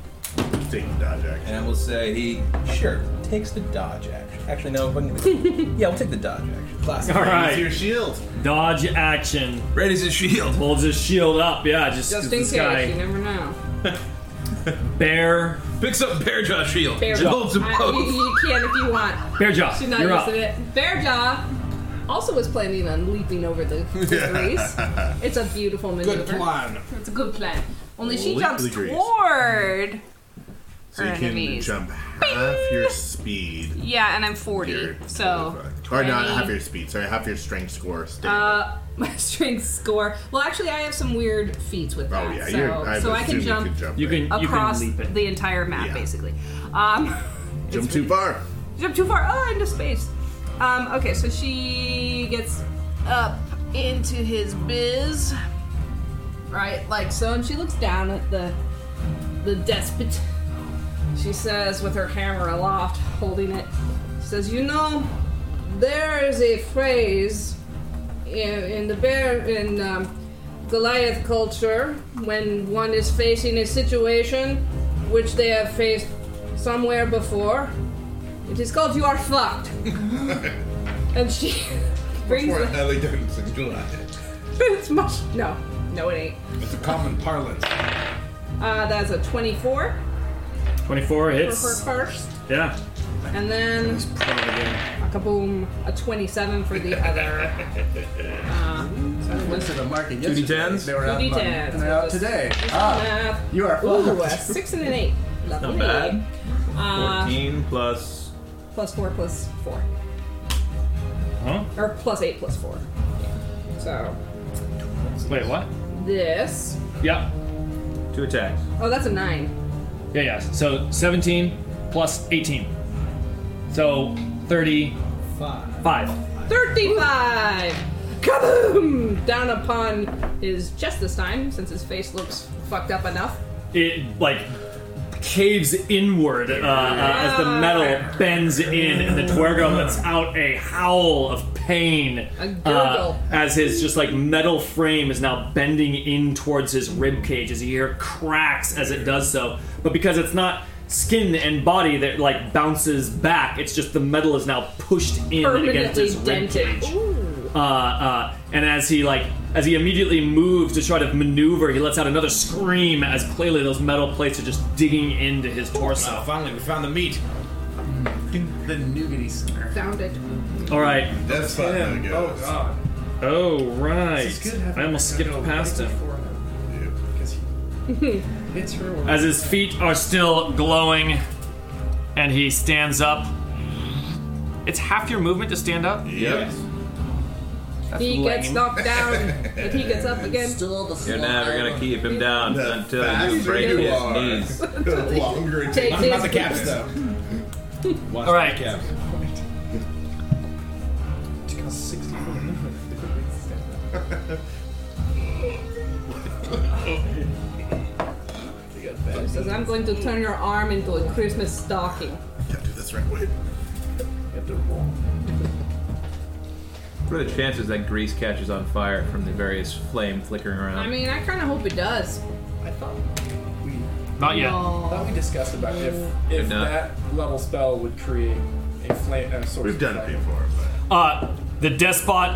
Speaker 5: Take the dodge action.
Speaker 7: And we'll say he, sure, takes the dodge action. Actually, no. we're gonna- yeah, we'll take the dodge action.
Speaker 12: Classic.
Speaker 2: all
Speaker 5: Use your
Speaker 2: right.
Speaker 5: shield.
Speaker 2: Dodge action.
Speaker 1: Raises his shield.
Speaker 2: Holds his shield up. Yeah, just,
Speaker 3: Just
Speaker 2: 'cause
Speaker 3: in
Speaker 2: this
Speaker 3: case, you
Speaker 2: guy
Speaker 3: never know.
Speaker 2: bear
Speaker 1: Picks up Bear Jaw's shield.
Speaker 3: Bear
Speaker 1: Jolts him
Speaker 3: I- you,
Speaker 1: both.
Speaker 3: you can if you want.
Speaker 2: bear jaw.
Speaker 3: She's not
Speaker 2: You're up.
Speaker 3: using it. Bear jaw also was planning on leaping over the, the grease. It's a beautiful maneuver.
Speaker 12: Good plan.
Speaker 3: It's a good plan. Only she
Speaker 5: Leap
Speaker 3: jumps
Speaker 5: the grease.
Speaker 13: Ward.
Speaker 5: So you can
Speaker 13: enemies.
Speaker 5: jump half your speed.
Speaker 13: Yeah, and I'm 40,
Speaker 5: Your-
Speaker 13: so
Speaker 5: or not
Speaker 13: 20.
Speaker 5: half your speed, sorry, half your strength score. State.
Speaker 3: Uh, my strength score. Well, actually, I have some weird feats with that.
Speaker 5: oh yeah,
Speaker 3: so,
Speaker 5: you're, I
Speaker 3: so I
Speaker 5: assume
Speaker 3: can jump,
Speaker 5: You can jump
Speaker 2: You
Speaker 5: there.
Speaker 2: can you can
Speaker 13: across
Speaker 2: leap it.
Speaker 13: the entire map,
Speaker 5: Yeah.
Speaker 13: basically. Um,
Speaker 5: jump too far.
Speaker 13: jump too far.
Speaker 3: Ah,
Speaker 13: Oh, into space. Um, okay, so she gets up into his biz.
Speaker 3: right? Like so, and she looks down at the the despot. She says, with her hammer aloft, holding it, she says, "You know, there is a phrase in, in the bear in um, Goliath culture when one is facing a situation which they have faced somewhere before. It is called you are fucked." and she brings
Speaker 5: Or an
Speaker 3: the,
Speaker 5: elegance and glide.
Speaker 3: it's much no, no, it ain't.
Speaker 12: It's a common parlance.
Speaker 3: Uh, that's a 24
Speaker 2: Twenty-four
Speaker 3: for her
Speaker 2: hits.
Speaker 3: first,
Speaker 2: Yeah.
Speaker 3: and then a kaboom, a 27 for the other. Uh,
Speaker 6: I went to the market
Speaker 1: Two
Speaker 6: yesterday.
Speaker 1: D10s?
Speaker 6: They were out,
Speaker 3: Two
Speaker 6: Monday,
Speaker 3: D10s.
Speaker 6: and they're out today. Ah,
Speaker 3: uh,
Speaker 6: you are
Speaker 3: ooh, a
Speaker 6: fucked.
Speaker 3: 6 and an 8. Lovely.
Speaker 1: Not bad.
Speaker 3: Uh,
Speaker 1: 14 plus.
Speaker 3: plus 4 plus 4.
Speaker 2: Huh?
Speaker 3: Or plus 8 plus 4. So,
Speaker 2: Wait, what?
Speaker 3: this.
Speaker 2: Yeah.
Speaker 1: Two attacks.
Speaker 3: Oh, that's a 9.
Speaker 2: Yeah, yeah. So 17 plus 18. So 35.
Speaker 3: 35! Kaboom! Down upon his chest this time, since his face looks fucked up enough.
Speaker 2: It, like, caves inward uh, uh, as the metal bends in, and the Twergo lets out a howl of pain.
Speaker 3: A
Speaker 2: uh,
Speaker 3: gurgle.
Speaker 2: as his just like metal frame is now bending in towards his rib cage as you hear cracks as it does so. But because it's not skin and body that like bounces back, it's just the metal is now pushed in and against
Speaker 3: Permanently
Speaker 2: his rib
Speaker 3: dented.
Speaker 2: cage
Speaker 3: Ooh.
Speaker 2: uh, uh, and as he like as he immediately moves to try to maneuver, he lets out another scream as clearly those metal plates are just digging into his
Speaker 12: Oh,
Speaker 2: torso.
Speaker 12: finally, we found the meat.
Speaker 6: The nougaty center.
Speaker 3: Found it.
Speaker 2: All right,
Speaker 5: That's fun.
Speaker 12: Oh, God.
Speaker 2: Oh right.
Speaker 4: It's good having
Speaker 2: I almost
Speaker 4: Rebecca
Speaker 2: skipped
Speaker 4: go
Speaker 2: past
Speaker 4: right
Speaker 2: him.
Speaker 4: before him, Because he hits her. Or
Speaker 2: As his feet are still glowing, and he stands up. It's half your movement to stand up.
Speaker 5: Yep.
Speaker 3: He gets knocked down, but he gets up again.
Speaker 1: You're never gonna keep him down
Speaker 5: The
Speaker 1: until
Speaker 5: faster
Speaker 1: you break
Speaker 5: you
Speaker 1: his
Speaker 5: are.
Speaker 1: knees.
Speaker 5: The longer it
Speaker 3: Take
Speaker 5: takes.
Speaker 12: Not, not the
Speaker 3: his.
Speaker 12: caps though. Watch
Speaker 2: All right.
Speaker 12: The caps.
Speaker 4: Took us 60 foot movement.
Speaker 3: Says, I'm going to turn your arm into a Christmas stocking.
Speaker 5: Yeah, do this right way.
Speaker 1: What are the chances that grease catches on fire from the various flame flickering around?
Speaker 3: I mean, I kind of hope it does.
Speaker 6: I thought we
Speaker 2: Not yet.
Speaker 6: thought
Speaker 3: Oh.
Speaker 6: we discussed about if
Speaker 1: Good
Speaker 6: if
Speaker 1: enough.
Speaker 6: that level spell would create a flame a source.
Speaker 5: We've done it
Speaker 6: of flame.
Speaker 5: before, but
Speaker 2: Uh, the despot,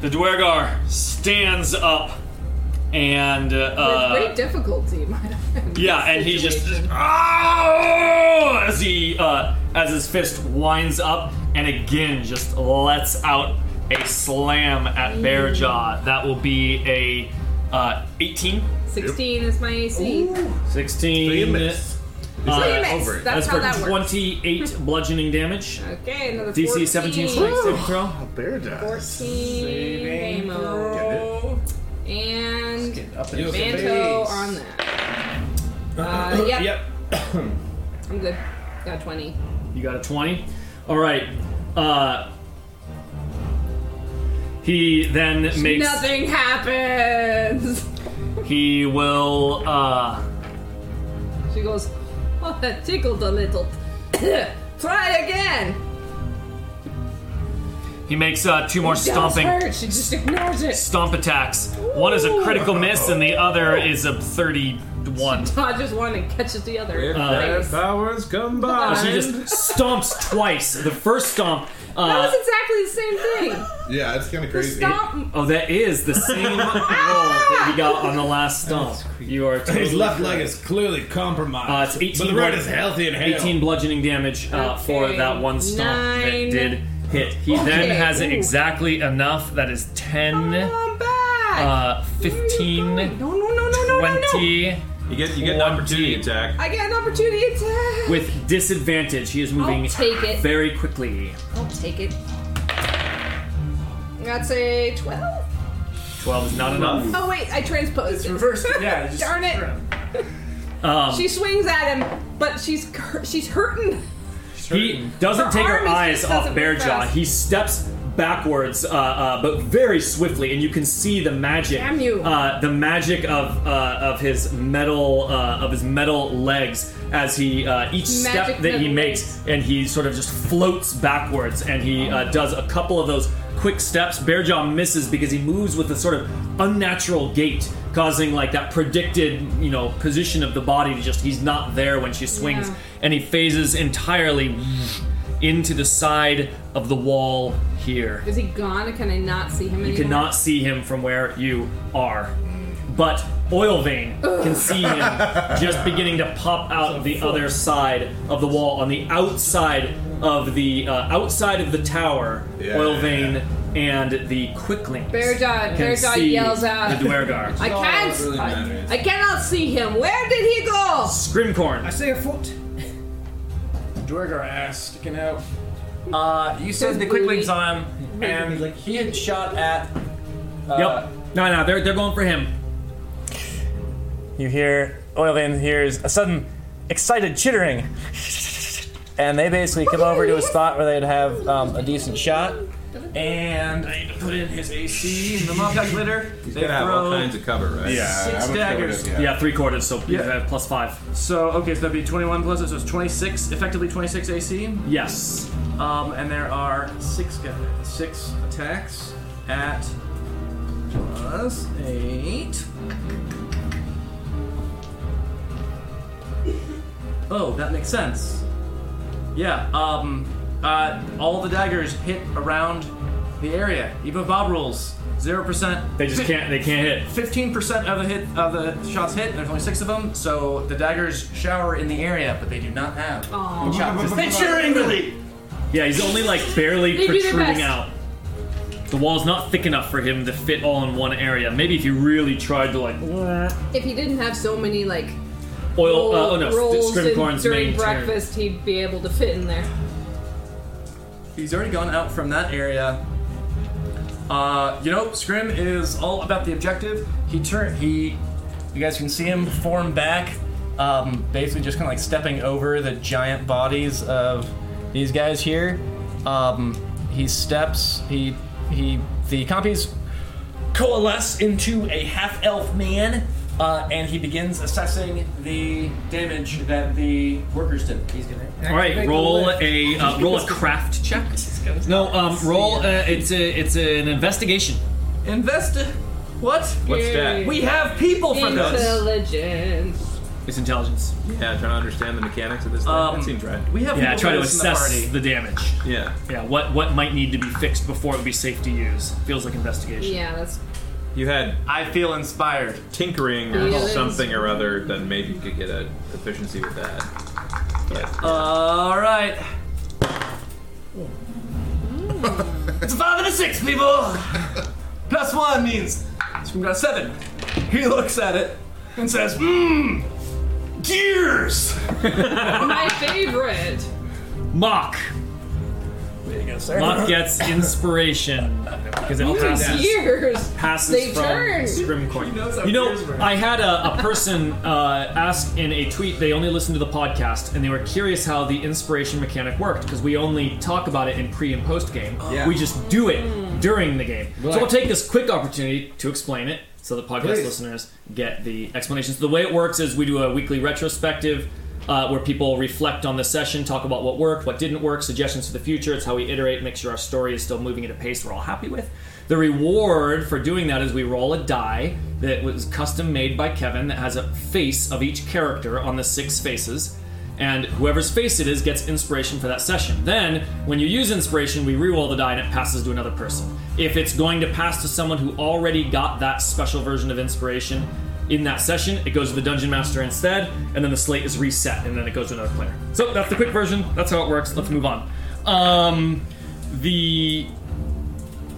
Speaker 2: the Dwergar, stands up, and uh,
Speaker 3: With great difficulty, might have
Speaker 2: yeah, and he just "Ow!" as he uh, as his fist winds up and again just lets out a slam at Bearjaw. That will be a uh, 18,
Speaker 3: 16 is my AC.
Speaker 5: you
Speaker 2: 16.
Speaker 5: miss.
Speaker 2: uh,
Speaker 3: So you miss. That's
Speaker 2: That's
Speaker 3: how
Speaker 2: for
Speaker 3: that works.
Speaker 2: 28 bludgeoning damage.
Speaker 3: Okay, another
Speaker 2: DC 17 strike saving throw.
Speaker 5: A bear dies.
Speaker 3: 14 Hamo.
Speaker 5: Get it?
Speaker 3: And
Speaker 6: Up in the
Speaker 3: Manto
Speaker 6: face.
Speaker 3: on that. Uh, yep,
Speaker 12: Yep.
Speaker 3: I'm good. Got 20.
Speaker 2: You got a 20? All right. Uh, he then makes.
Speaker 3: Nothing happens.
Speaker 2: He will. Uh,
Speaker 3: She goes, Oh, that tickled a little. Try again.
Speaker 2: he makes uh, two more
Speaker 3: Does
Speaker 2: stomping
Speaker 3: hurt. She just ignores it.
Speaker 2: stomp attacks. One is a critical miss, and the other is a 31.
Speaker 3: Dodges one and catches the other.
Speaker 1: If
Speaker 2: Uh,
Speaker 1: their powers combine,
Speaker 2: She just stomps twice. The first stomp.
Speaker 3: that
Speaker 2: Uh,
Speaker 3: was exactly the same thing.
Speaker 5: Yeah, it's kind of
Speaker 3: The
Speaker 5: crazy.
Speaker 3: stomp.
Speaker 2: oh, that is the same roll that he got on the last stomp. You are
Speaker 12: His
Speaker 2: totally
Speaker 12: left leg is clearly compromised.
Speaker 2: Uh, it's 18
Speaker 12: But the right
Speaker 2: blood-
Speaker 12: is healthy and hell.
Speaker 2: 18 bludgeoning damage uh, for
Speaker 3: Okay,
Speaker 2: that one stomp that
Speaker 3: nine.
Speaker 2: did hit. He
Speaker 3: Okay,
Speaker 2: then has
Speaker 3: ooh.
Speaker 2: exactly enough. That is 10,
Speaker 3: Come Oh, back.
Speaker 2: uh,
Speaker 3: Where are you
Speaker 2: 15,
Speaker 3: going? No, no, no, no, no, no, no.
Speaker 2: 20.
Speaker 1: you get you get an opportunity attack.
Speaker 3: I get an opportunity attack.
Speaker 2: With disadvantage, he is moving
Speaker 3: I'll take it.
Speaker 2: very quickly.
Speaker 3: I'll take it. That's a 12.
Speaker 2: 12 is not enough.
Speaker 3: Oh, wait, I transposed. It's reversed.
Speaker 6: Yeah, just
Speaker 3: Darn it.
Speaker 2: Um,
Speaker 3: She swings at him, but she's cur- she's hurting.
Speaker 2: He doesn't
Speaker 3: Her
Speaker 2: take her
Speaker 3: arm is-
Speaker 2: eyes off
Speaker 3: doesn't move
Speaker 2: Bearjaw.
Speaker 3: fast.
Speaker 2: He steps backwards, uh, uh, but very swiftly, and you can see the magic.
Speaker 3: Damn you.
Speaker 2: Uh, the magic of uh, of his metal uh, of his metal legs as he uh, each
Speaker 3: Magic
Speaker 2: step that he
Speaker 3: metal
Speaker 2: makes, and he sort of just floats backwards, and he uh, does a couple of those quick steps. Bearjaw misses because he moves with a sort of unnatural gait. Causing like that predicted, you know, position of the body to just he's not there when she swings,
Speaker 3: Yeah.
Speaker 2: and he phases entirely into the side of the wall here.
Speaker 3: Is he gone? Can I not see him
Speaker 2: You
Speaker 3: anymore?
Speaker 2: cannot see him from where you are, but Oil Vein can see him just beginning to pop out the other side of the wall on the outside of the uh, outside of the tower.
Speaker 5: Yeah,
Speaker 2: Oil
Speaker 5: yeah,
Speaker 2: Vein and the Quicklings.
Speaker 3: Bearjaw-
Speaker 2: can
Speaker 3: Bearjaw
Speaker 2: see
Speaker 3: yells out.
Speaker 2: The Dwergar.
Speaker 3: I can't. I, I cannot see him. Where did he go?
Speaker 4: I
Speaker 2: Scrimcorn.
Speaker 4: say a foot.
Speaker 6: Dwergar ass sticking out. Uh, you said the quicklings on him, and he had shot at. Uh,
Speaker 2: Yep. No, no, they're they're going for him.
Speaker 11: You hear Oilvan hears a sudden excited chittering, and they basically come over to a spot where they'd have um, a decent shot.
Speaker 6: And I need to put in his AC and the mod calculator.
Speaker 1: He's gonna have all kinds of cover, right?
Speaker 5: Yeah,
Speaker 6: Six
Speaker 5: I'm gonna throw it
Speaker 6: daggers.
Speaker 5: in,
Speaker 2: Yeah, three quarters. So you
Speaker 6: Yeah.
Speaker 2: have plus five.
Speaker 6: So okay, so that'd be 21 plus it, so it's 26, effectively 26 AC.
Speaker 2: Yes.
Speaker 6: Um, and there are six guys, six attacks at plus eight. Oh, that makes sense. Yeah. Um. Uh. All the daggers hit around the area. Even if Bob rolls zero percent.
Speaker 2: They just can't. They can't hit.
Speaker 6: Fifteen percent of the hit of the shots hit. and There's only six of them, so the daggers shower in the area, but they do not have.
Speaker 3: Aw.
Speaker 6: shots. They cheering really.
Speaker 2: Yeah, he's only like barely
Speaker 3: They do their
Speaker 2: protruding
Speaker 3: best.
Speaker 2: out. The wall's not thick enough for him to fit all in one area. Maybe if you really tried to like
Speaker 3: If he didn't have so many like
Speaker 2: oil. Uh, oh no,
Speaker 3: rolls and
Speaker 2: Scrimcorn's
Speaker 3: during
Speaker 2: main turn.
Speaker 3: breakfast, he'd be able to fit in there.
Speaker 6: He's already gone out from that area. Uh, you know, Scrim is all about the objective. He turn he, you guys can see him form back, um, basically just kind of like stepping over the giant bodies of these guys here. Um, he steps. He he the copies coalesce into a half elf man, uh, and he begins assessing the damage that the workers did. He's gonna.
Speaker 2: All right, roll a uh, roll a craft check. No, um, roll. Uh, it's a it's an investigation.
Speaker 6: Invest. What?
Speaker 1: What's that?
Speaker 6: We have people for this.
Speaker 3: Intelligence.
Speaker 2: It's intelligence.
Speaker 1: Yeah, trying to understand the mechanics of this. Thing.
Speaker 6: Um,
Speaker 1: that seems right.
Speaker 6: We have
Speaker 2: Yeah,
Speaker 6: people
Speaker 2: try
Speaker 6: for
Speaker 2: to
Speaker 6: this
Speaker 2: assess
Speaker 6: in
Speaker 2: the damage.
Speaker 1: Yeah.
Speaker 2: Yeah, what what might need to be fixed before it would be safe to use? Feels like investigation.
Speaker 3: Yeah, that's
Speaker 1: You had
Speaker 6: I feel inspired.
Speaker 1: tinkering or
Speaker 3: Yeah, that's-
Speaker 1: something or other, then maybe you could get a efficiency with that. But
Speaker 6: All right. it's a five and a six, people. Plus one means it's got a seven. He looks at it and says, "Mmm, gears."
Speaker 3: my favorite.
Speaker 2: Mock. Mock gets inspiration because it
Speaker 3: These
Speaker 2: passes,
Speaker 3: years.
Speaker 2: passes
Speaker 3: They
Speaker 2: from
Speaker 3: turn.
Speaker 2: Scrimcorn.
Speaker 6: knows how
Speaker 2: You
Speaker 6: gears
Speaker 2: know,
Speaker 6: work.
Speaker 2: I had a, a person uh, ask in a tweet. They only listened to the podcast, and they were curious how the inspiration mechanic worked because we only talk about it in pre and post game.
Speaker 6: Yeah.
Speaker 2: We just do
Speaker 3: Hmm.
Speaker 2: it during the game. So I'll take this quick opportunity to explain it so the podcast listeners get the explanation. So the way it works is we do a weekly retrospective. Uh, where people reflect on the session, talk about what worked, what didn't work, suggestions for the future. It's how we iterate, make sure our story is still moving at a pace we're all happy with. The reward for doing that is we roll a die that was custom made by Kevin that has a face of each character on the six faces and whoever's face it is gets inspiration for that session. Then, when you use inspiration, we re-roll the die and it passes to another person. If it's going to pass to someone who already got that special version of inspiration in that session, it goes to the dungeon master instead, and then the slate is reset, and then it goes to another player. So that's the quick version. That's how it works. Let's move on. Um, the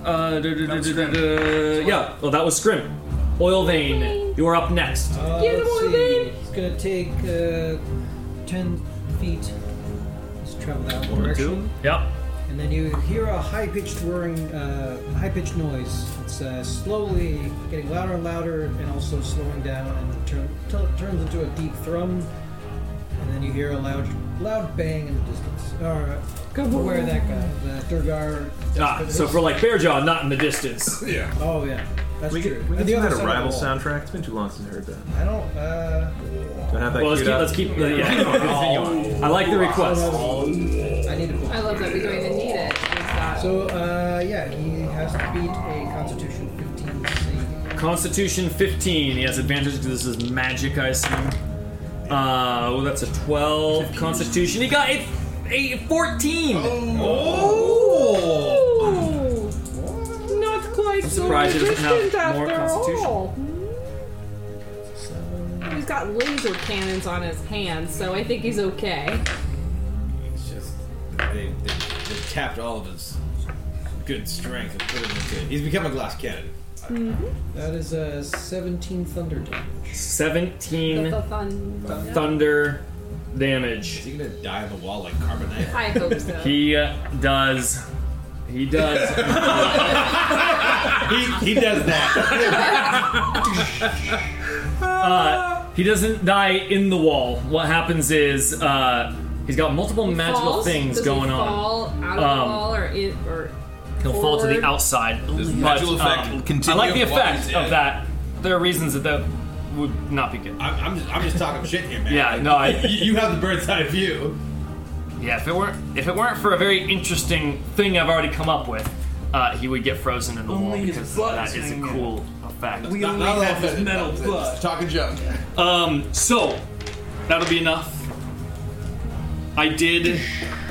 Speaker 2: uh, da- da- da- da- da- da- yeah. Well, that was Scrim. Oil vein. You are up next.
Speaker 4: Uh,
Speaker 3: Give him
Speaker 4: let's
Speaker 3: one,
Speaker 4: see.
Speaker 3: babe.
Speaker 4: He's gonna take uh, ten feet. Let's travel that direction.
Speaker 2: Yep.
Speaker 4: And then you hear a high-pitched whirring, uh, high-pitched noise. It's uh, slowly getting louder and louder, and also slowing down, and turn, t- turns into a deep thrum. And then you hear a loud, loud bang in the distance. All right, where that guy, the Durgar.
Speaker 2: Ah, so for like Bear Jaw, not in the distance.
Speaker 5: Yeah.
Speaker 4: Oh yeah, that's
Speaker 1: we
Speaker 4: true.
Speaker 1: could, we
Speaker 4: And
Speaker 1: could
Speaker 4: the
Speaker 1: do
Speaker 4: other
Speaker 1: that a
Speaker 4: side of the
Speaker 1: rival
Speaker 4: wall.
Speaker 1: soundtrack. It's been too long since I heard that.
Speaker 4: I don't. Uh,
Speaker 1: Don't have that
Speaker 2: Well, let's
Speaker 1: queued
Speaker 2: keep,
Speaker 1: up.
Speaker 2: let's keep. yeah. I like the request.
Speaker 4: I need to.
Speaker 3: I love that we don't even need it. It's that-
Speaker 4: So, uh, yeah, he has to beat a Constitution 15 save.
Speaker 2: Constitution 15. He has advantage because this is magic, I assume. Uh, well, that's a 12. Constitution. He got a, a 14.
Speaker 3: Ooh. Not quite I'm
Speaker 2: surprised he doesn't have more constitution.
Speaker 3: He's got laser cannons on his hands, so I think he's okay.
Speaker 12: It's just they, they, they tapped all of his good strength and put it into. He's become a glass cannon.
Speaker 4: That is a 17 thunder damage.
Speaker 2: 17
Speaker 3: The fun.
Speaker 2: thunder damage.
Speaker 12: Is he gonna die on the wall like carbonite?
Speaker 3: I hope so.
Speaker 2: He uh, does. He does.
Speaker 12: he, he does that.
Speaker 2: uh, he doesn't die in the wall. What happens is uh, he's got multiple magical
Speaker 3: Falls?
Speaker 2: things
Speaker 3: Does
Speaker 2: going
Speaker 3: he
Speaker 2: on.
Speaker 3: fall out of the
Speaker 2: Um,
Speaker 3: wall or in, or
Speaker 2: He'll fall to the
Speaker 3: forward?
Speaker 2: outside. But,
Speaker 1: magical effect
Speaker 2: um,
Speaker 1: will continue
Speaker 2: I like the
Speaker 1: while
Speaker 2: effect
Speaker 1: he's
Speaker 2: of
Speaker 1: dead.
Speaker 2: that. There are reasons that that would not be good.
Speaker 12: I'm, I'm, just, I'm just talking shit here, man.
Speaker 2: Yeah, no, I,
Speaker 12: You, you have the bird's eye view.
Speaker 2: yeah. If it weren't if it weren't for a very interesting thing I've already come up with, uh, he would get frozen in the wall
Speaker 6: Only his
Speaker 2: because
Speaker 6: butt
Speaker 2: that
Speaker 6: is
Speaker 2: is a
Speaker 6: hanging
Speaker 2: cool effect.
Speaker 12: Not, not all of it.
Speaker 6: metal butt.
Speaker 5: Talking junk.
Speaker 2: Um, so that'll be enough. I did.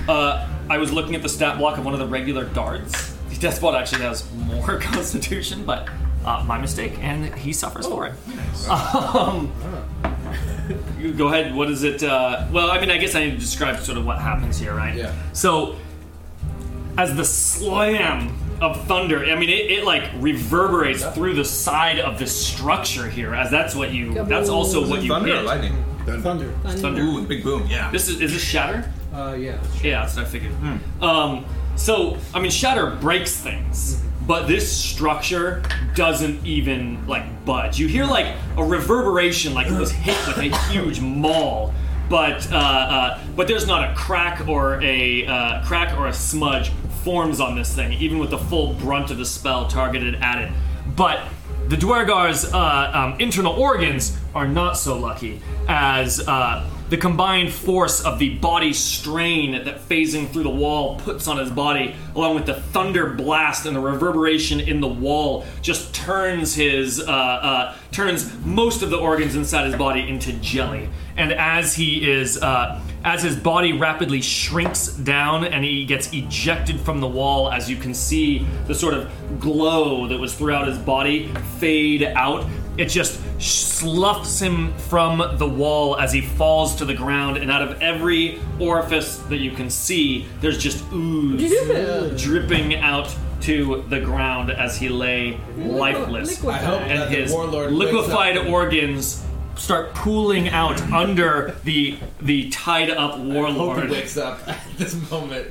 Speaker 2: Uh, I was looking at the stat block of one of the regular guards. The despot actually has more constitution, but uh, my mistake, and he suffers for it. Um, you go ahead. What is it? Uh, well, I mean, I guess I need to describe sort of what happens here, right?
Speaker 12: Yeah.
Speaker 2: So, as the slam of thunder. I mean, it, it like reverberates through the side of this structure here, as that's what you. That's also what you
Speaker 1: Thunder or
Speaker 2: hit.
Speaker 1: lightning?
Speaker 4: Thunder.
Speaker 2: Thunder.
Speaker 1: Ooh, big boom. Yeah.
Speaker 2: This is is this shatter?
Speaker 4: Uh, yeah.
Speaker 2: Yeah, that's what I figured.
Speaker 1: Hmm.
Speaker 2: Um, so I mean, shatter breaks things,
Speaker 1: Mm-hmm.
Speaker 2: but this structure doesn't even like budge. You hear like a reverberation, like it was hit with a huge maul, but uh, uh, but there's not a crack or a uh, crack or a smudge forms on this thing, even with the full brunt of the spell targeted at it. But the Dwergar's uh, um, internal organs are not so lucky, as uh, the combined force of the body strain that phasing through the wall puts on his body, along with the thunder blast and the reverberation in the wall, just turns his uh, uh, turns most of the organs inside his body into jelly. And as he is uh, as his body rapidly shrinks down and he gets ejected from the wall, as you can see the sort of glow that was throughout his body fade out, it just sloughs him from the wall as he falls to the ground, and out of every orifice that you can see, there's just ooze dripping out to the ground as he lay lifeless.
Speaker 3: Liquid.
Speaker 12: I hope that
Speaker 2: And his
Speaker 12: the warlord
Speaker 2: liquefied
Speaker 12: wakes up.
Speaker 2: organs start pooling out under the the tied up
Speaker 12: Hope
Speaker 2: warlord.
Speaker 12: he wakes up at this moment.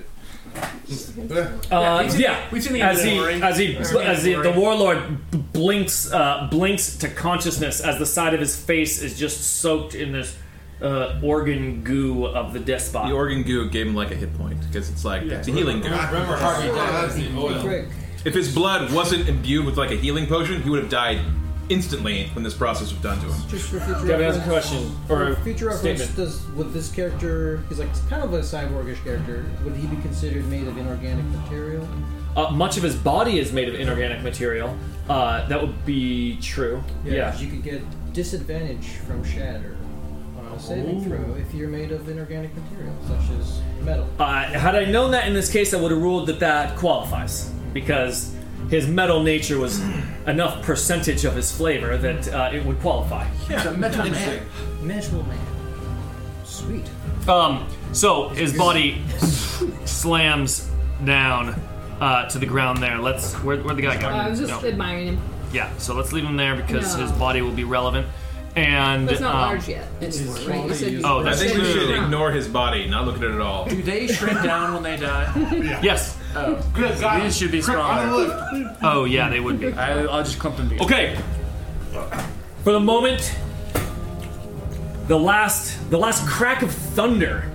Speaker 2: Uh, yeah,
Speaker 6: we've seen the
Speaker 2: as he
Speaker 6: Mandalorian.
Speaker 2: as he
Speaker 6: We've seen the
Speaker 2: as he, the
Speaker 6: Mandalorian.
Speaker 2: warlord b- blinks uh, blinks to consciousness as the side of his face is just soaked in this uh, organ goo of the despot.
Speaker 1: The organ goo gave him like a hit point because it's like it's a healing goo.
Speaker 12: Remember Harvey Dent was the oil.
Speaker 4: Frick.
Speaker 1: If his blood wasn't imbued with like a healing potion, he would have died instantly when this process was done to him.
Speaker 4: Just for future
Speaker 2: Gavin
Speaker 4: reference.
Speaker 2: has a question
Speaker 4: For
Speaker 2: or
Speaker 4: future reference,
Speaker 2: statement.
Speaker 4: does would this character? He's like kind of a cyborgish character. Would he be considered made of inorganic material?
Speaker 2: Uh, much of his body is made of inorganic material. Uh, that would be true. Yeah.
Speaker 4: 'cause You could get disadvantage from shatter on a saving throw if you're made of inorganic material, such as metal.
Speaker 2: Uh, had I known that in this case, I would have ruled that that qualifies because his metal nature was enough percentage of his flavor that uh, it would qualify.
Speaker 6: It's a metal man.
Speaker 4: Metal man. Sweet.
Speaker 2: Um, so his body slams down uh, to the ground there. Let's where where the guy go?
Speaker 3: Uh, I was just
Speaker 2: No.
Speaker 3: admiring him.
Speaker 2: Yeah, so let's leave him there because
Speaker 3: No.
Speaker 2: his body will be relevant. And
Speaker 3: But it's not
Speaker 2: um,
Speaker 3: large yet. anymore, right? You said you-
Speaker 2: Oh,
Speaker 1: I
Speaker 2: that's
Speaker 1: think
Speaker 2: true.
Speaker 1: we should ignore his body, not look at it at all.
Speaker 6: Do they shrink down when they die?
Speaker 2: Yes.
Speaker 12: Good God.
Speaker 6: These should be stronger.
Speaker 2: Oh yeah, they would be.
Speaker 6: I, I'll just clump them together.
Speaker 2: Okay. For the moment, the last the last crack of thunder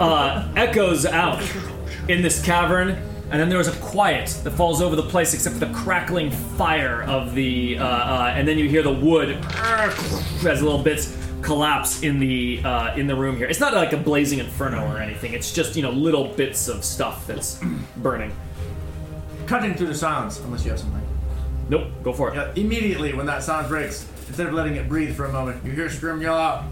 Speaker 2: uh, echoes out in this cavern, and then there is a quiet that falls over the place, except for the crackling fire of the, uh, uh, and then you hear the wood as little bits collapse in the uh, in the room here. It's not like a blazing inferno or anything. It's just you know little bits of stuff that's burning.
Speaker 6: Cutting through the sounds, unless you have something.
Speaker 2: Nope, go for it.
Speaker 6: Yeah, immediately when that sound breaks, instead of letting it breathe for a moment, you hear Scrim yell out,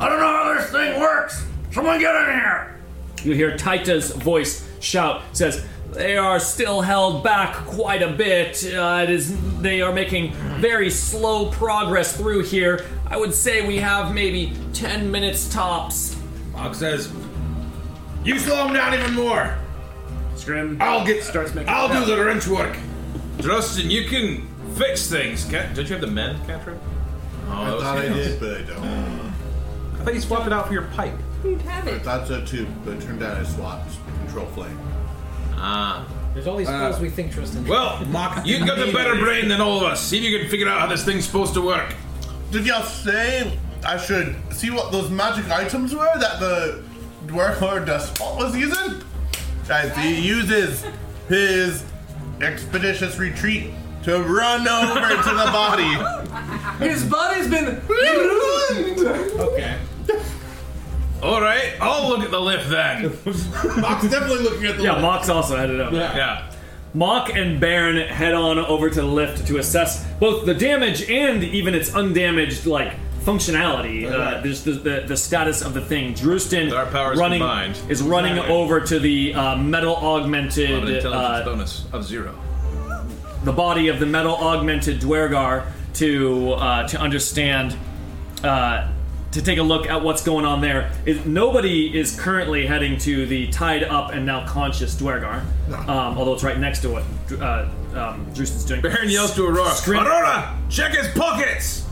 Speaker 6: I don't know how this thing works! Someone get in here!
Speaker 2: You hear Taita's voice shout, says, they are still held back quite a bit. Uh, it is they are making very slow progress through here. I would say we have maybe ten minutes tops.
Speaker 12: Mog says, You slow him down even more.
Speaker 6: Scrim
Speaker 12: I'll get
Speaker 6: starts making
Speaker 12: I'll do the wrench work.
Speaker 1: Justin, you can fix things. Can't, don't you have the mend, Catherine? Oh,
Speaker 5: I
Speaker 1: that was
Speaker 5: thought I
Speaker 1: him.
Speaker 5: did, but I don't.
Speaker 1: I thought you swapped it out for your pipe.
Speaker 3: You'd have
Speaker 5: I
Speaker 3: it.
Speaker 5: thought so too, but it turned out I swapped control flame.
Speaker 1: Ah.
Speaker 4: There's all these
Speaker 2: Uh,
Speaker 4: spells we think Tristan.
Speaker 1: Well,
Speaker 12: Mock
Speaker 1: you've got a better
Speaker 12: immediately.
Speaker 1: brain than all of us. See if you can figure out how this thing's supposed to work.
Speaker 5: Did y'all say I should see what those magic items were that the dwarf lord Despot was using? As he uses his expeditious retreat to run over to the body.
Speaker 6: His body's been
Speaker 12: Okay.
Speaker 1: All right, I'll look at the lift then.
Speaker 5: Mock's definitely looking at the
Speaker 2: Yeah, Mock's also headed up.
Speaker 1: Yeah.
Speaker 2: Mock and Baron head on over to the lift to assess both the damage and even its undamaged like functionality. Uh, there's the, the the status of the thing. Drustin
Speaker 1: Our powers
Speaker 2: running
Speaker 1: combined.
Speaker 2: is running over to the uh, metal
Speaker 1: Have an
Speaker 2: augmented
Speaker 1: intelligence
Speaker 2: uh,
Speaker 1: bonus of zero.
Speaker 2: the body of the metal augmented Dwergar to uh, to understand uh, to take a look at what's going on there. Is, nobody is currently heading to the tied up and now conscious Dwergar, um, although it's right next to what uh, um, Drusen's doing.
Speaker 1: Baron yells to Aurora.
Speaker 2: Scream-
Speaker 1: Aurora, check his pockets.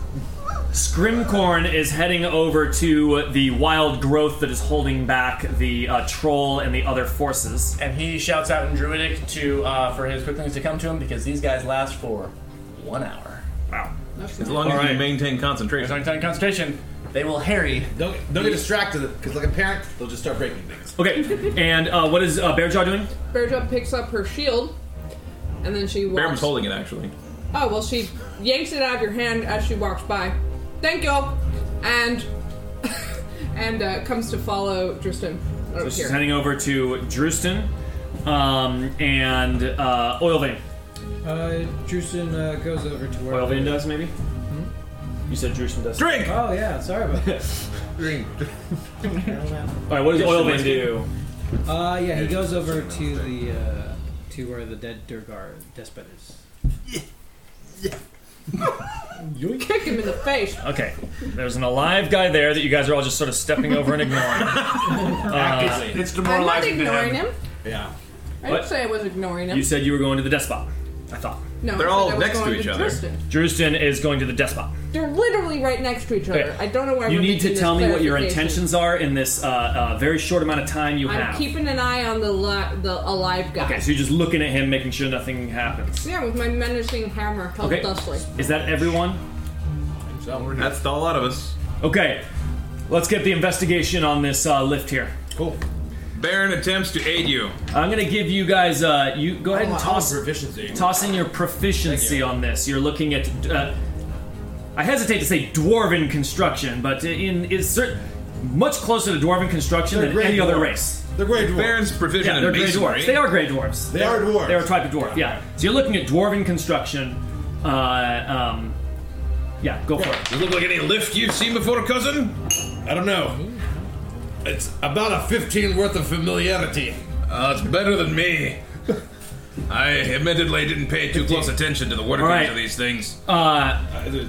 Speaker 2: Scrimcorn is heading over to the wild growth that is holding back the uh, troll and the other forces.
Speaker 6: And he shouts out in Druidic to uh, for his quicklings to come to him because these guys last for one hour.
Speaker 2: Wow.
Speaker 1: As long as you maintain concentration.
Speaker 6: During time concentration, they will harry.
Speaker 12: Don't, don't get distracted because, like a parent, they'll just start breaking things.
Speaker 2: Okay, and uh, what is uh, Bearjaw doing?
Speaker 3: Bearjaw picks up her shield, and then she
Speaker 1: Baron was
Speaker 3: walks.
Speaker 1: holding it actually.
Speaker 3: Oh well, she yanks it out of your hand as she walks by. Thank you, and and uh, comes to follow Tristan.
Speaker 2: So
Speaker 3: over
Speaker 2: she's
Speaker 3: here.
Speaker 2: heading over to Drustin um, and uh, Oilvein.
Speaker 4: Uh, Drusen uh, goes over to where.
Speaker 2: Oilvein does, maybe?
Speaker 3: Mm-hmm.
Speaker 2: You said Drustin does.
Speaker 1: Drink.
Speaker 4: Oh yeah, sorry about that.
Speaker 2: All right, what does Oilvein do?
Speaker 4: Uh, yeah, he goes over to the uh, to where the dead Durgar despot is.
Speaker 3: Kick him in the face.
Speaker 2: Okay, there's an alive guy there that you guys are all just sort of stepping over and ignoring.
Speaker 6: it's, it's
Speaker 3: I'm not
Speaker 6: demoralizing to
Speaker 3: ignoring
Speaker 6: him.
Speaker 3: him.
Speaker 12: Yeah.
Speaker 3: I didn't
Speaker 2: What?
Speaker 3: say I was ignoring him.
Speaker 2: You said you were going to the despot. I thought.
Speaker 3: no,
Speaker 1: They're
Speaker 3: I said
Speaker 1: all
Speaker 3: I was
Speaker 1: next to
Speaker 3: going
Speaker 1: each other.
Speaker 3: Tristan.
Speaker 2: Drustin is going to the despot.
Speaker 3: They're literally right next to each other.
Speaker 2: Okay.
Speaker 3: I don't know why.
Speaker 2: You
Speaker 3: we're
Speaker 2: need to
Speaker 3: making
Speaker 2: tell
Speaker 3: this
Speaker 2: me what your
Speaker 3: clarification.
Speaker 2: intentions are in this uh, uh, very short amount of time you
Speaker 3: I'm
Speaker 2: have.
Speaker 3: keeping an eye on the li- the alive guy.
Speaker 2: okay, so you're just looking at him, making sure nothing happens.
Speaker 3: yeah, with my menacing hammer, held
Speaker 2: Okay.
Speaker 3: thusly.
Speaker 2: Is that everyone?
Speaker 1: That's a lot of us.
Speaker 2: Okay, let's get the investigation on this uh, lift here.
Speaker 1: Baron attempts to aid you.
Speaker 2: I'm gonna give you guys. Uh, you go ahead and
Speaker 12: I'm
Speaker 2: toss
Speaker 12: Oh, proficiency.
Speaker 2: toss in your proficiency on this. You're looking at. Uh, I hesitate to say dwarven construction, but in is certain much closer to dwarven construction
Speaker 12: They're
Speaker 2: than
Speaker 12: great
Speaker 2: any other
Speaker 12: dwarves.
Speaker 2: race.
Speaker 12: They're great dwarves.
Speaker 1: Baron's proficient
Speaker 2: Yeah, they're
Speaker 1: in
Speaker 2: gray
Speaker 1: masonry.
Speaker 2: dwarves. They are gray dwarves.
Speaker 12: They are dwarves.
Speaker 2: They're a type of dwarf. Yeah. So you're looking at dwarven construction. Uh, um, yeah, go for it.
Speaker 1: Does it look like any lift you've seen before, cousin?
Speaker 12: I don't know. It's about a 15 worth of familiarity.
Speaker 1: Uh, it's better than me. I admittedly didn't pay too close attention to the workings
Speaker 2: All right.
Speaker 1: of these things.
Speaker 2: Uh,
Speaker 12: Uh,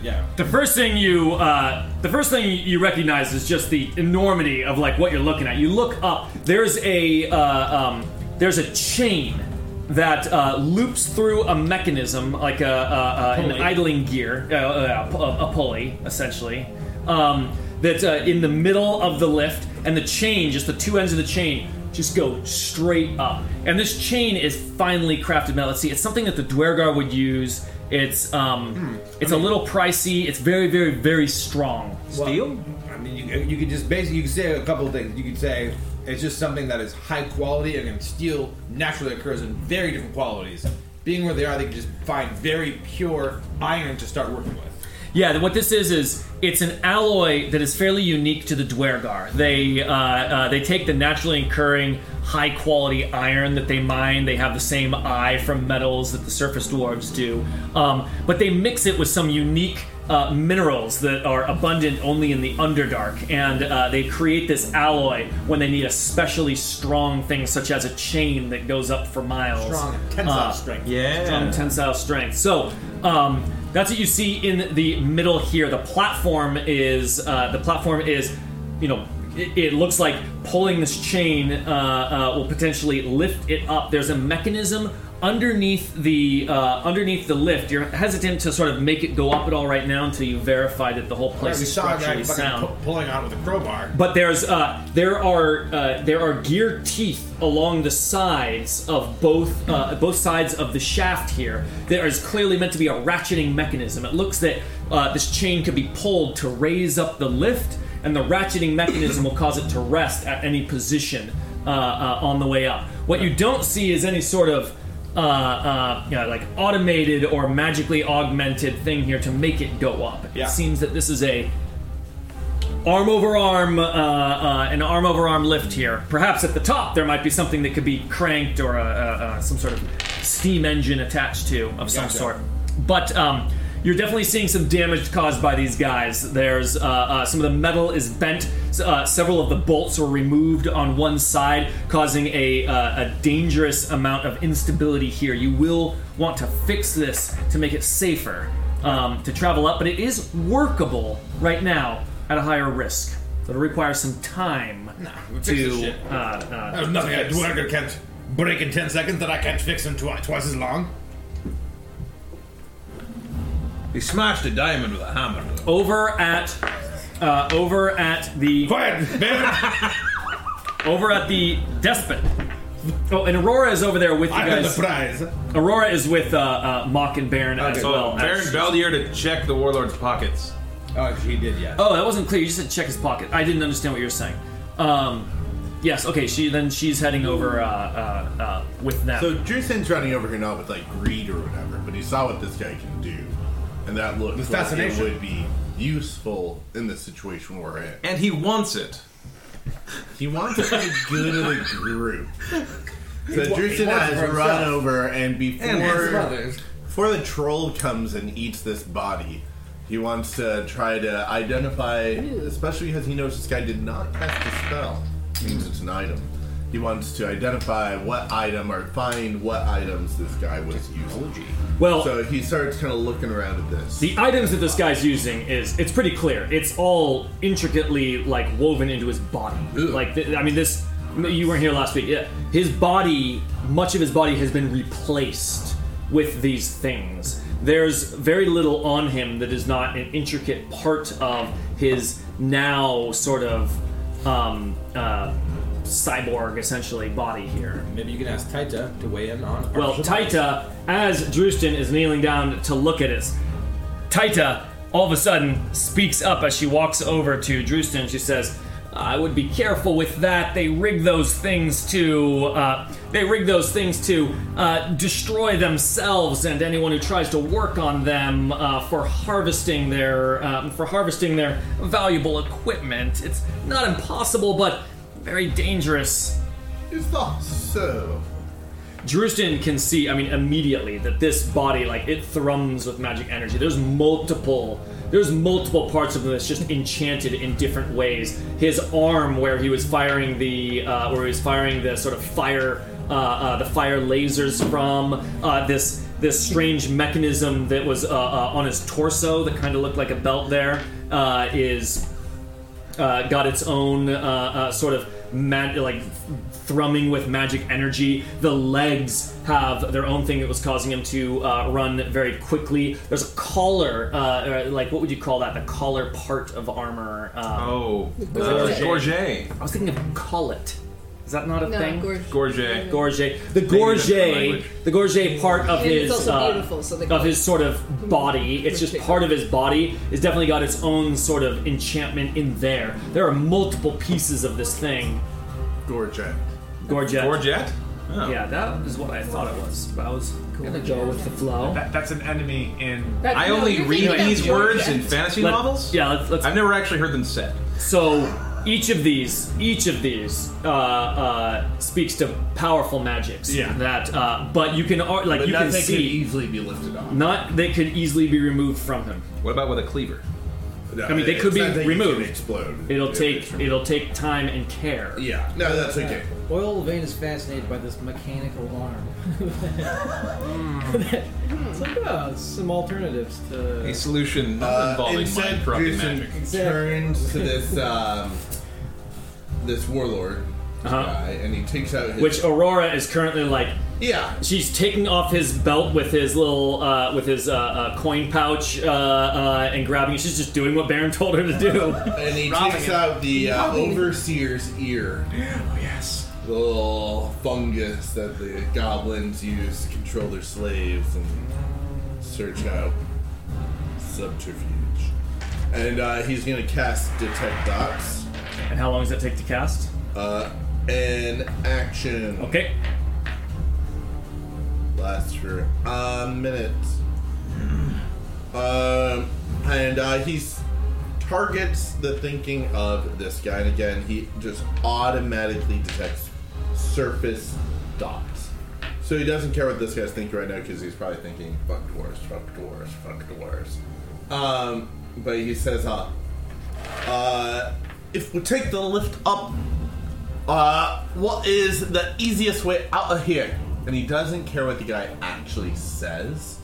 Speaker 12: yeah.
Speaker 2: the first thing you uh, the first thing you recognize is just the enormity of like what you're looking at. You look up. There's a uh, um, there's a chain that uh, loops through a mechanism like a, a, a an idling gear, uh, uh, a, pu- a pulley essentially. Um, that's uh, in the middle of the lift, and the chain, just the two ends of the chain, just go straight up. And this chain is finely crafted metal. Let's see, it's something that the Dwergar would use. It's um, it's a little pricey. It's very, very, very strong.
Speaker 7: Steel?
Speaker 12: I mean, you, you could just basically you could say a couple of things. You could say it's just something that is high quality, and then steel naturally occurs in very different qualities. Being where they are, they can just find very pure iron to start working with.
Speaker 2: Yeah, what this is is it's an alloy that is fairly unique to the Dwergar. They uh, uh, they take the naturally occurring high quality iron that they mine. They have the same eye from metals that the surface dwarves do, um, but they mix it with some unique. Uh, minerals that are abundant only in the Underdark, and uh, they create this alloy when they need especially strong things, such as a chain that goes up for miles.
Speaker 12: Strong tensile
Speaker 2: Uh,
Speaker 12: strength.
Speaker 7: Yeah.
Speaker 2: strong tensile strength. So um, that's what you see in the middle here. The platform is uh, the platform is, you know, it, it looks like pulling this chain uh, uh, will potentially lift it up. There's a mechanism underneath the uh, underneath the lift. You're hesitant to sort of make it go up at all right now until you verify that the whole
Speaker 12: We
Speaker 2: place is
Speaker 12: saw a guy
Speaker 2: structurally
Speaker 12: fucking
Speaker 2: sound.
Speaker 12: pu- pulling out with a crowbar.
Speaker 2: But there's uh, there are uh, there are gear teeth along the sides of both uh, both sides of the shaft here. There is clearly meant to be a ratcheting mechanism. It looks that uh, this chain could be pulled to raise up the lift, and the ratcheting mechanism will cause it to rest at any position uh, uh, on the way up. What you don't see is any sort of uh, uh, you know, like automated or magically augmented thing here to make it go up.
Speaker 12: Yeah.
Speaker 2: It seems that this is a arm over arm, uh, uh, an arm over arm lift here. Perhaps at the top there might be something that could be cranked or uh, uh, uh, some sort of steam engine attached to of some
Speaker 12: Gotcha.
Speaker 2: sort. But um, you're definitely seeing some damage caused by these guys. There's uh, uh, some of the metal is bent. S- Uh, several of the bolts were removed on one side, causing a, uh, a dangerous amount of instability here. You will want to fix this to make it safer um, to travel up, but it is workable right now. at a higher risk. So it'll require some time
Speaker 12: fix this
Speaker 2: to.
Speaker 12: shit.
Speaker 2: Uh, uh,
Speaker 12: There's nothing I do. I can't break in ten seconds that I can't fix in twi- twice as long.
Speaker 7: He smashed a diamond with a hammer.
Speaker 2: over at uh, over at the
Speaker 12: Quiet, man!
Speaker 2: over at the despot. Oh, and Aurora is over there with you
Speaker 12: I got the
Speaker 2: guys.
Speaker 12: prize.
Speaker 2: Aurora is with uh, uh, Mock and Baron as
Speaker 1: So,
Speaker 2: well.
Speaker 1: Baron
Speaker 2: as-
Speaker 1: Valdier to check the warlord's pockets.
Speaker 12: Oh, he did, yeah.
Speaker 2: Oh, that wasn't clear. You just said check his pocket. I didn't understand what you were saying. Um, yes. Okay. She then she's heading over uh, uh, uh, with them.
Speaker 5: So Drewson's running over here not with like greed or whatever, but he saw what this guy can do, and that looked
Speaker 12: With
Speaker 5: like it
Speaker 12: fascination.
Speaker 5: would be useful in the situation we're in.
Speaker 1: And he wants it.
Speaker 5: He wants to be good in the group. So
Speaker 12: wa- he
Speaker 5: Drewson
Speaker 12: wants
Speaker 5: has
Speaker 12: it for
Speaker 5: run
Speaker 12: himself.
Speaker 5: over, and
Speaker 12: his
Speaker 5: before
Speaker 12: brothers.
Speaker 5: before the troll comes and eats this body, he wants to try to identify, especially because he knows this guy did not cast a spell. Means it's an item. He wants to identify what item or find what items this guy was using.
Speaker 2: Well-
Speaker 5: so he starts kind of looking around at this.
Speaker 2: The items that this guy's using is it's pretty clear. It's all intricately like woven into his body. Like th- I mean this you weren't here last week. Yeah. His body, much of his body has been replaced with these things. There's very little on him that is not an intricate part of his now sort of um, uh, cyborg essentially body here.
Speaker 12: Maybe you can ask Taita to weigh in on.
Speaker 2: Well, Taita, as Drustin is kneeling down to look at us, Taita all of a sudden speaks up as she walks over to Drustin. She says, I would be careful with that. They rig those things to uh, they rig those things to uh, destroy themselves and anyone who tries to work on them uh, for harvesting their um, for harvesting their valuable equipment. It's not impossible, but very dangerous.
Speaker 5: it's not so.
Speaker 2: Drustin can see, I mean, immediately that this body, like, it thrums with magic energy. There's multiple, there's multiple parts of him that's just enchanted in different ways. His arm, where he was firing the, uh, where he was firing the sort of fire, uh, uh, the fire lasers from uh, this this strange mechanism that was uh, uh, on his torso that kind of looked like a belt. There uh, is uh, got its own uh, uh, sort of mag- like thrumming with magic energy. The legs have their own thing that was causing him to uh, run very quickly. There's a collar, uh, or, like what would you call that? The collar part of armor. Uh,
Speaker 1: Oh, uh, gorget.
Speaker 2: I was thinking of collet. Is that not a
Speaker 3: No,
Speaker 2: thing?
Speaker 3: gorgeous.
Speaker 1: Gorget.
Speaker 2: Gorget. The
Speaker 1: different
Speaker 2: gorget.
Speaker 1: language.
Speaker 2: The gorget part of
Speaker 3: And it's
Speaker 2: his
Speaker 3: also
Speaker 2: uh,
Speaker 3: beautiful, so Mm-hmm. they call
Speaker 2: of his
Speaker 3: it-
Speaker 2: sort of body. It's just
Speaker 3: Ridiculous.
Speaker 2: part of his body. It's definitely got its own sort of enchantment in there. There are multiple pieces of this thing.
Speaker 5: Gorgeous.
Speaker 2: Gorget.
Speaker 1: Gorget? Oh.
Speaker 2: Yeah, that is what I thought it was. But I was gonna go with the flow.
Speaker 6: That, that's an enemy in.
Speaker 3: That-
Speaker 1: I
Speaker 3: no,
Speaker 1: only
Speaker 3: you're
Speaker 1: read
Speaker 3: thinking
Speaker 1: these
Speaker 3: of
Speaker 1: words in
Speaker 3: Georgia.
Speaker 1: fantasy
Speaker 2: Let-
Speaker 1: novels.
Speaker 2: Yeah, let's, let's
Speaker 1: I've never actually heard them said.
Speaker 2: So each of these, each of these, uh, uh, speaks to powerful magics.
Speaker 6: Yeah.
Speaker 2: That, uh, but you can ar- like
Speaker 5: But
Speaker 2: you can
Speaker 5: nothing could
Speaker 2: see
Speaker 5: easily be lifted off.
Speaker 2: not they could easily be removed from him.
Speaker 1: What about with a cleaver?
Speaker 5: No,
Speaker 2: I mean, they
Speaker 5: it's
Speaker 2: could be
Speaker 5: not that you can
Speaker 2: removed.
Speaker 5: Explode.
Speaker 2: It'll
Speaker 5: If it's
Speaker 2: take
Speaker 5: removed.
Speaker 2: it'll take time and care.
Speaker 5: Yeah. No, that's okay.
Speaker 4: Oil vein is fascinated by this mechanical arm.
Speaker 3: Hmm.
Speaker 4: it's like oh, some alternatives to.
Speaker 1: A solution not
Speaker 5: Uh,
Speaker 1: involving
Speaker 5: instead,
Speaker 1: mind corrupting magic.
Speaker 5: Drewson turns to this um, this warlord
Speaker 2: Uh-huh.
Speaker 5: guy, and he takes out his
Speaker 2: Which Aurora is currently like
Speaker 5: yeah.
Speaker 2: she's taking off his belt with his little uh, with his uh, uh, coin pouch uh, uh, and grabbing. it. She's just doing what Baron told her to do.
Speaker 5: And he takes out the uh, overseer's ear. Oh, yes. The little fungus that the goblins use to control their slaves and search out subterfuge. And uh, he's going to cast Detect Dots.
Speaker 2: and how long does that take to cast?
Speaker 5: Uh, an action
Speaker 2: Okay.
Speaker 5: lasts for a Uh, minute. Um, and uh, he's targets the thinking of this guy, and again, he just automatically detects surface dots. So he doesn't care what this guy's thinking right now because he's probably thinking "fuck dwarves, fuck dwarves, fuck dwarves." Um, but he says, "Uh, uh, if we take the lift up uh, what is the easiest way out of here? And he doesn't care what the guy actually says.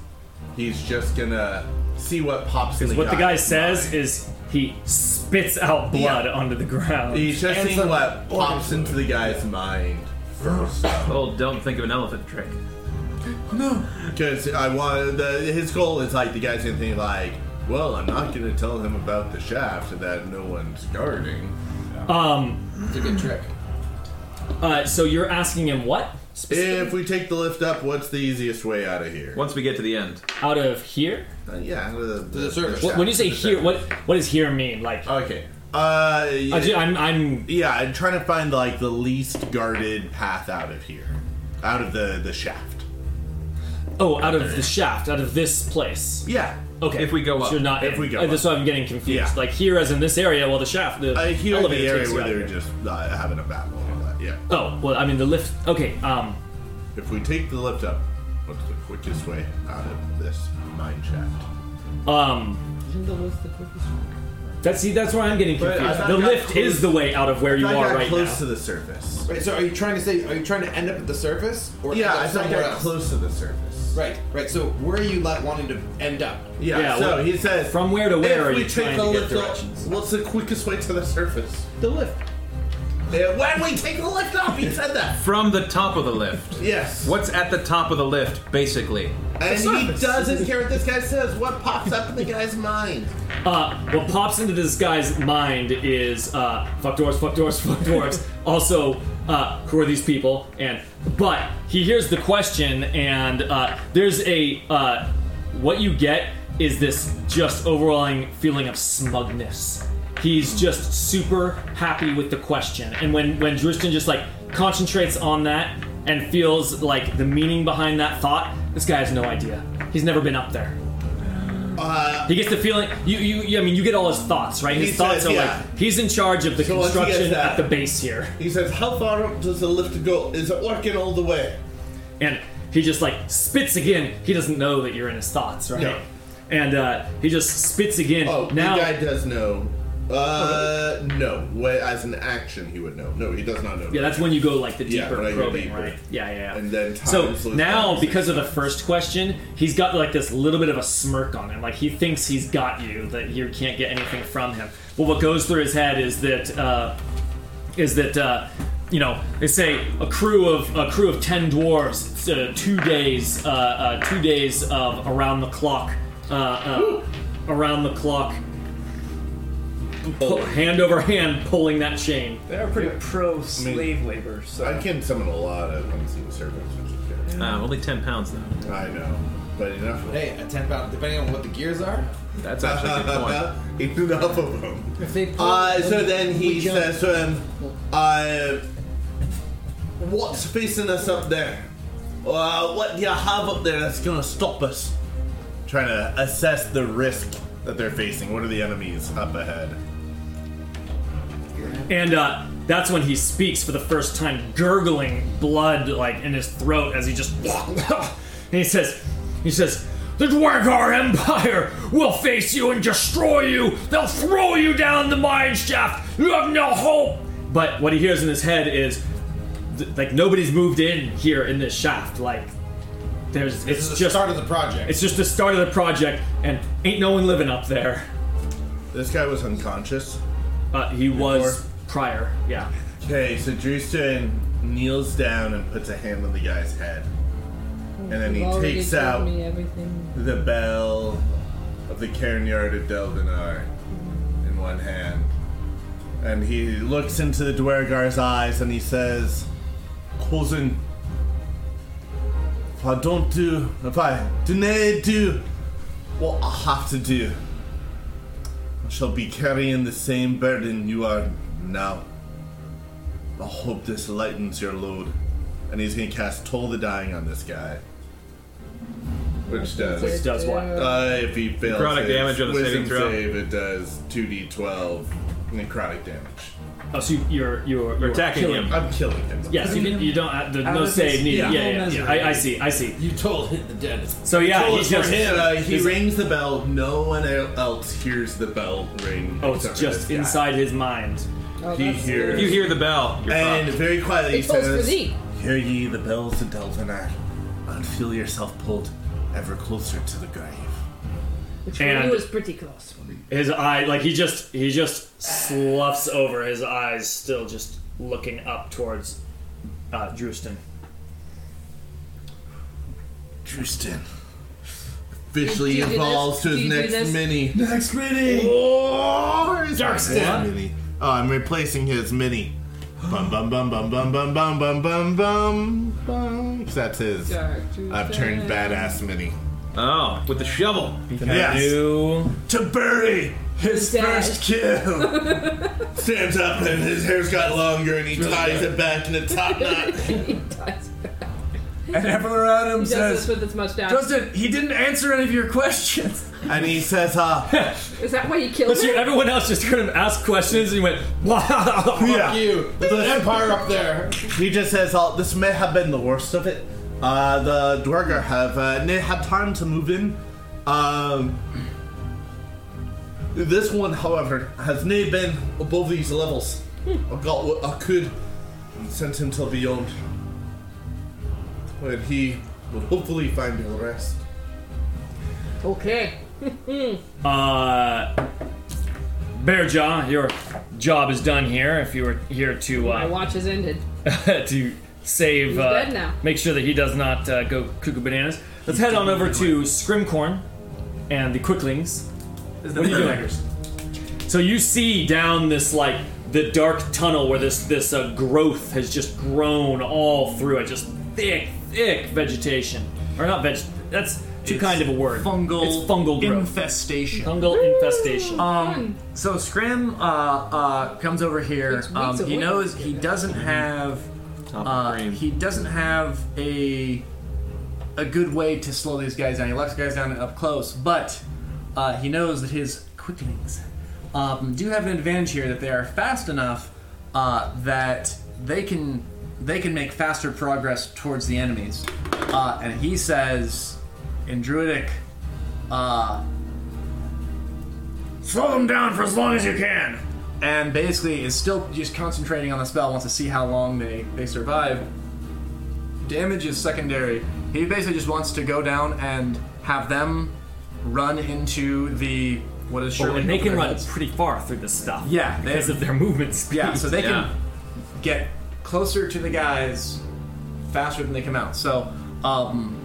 Speaker 5: He's just gonna see what pops in
Speaker 2: Because
Speaker 5: the
Speaker 2: what the guy
Speaker 5: guy's
Speaker 2: says
Speaker 5: mind.
Speaker 2: is he spits out blood onto the ground.
Speaker 5: He's just
Speaker 6: And
Speaker 5: seeing
Speaker 6: some
Speaker 5: what pops into the guy's mind first.
Speaker 1: Oh, don't think of an elephant trick.
Speaker 5: Because I want the, his goal is like the guy's gonna think like, well, I'm not gonna tell him about the shaft that no one's guarding.
Speaker 2: Um,
Speaker 12: It's a good trick.
Speaker 2: uh, so you're asking him what?
Speaker 5: If we take the lift up, what's the easiest way out of here?
Speaker 1: Once we get to the end,
Speaker 2: Out of here?
Speaker 5: Uh, yeah, the, the, the
Speaker 12: surface.
Speaker 5: shaft,
Speaker 2: When you say
Speaker 5: the
Speaker 2: here,
Speaker 5: surface.
Speaker 2: what what does here mean? Like,
Speaker 5: Okay. Uh,
Speaker 2: I ju- I'm, I'm
Speaker 5: yeah, I'm trying to find like the least guarded path out of here, out of the the shaft.
Speaker 2: oh, out of the shaft, out of this place.
Speaker 5: Yeah.
Speaker 2: Okay.
Speaker 1: If we go up.
Speaker 2: So you're not. uh,
Speaker 5: If we go
Speaker 2: That's
Speaker 5: up.
Speaker 2: why I'm getting confused.
Speaker 5: Yeah.
Speaker 2: Like here, as in this area, well, the shaft, the
Speaker 5: I hear
Speaker 2: elevator
Speaker 5: Uh, the
Speaker 2: takes
Speaker 5: area
Speaker 2: you
Speaker 5: where
Speaker 2: out
Speaker 5: they're
Speaker 2: here.
Speaker 5: just uh, having a battle and all that. Yeah.
Speaker 2: Oh well, I mean the lift. Okay. Um.
Speaker 5: If we take the lift up, what's the quickest way out of this mine shaft?
Speaker 2: Um.
Speaker 4: Isn't the list the quickest?
Speaker 2: That's see. That's where I'm getting
Speaker 5: But I
Speaker 2: confused.
Speaker 5: thought
Speaker 2: The
Speaker 5: I got
Speaker 2: lift is
Speaker 5: close-
Speaker 2: the way out of where you
Speaker 5: I got
Speaker 2: are right
Speaker 5: close
Speaker 2: now.
Speaker 5: to the surface.
Speaker 12: Right, so are you trying to say, are you trying to end up at the surface? Or
Speaker 5: Yeah,
Speaker 12: end up
Speaker 5: I thought I
Speaker 12: somewhere
Speaker 5: got
Speaker 12: else?
Speaker 5: close to the surface.
Speaker 12: Right, right. So where are you like wanting to end up?
Speaker 5: Yeah.
Speaker 2: Yeah,
Speaker 5: so
Speaker 2: well,
Speaker 5: he says,
Speaker 2: from where to where
Speaker 5: if
Speaker 2: are
Speaker 5: we
Speaker 2: you
Speaker 5: take
Speaker 2: trying
Speaker 5: the
Speaker 2: to get
Speaker 5: lift up,
Speaker 2: directions?
Speaker 5: What's the quickest way to the surface?
Speaker 4: The lift.
Speaker 5: Yeah, when we take the lift up, he said that.
Speaker 1: from the top of the lift.
Speaker 5: Yes.
Speaker 1: What's at the top of the lift, basically?
Speaker 5: And he
Speaker 4: surface.
Speaker 5: doesn't care what this guy says. What pops up in the guy's mind?
Speaker 2: Uh, what pops into this guy's mind is uh, fuck dwarves, fuck dwarves, fuck dwarves. also, uh, who are these people? And but he hears the question, and uh, there's a uh, what you get is this just overwhelming feeling of smugness. He's just super happy with the question, and when when Drushton just like concentrates on that and feels like the meaning behind that thought, this guy has no idea. He's never been up there.
Speaker 5: Uh,
Speaker 2: He gets the feeling you, you you I mean you get all his thoughts right. His
Speaker 5: He
Speaker 2: thoughts
Speaker 5: says,
Speaker 2: are
Speaker 5: yeah.
Speaker 2: like he's in charge of the
Speaker 5: So once he gets
Speaker 2: construction
Speaker 5: that-
Speaker 2: at the base here,
Speaker 5: he says, "How far up does the lift go? Is it working all the way?"
Speaker 2: and he just like spits again. He doesn't know that you're in his thoughts, right?
Speaker 5: No.
Speaker 2: And uh, he just spits again.
Speaker 5: Oh,
Speaker 2: now
Speaker 5: the guy does know. Uh, no. Wait, as an action, he would know. No, he does not know.
Speaker 2: yeah, that's when you go like the
Speaker 5: Yeah,
Speaker 2: deeper
Speaker 5: when I go
Speaker 2: probing,
Speaker 5: deeper.
Speaker 2: right? Yeah, yeah. yeah.
Speaker 5: And then time
Speaker 2: so
Speaker 5: slows
Speaker 2: now
Speaker 5: down.
Speaker 2: because of the first question, he's got like this little bit of a smirk on him, like he thinks he's got you, that you can't get anything from him. But what goes through his head is that. Uh, is that uh, you know they say a crew of a crew of ten dwarves, uh, two days, uh, uh, two days of around the clock, uh, uh, around the clock, pu- hand over hand pulling that chain.
Speaker 6: They are pretty pro slave labor, so.
Speaker 5: I can summon a lot of unseen servants, which is good.
Speaker 1: Um, only 10 pounds, though.
Speaker 5: I know, but enough. Of
Speaker 12: Hey, a 10 pound, depending on what the gears are.
Speaker 1: That's actually a good point.
Speaker 5: enough of them.
Speaker 4: If they pull,
Speaker 5: Uh, so
Speaker 4: we-
Speaker 5: then
Speaker 4: we
Speaker 5: he
Speaker 4: jump.
Speaker 5: says to him, uh, What's facing us up there? Uh, what do you have up there that's gonna stop us? Trying to assess the risk that they're facing. What are the enemies up ahead?
Speaker 2: And uh, that's when he speaks for the first time, gurgling blood like in his throat as he just. and he says, he says, the Dwargar Empire will face you and destroy you. They'll throw you down the mine shaft. You have no hope. But what he hears in his head is, th- like nobody's moved in here in this shaft. Like there's,
Speaker 12: This
Speaker 2: it's
Speaker 12: is the
Speaker 2: just,
Speaker 12: start of the project.
Speaker 2: it's just the start of the project, and ain't no one living up there.
Speaker 5: This guy was unconscious.
Speaker 2: Uh, he was
Speaker 5: Before.
Speaker 2: prior, yeah.
Speaker 5: Okay, so Drewston kneels down and puts a hand on the guy's head. And then he
Speaker 3: You've already
Speaker 5: takes
Speaker 3: told
Speaker 5: out
Speaker 3: me everything.
Speaker 5: the bell of the Cairnyard of Delvinar in one hand. And he looks into the Dwergar's eyes and he says, Cousin, if I don't do, if I do not do what I have to do, I shall be carrying the same burden you are now. I hope this lightens your load. And he's going to cast Toll the Dying on this guy. Which does.
Speaker 2: Which does what?
Speaker 5: Uh, if he fails
Speaker 1: Necrotic
Speaker 5: his
Speaker 1: damage on the
Speaker 5: wisdom
Speaker 1: saving throw.
Speaker 5: save, it does 2d12 necrotic damage.
Speaker 2: Oh, so you- you're you're, you're
Speaker 1: attacking
Speaker 2: killing.
Speaker 1: him.
Speaker 5: I'm killing him.
Speaker 2: Yes, you, you don't. Uh, the,
Speaker 6: Out
Speaker 2: no
Speaker 6: of
Speaker 2: save
Speaker 6: his-
Speaker 2: needed. Yeah, yeah,
Speaker 5: yeah.
Speaker 2: yeah. I, I see. I see.
Speaker 12: You told hit the dead.
Speaker 2: So yeah,
Speaker 5: Oh,
Speaker 2: he
Speaker 5: for
Speaker 2: just.
Speaker 5: him, uh, he rings the bell. No one el- else hears the bell ring.
Speaker 2: Oh, it's
Speaker 5: except for
Speaker 2: just
Speaker 5: this guy.
Speaker 2: inside his mind.
Speaker 3: Oh,
Speaker 5: He
Speaker 3: that's-
Speaker 5: hears.
Speaker 1: If you hear the bell, you're
Speaker 5: and
Speaker 1: fucked.
Speaker 5: very quietly he
Speaker 3: It tolls for
Speaker 5: says,
Speaker 3: thee.
Speaker 5: "Hear ye the bells of Delvenar, and feel yourself pulled ever closer to the grave.
Speaker 3: Which
Speaker 2: And-
Speaker 3: for you is pretty close.
Speaker 2: His eye, like he just he just sloughs over. His eyes still just looking up towards uh, Drewston.
Speaker 5: Tristan. Officially
Speaker 3: Do you do
Speaker 5: evolves
Speaker 3: this? Do
Speaker 5: to his
Speaker 3: you do
Speaker 5: next
Speaker 3: this?
Speaker 5: mini. Next mini! Oh, it's my mini. Oh, I'm replacing his mini. Bum bum bum bum bum bum bum bum bum bum bum. That's his. I've turned badass mini.
Speaker 1: Oh, with the shovel.
Speaker 5: Yes.
Speaker 11: Do
Speaker 5: to bury his
Speaker 3: Dead.
Speaker 5: first kill. Stands up and his hair's got longer and he ties it back in a top knot.
Speaker 3: he does.
Speaker 6: And Evelyn Adam
Speaker 3: He does this with his mustache.
Speaker 6: Justin, he didn't answer any of your questions.
Speaker 5: And he says, "Ah, uh,
Speaker 3: Is that why you killed
Speaker 2: So
Speaker 3: him?
Speaker 2: everyone else just kind of asked questions, and he went, "Wow."
Speaker 5: yeah,
Speaker 12: you.
Speaker 5: There's an empire up there." He just says, "Oh, this may have been the worst of it. Uh, the Dwarger have uh, they had time to move in. Um, this one, however, has nay been above these levels. I got what I could and sent him to beyond, where he would hopefully find a rest."
Speaker 3: Okay.
Speaker 2: Uh, Bearjaw, your job is done here. If you were here to
Speaker 3: My
Speaker 2: uh,
Speaker 3: watch is ended.
Speaker 2: to save, uh,
Speaker 3: dead now.
Speaker 2: make sure that he does not uh, go cuckoo bananas. Let's head on over to Scrimcorn and the Quicklings.
Speaker 6: What are you doing?
Speaker 2: So you see down this like the dark tunnel where this this uh, growth has just grown all through it, just thick, thick vegetation, or not veg. That's too kind of a word.
Speaker 6: Fungal,
Speaker 2: It's fungal growth.
Speaker 6: infestation.
Speaker 2: fungal infestation.
Speaker 6: Um, so Scrim uh, uh, comes over here.
Speaker 3: It's weeks
Speaker 6: Um,
Speaker 3: away.
Speaker 6: he knows he doesn't
Speaker 2: Mm-hmm.
Speaker 6: have uh, he doesn't have a a good way to slow these guys down. He locks guys down up close, but uh, he knows that his quicklings um, do have an advantage here that they are fast enough uh, that they can they can make faster progress towards the enemies. Uh, and he says in Druidic. Uh, slow them down for as long as you can. And basically, is still just concentrating on the spell, wants to see how long they, they survive. Damage is secondary. He basically just wants to go down and have them run into the. What is
Speaker 2: Oh,
Speaker 6: Sherman?
Speaker 2: and they can
Speaker 6: over their
Speaker 2: run
Speaker 6: heads.
Speaker 2: pretty far through this stuff.
Speaker 6: Yeah, they-
Speaker 2: because of their movement speed.
Speaker 6: Yeah, so they
Speaker 1: Yeah.
Speaker 6: can get closer to the guys faster than they come out. So, um,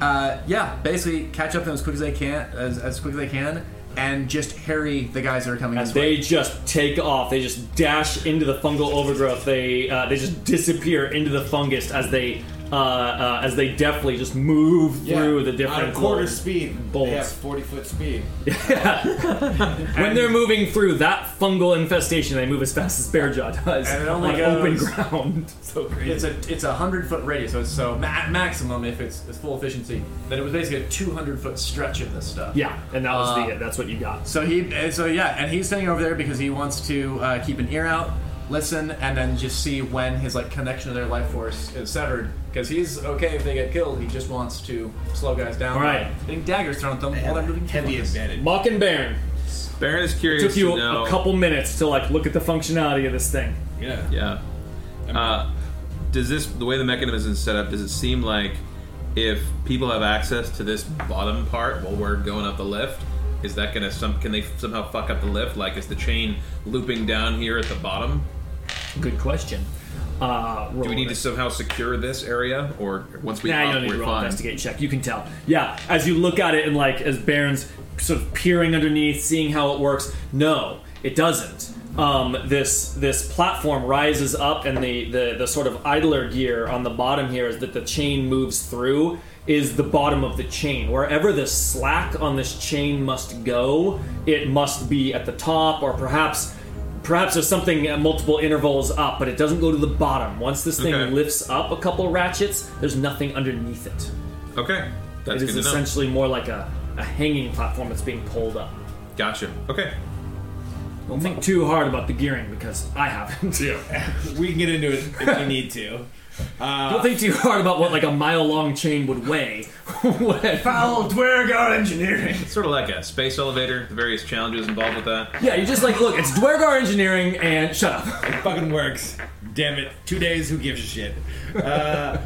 Speaker 6: uh, yeah, basically catch up to them as quick as they can, as, as quick as they can, and just harry the guys that are coming.
Speaker 2: And
Speaker 6: this way.
Speaker 2: they just take off. They just dash into the fungal overgrowth. They uh, they just disappear into the fungus as they uh, uh, as they deftly just move through the different
Speaker 12: on quarter
Speaker 2: little-
Speaker 12: speed.
Speaker 2: bolts.
Speaker 12: They have forty foot speed.
Speaker 2: When they're moving through that fungal infestation, they move as fast as Bearjaw does
Speaker 6: And it only
Speaker 2: on
Speaker 6: goes-
Speaker 2: open ground. so crazy.
Speaker 6: It's a it's a hundred foot radius, so it's so ma- maximum if it's, it's full efficiency. Then it was basically a two hundred foot stretch of this stuff.
Speaker 2: yeah, and that was
Speaker 6: Uh,
Speaker 2: the that's what you got.
Speaker 6: So he and so yeah, and he's standing over there because he wants to uh, keep an ear out, listen, and then just see when his like connection to their life force is severed. Because he's okay if they get killed. He just wants to slow guys down.
Speaker 2: All right.
Speaker 6: Getting daggers thrown at them while they're moving.
Speaker 12: Heavy
Speaker 6: forward.
Speaker 12: advantage.
Speaker 2: Mock and Baron.
Speaker 1: Baron is curious.
Speaker 2: Took you
Speaker 1: to
Speaker 2: a,
Speaker 1: know-
Speaker 2: a couple minutes to like look at the functionality of this thing.
Speaker 12: Yeah.
Speaker 1: Yeah. Uh, does this the way the mechanism is set up? Does it seem like if people have access to this bottom part while we're going up the lift, is that gonna some? Can they somehow fuck up the lift? Like, is the chain looping down here at the bottom?
Speaker 2: Good question. Uh,
Speaker 1: Do we need to somehow secure this area, or once we
Speaker 2: Nah, you
Speaker 1: up,
Speaker 2: don't need to
Speaker 1: we're
Speaker 2: roll an
Speaker 1: fine?
Speaker 2: investigate check. You can tell. Yeah, as you look at it and like as Baron's sort of peering underneath, seeing how it works. No, it doesn't. Um, this this platform rises up, and the, the the sort of idler gear on the bottom here is that the chain moves through. Is the bottom of the chain wherever the slack on this chain must go? It must be at the top, or perhaps perhaps there's something at multiple intervals up, but it doesn't go to the bottom. Once this thing
Speaker 1: Okay.
Speaker 2: lifts up a couple ratchets, there's nothing underneath it.
Speaker 1: Okay, that's
Speaker 2: It is
Speaker 1: good to know.
Speaker 2: essentially more like a, a hanging platform that's being pulled up.
Speaker 1: Gotcha. Okay.
Speaker 2: Don't think too hard about the gearing because I haven't. Yeah.
Speaker 12: We can get into it if we need to.
Speaker 2: Don't think too hard about what like a mile long chain would weigh. What-
Speaker 6: Foul Dwergar engineering.
Speaker 1: It's sort of like a space elevator. The various challenges involved with that.
Speaker 2: yeah, you're just like, look, it's Dwergar Engineering and shut up.
Speaker 12: It fucking works. Damn it. Two days, who gives a shit? Uh,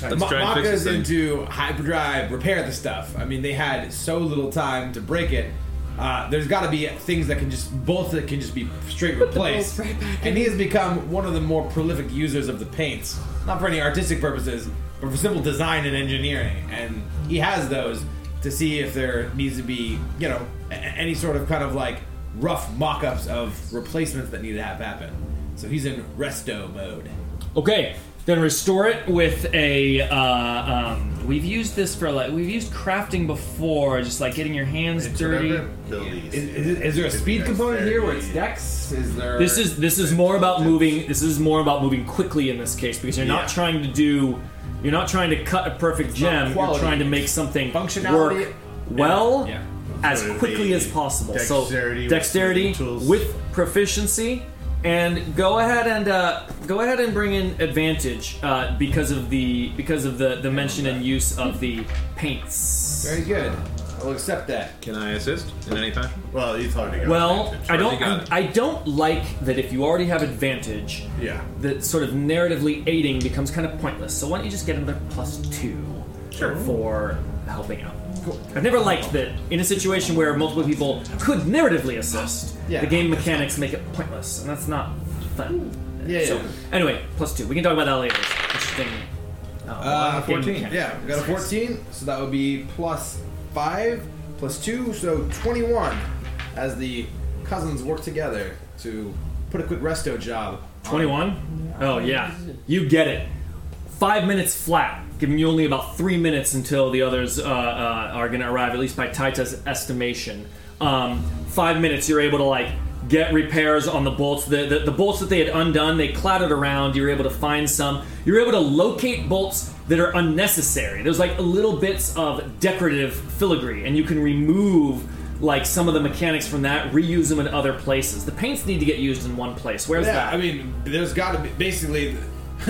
Speaker 12: The
Speaker 1: Let's try and fix this
Speaker 12: Maka's
Speaker 1: thing.
Speaker 12: into hyperdrive, repair the stuff. I mean, they had so little time to break it. Uh, there's got to be things that can just both that can just be straight replaced.
Speaker 3: bolts right back
Speaker 12: and he has become one of the more prolific users of the paints, not for any artistic purposes, but for simple design and engineering. And he has those to see if there needs to be, you know, a- any sort of kind of like rough mock-ups of replacements that need to have happen. So he's in resto mode.
Speaker 2: Okay, then restore it with a. Uh, um, we've used this for like we've used crafting before, just like getting your hands dirty.
Speaker 12: Is, is, is there a speed component here where it's
Speaker 5: deck?
Speaker 12: dex? Is there?
Speaker 2: This is this is more about moving. This is more about moving quickly in this case because you're
Speaker 5: Yeah.
Speaker 2: not trying to do. You're not trying to cut a perfect
Speaker 12: not
Speaker 2: gem. You're
Speaker 12: quality,
Speaker 2: trying to make something
Speaker 12: functionality.
Speaker 2: work well
Speaker 12: Yeah.
Speaker 2: as
Speaker 5: So it'd
Speaker 2: quickly
Speaker 5: be
Speaker 2: as possible.
Speaker 5: dexterity
Speaker 2: so
Speaker 5: with
Speaker 2: dexterity
Speaker 5: tools.
Speaker 2: with proficiency, and go ahead and uh, go ahead and bring in advantage uh, because of the because of the the mention and use of the paints.
Speaker 12: Very good. I'll accept that.
Speaker 1: Can I assist in any fashion?
Speaker 5: Well, he's already got
Speaker 2: Well,
Speaker 5: advantage.
Speaker 2: I
Speaker 1: already
Speaker 2: don't.
Speaker 1: got
Speaker 2: I,
Speaker 1: it.
Speaker 2: I don't like that if you already have advantage,
Speaker 5: Yeah.
Speaker 2: that sort of narratively aiding becomes kind of pointless. So why don't you just get another plus two for helping out? I've never liked that in a situation where multiple people could narratively assist,
Speaker 12: Yeah.
Speaker 2: the game mechanics make it pointless, and that's not fun.
Speaker 12: Yeah,
Speaker 2: so,
Speaker 12: yeah.
Speaker 2: anyway, plus two. We can talk about that later. It's interesting. Uh,
Speaker 12: Uh,
Speaker 2: game
Speaker 12: 14.
Speaker 2: mechanic.
Speaker 12: Yeah, we got a 14, so that would be plus 5, plus 2, so 21 as the cousins work together to put a quick resto job.
Speaker 2: 21? Oh, yeah. You get it. Five minutes flat, giving you only about three minutes until the others uh, uh, are going to arrive, at least by Taita's estimation. Um, five minutes, you're able to, like, get repairs on the bolts. The, the, the bolts that they had undone, they clattered around. You were able to find some. You were able to locate bolts that are unnecessary. There's, like, little bits of decorative filigree, and you can remove like some of the mechanics from that reuse them in other places the paints need to get used in one place where's
Speaker 12: Yeah,
Speaker 2: that
Speaker 12: I mean, there's got to be basically.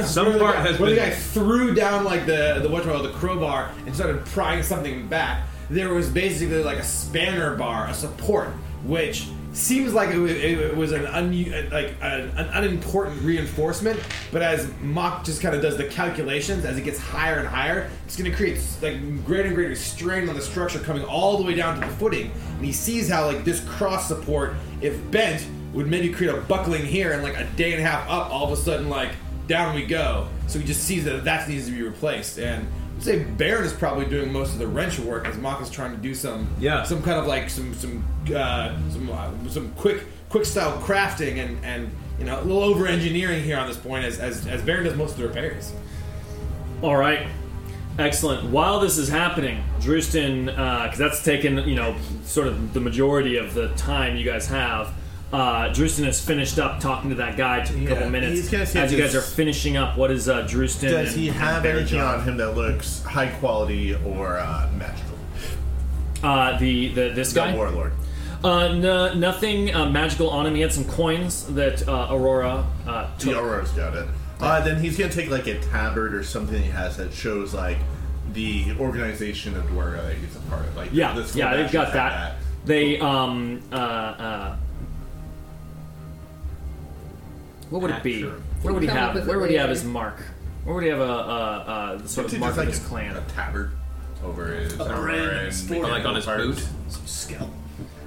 Speaker 1: Some
Speaker 12: where the
Speaker 1: part
Speaker 12: guy-
Speaker 1: has
Speaker 12: where the
Speaker 1: been-
Speaker 12: guy threw down like the the whatchamacallit, the crowbar and started prying something back. There was basically like a spanner bar, a support, which seems like it was, it was an un, like an, an unimportant reinforcement. But as Mach just kind of does the calculations, as it gets higher and higher, it's going to create like greater and greater strain on the structure, coming all the way down to the footing. And he sees how like this cross support, if bent, would maybe create a buckling here, and like a day and a half up, all of a sudden like down we go. So he just sees that that needs to be replaced. And I'd say Baron is probably doing most of the wrench work as Mach is trying to do some
Speaker 1: Yeah.
Speaker 12: some kind of like some some uh, some uh, some quick quick style crafting and and you know a little over engineering here on this point as as, as Baron does most of the repairs.
Speaker 2: All right. Excellent. While this is happening, Drustin, because that's taken, you know, sort of the majority of the time you guys have, uh, Drustin has finished up talking to that guy. Took a couple minutes.
Speaker 5: he's gonna see
Speaker 2: As you
Speaker 5: if
Speaker 2: guys are
Speaker 5: this-
Speaker 2: finishing up, what is uh, Drustin?
Speaker 5: Does
Speaker 2: and-
Speaker 5: he have
Speaker 2: Bear
Speaker 5: anything
Speaker 2: John?
Speaker 5: on him that looks high quality or uh, magical?
Speaker 2: Uh, the, the this
Speaker 5: The
Speaker 2: guy.
Speaker 5: warlord.
Speaker 2: Uh, no, nothing uh, magical on him. He had some coins that uh, Aurora uh, took.
Speaker 5: The Aurora's got it. Uh, then he's gonna take like a tabard or something he has that shows like the organization of Dwarga that he's a part of. Like
Speaker 2: Yeah,
Speaker 5: the school
Speaker 2: yeah, they've
Speaker 5: bashes
Speaker 2: got
Speaker 5: have
Speaker 2: that. They um uh uh. What would it be?
Speaker 5: Sure.
Speaker 2: Where would he
Speaker 3: Come up
Speaker 2: have?
Speaker 3: with
Speaker 2: Where
Speaker 3: it
Speaker 2: would he have
Speaker 3: later.
Speaker 2: his mark? Where would he have a, a, a the sort
Speaker 5: It's
Speaker 2: of
Speaker 5: just
Speaker 2: mark
Speaker 5: like
Speaker 2: of his
Speaker 5: a-
Speaker 2: clan?
Speaker 5: A tabard over his
Speaker 1: random
Speaker 5: Aurora and
Speaker 1: Or like on his boot.
Speaker 5: scalp.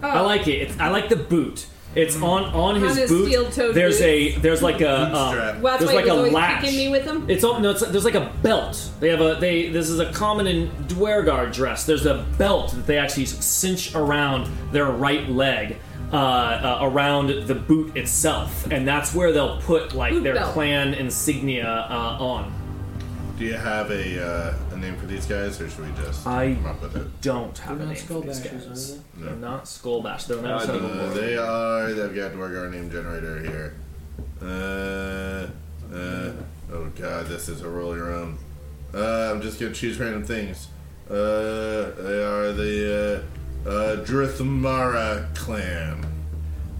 Speaker 2: I like it. It's, I like the boot. It's on on his,
Speaker 3: Oh. Mm-hmm. his
Speaker 2: boot.
Speaker 3: steel-toed
Speaker 2: there's
Speaker 3: boot.
Speaker 2: a there's like a
Speaker 5: Boot
Speaker 2: um,
Speaker 5: strap.
Speaker 3: Well, that's
Speaker 2: there's
Speaker 3: why
Speaker 2: like
Speaker 3: he was
Speaker 2: a
Speaker 3: always
Speaker 2: latch.
Speaker 3: kicking me with them.
Speaker 2: It's all no. It's there's like a belt. They have a they. This is a common in Dwergar dress. There's a belt that they actually cinch around their right leg, uh, uh, around the boot itself, and that's where they'll put like
Speaker 3: Boot
Speaker 2: their
Speaker 3: belt.
Speaker 2: clan insignia uh, on.
Speaker 5: Do you have a uh, a name for these guys, or should we just
Speaker 2: I-
Speaker 5: come up with it?
Speaker 2: Don't have
Speaker 4: They're
Speaker 2: a
Speaker 4: not
Speaker 2: name for these
Speaker 4: skullbashers,
Speaker 2: guys.
Speaker 4: are
Speaker 5: they?
Speaker 2: They're not skullbash. They're
Speaker 1: Uh,
Speaker 2: not. son of a
Speaker 5: Uh,
Speaker 2: lord.
Speaker 5: they are. They've got Dwargar name generator here. Uh, uh, oh god, this is a roll your own. Uh, I'm just gonna choose random things. Uh, they are the uh, uh, Drithmara clan.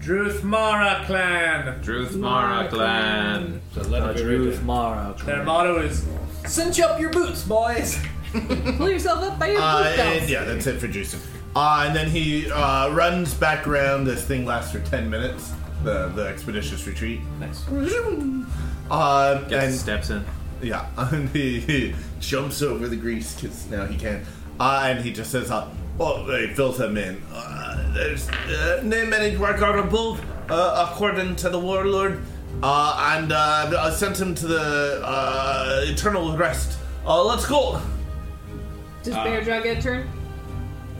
Speaker 6: Druth Mara clan.
Speaker 1: Druth Mara clan.
Speaker 12: So let
Speaker 2: Uh,
Speaker 12: it be
Speaker 2: Druth
Speaker 12: written.
Speaker 2: Mara.
Speaker 6: Their motto is
Speaker 12: cinch up your boots, boys.
Speaker 3: Pull yourself up by your
Speaker 5: Uh,
Speaker 3: boot
Speaker 5: and
Speaker 3: belts.
Speaker 5: yeah, that's it for Jason. Uh, and then he uh, runs back around. This thing lasts for ten minutes. The the expeditious retreat.
Speaker 12: Nice.
Speaker 5: Um,
Speaker 1: Gets
Speaker 5: and
Speaker 1: steps in.
Speaker 5: Yeah, and he jumps over the grease because now he can. Uh, and he just says, uh, "Well, they fills them in. Uh, there's uh, name any regardable uh, according to the warlord, uh, and uh, I sent him to the uh, eternal rest. Uh, let's go."
Speaker 3: Does Bear Jug get a turn?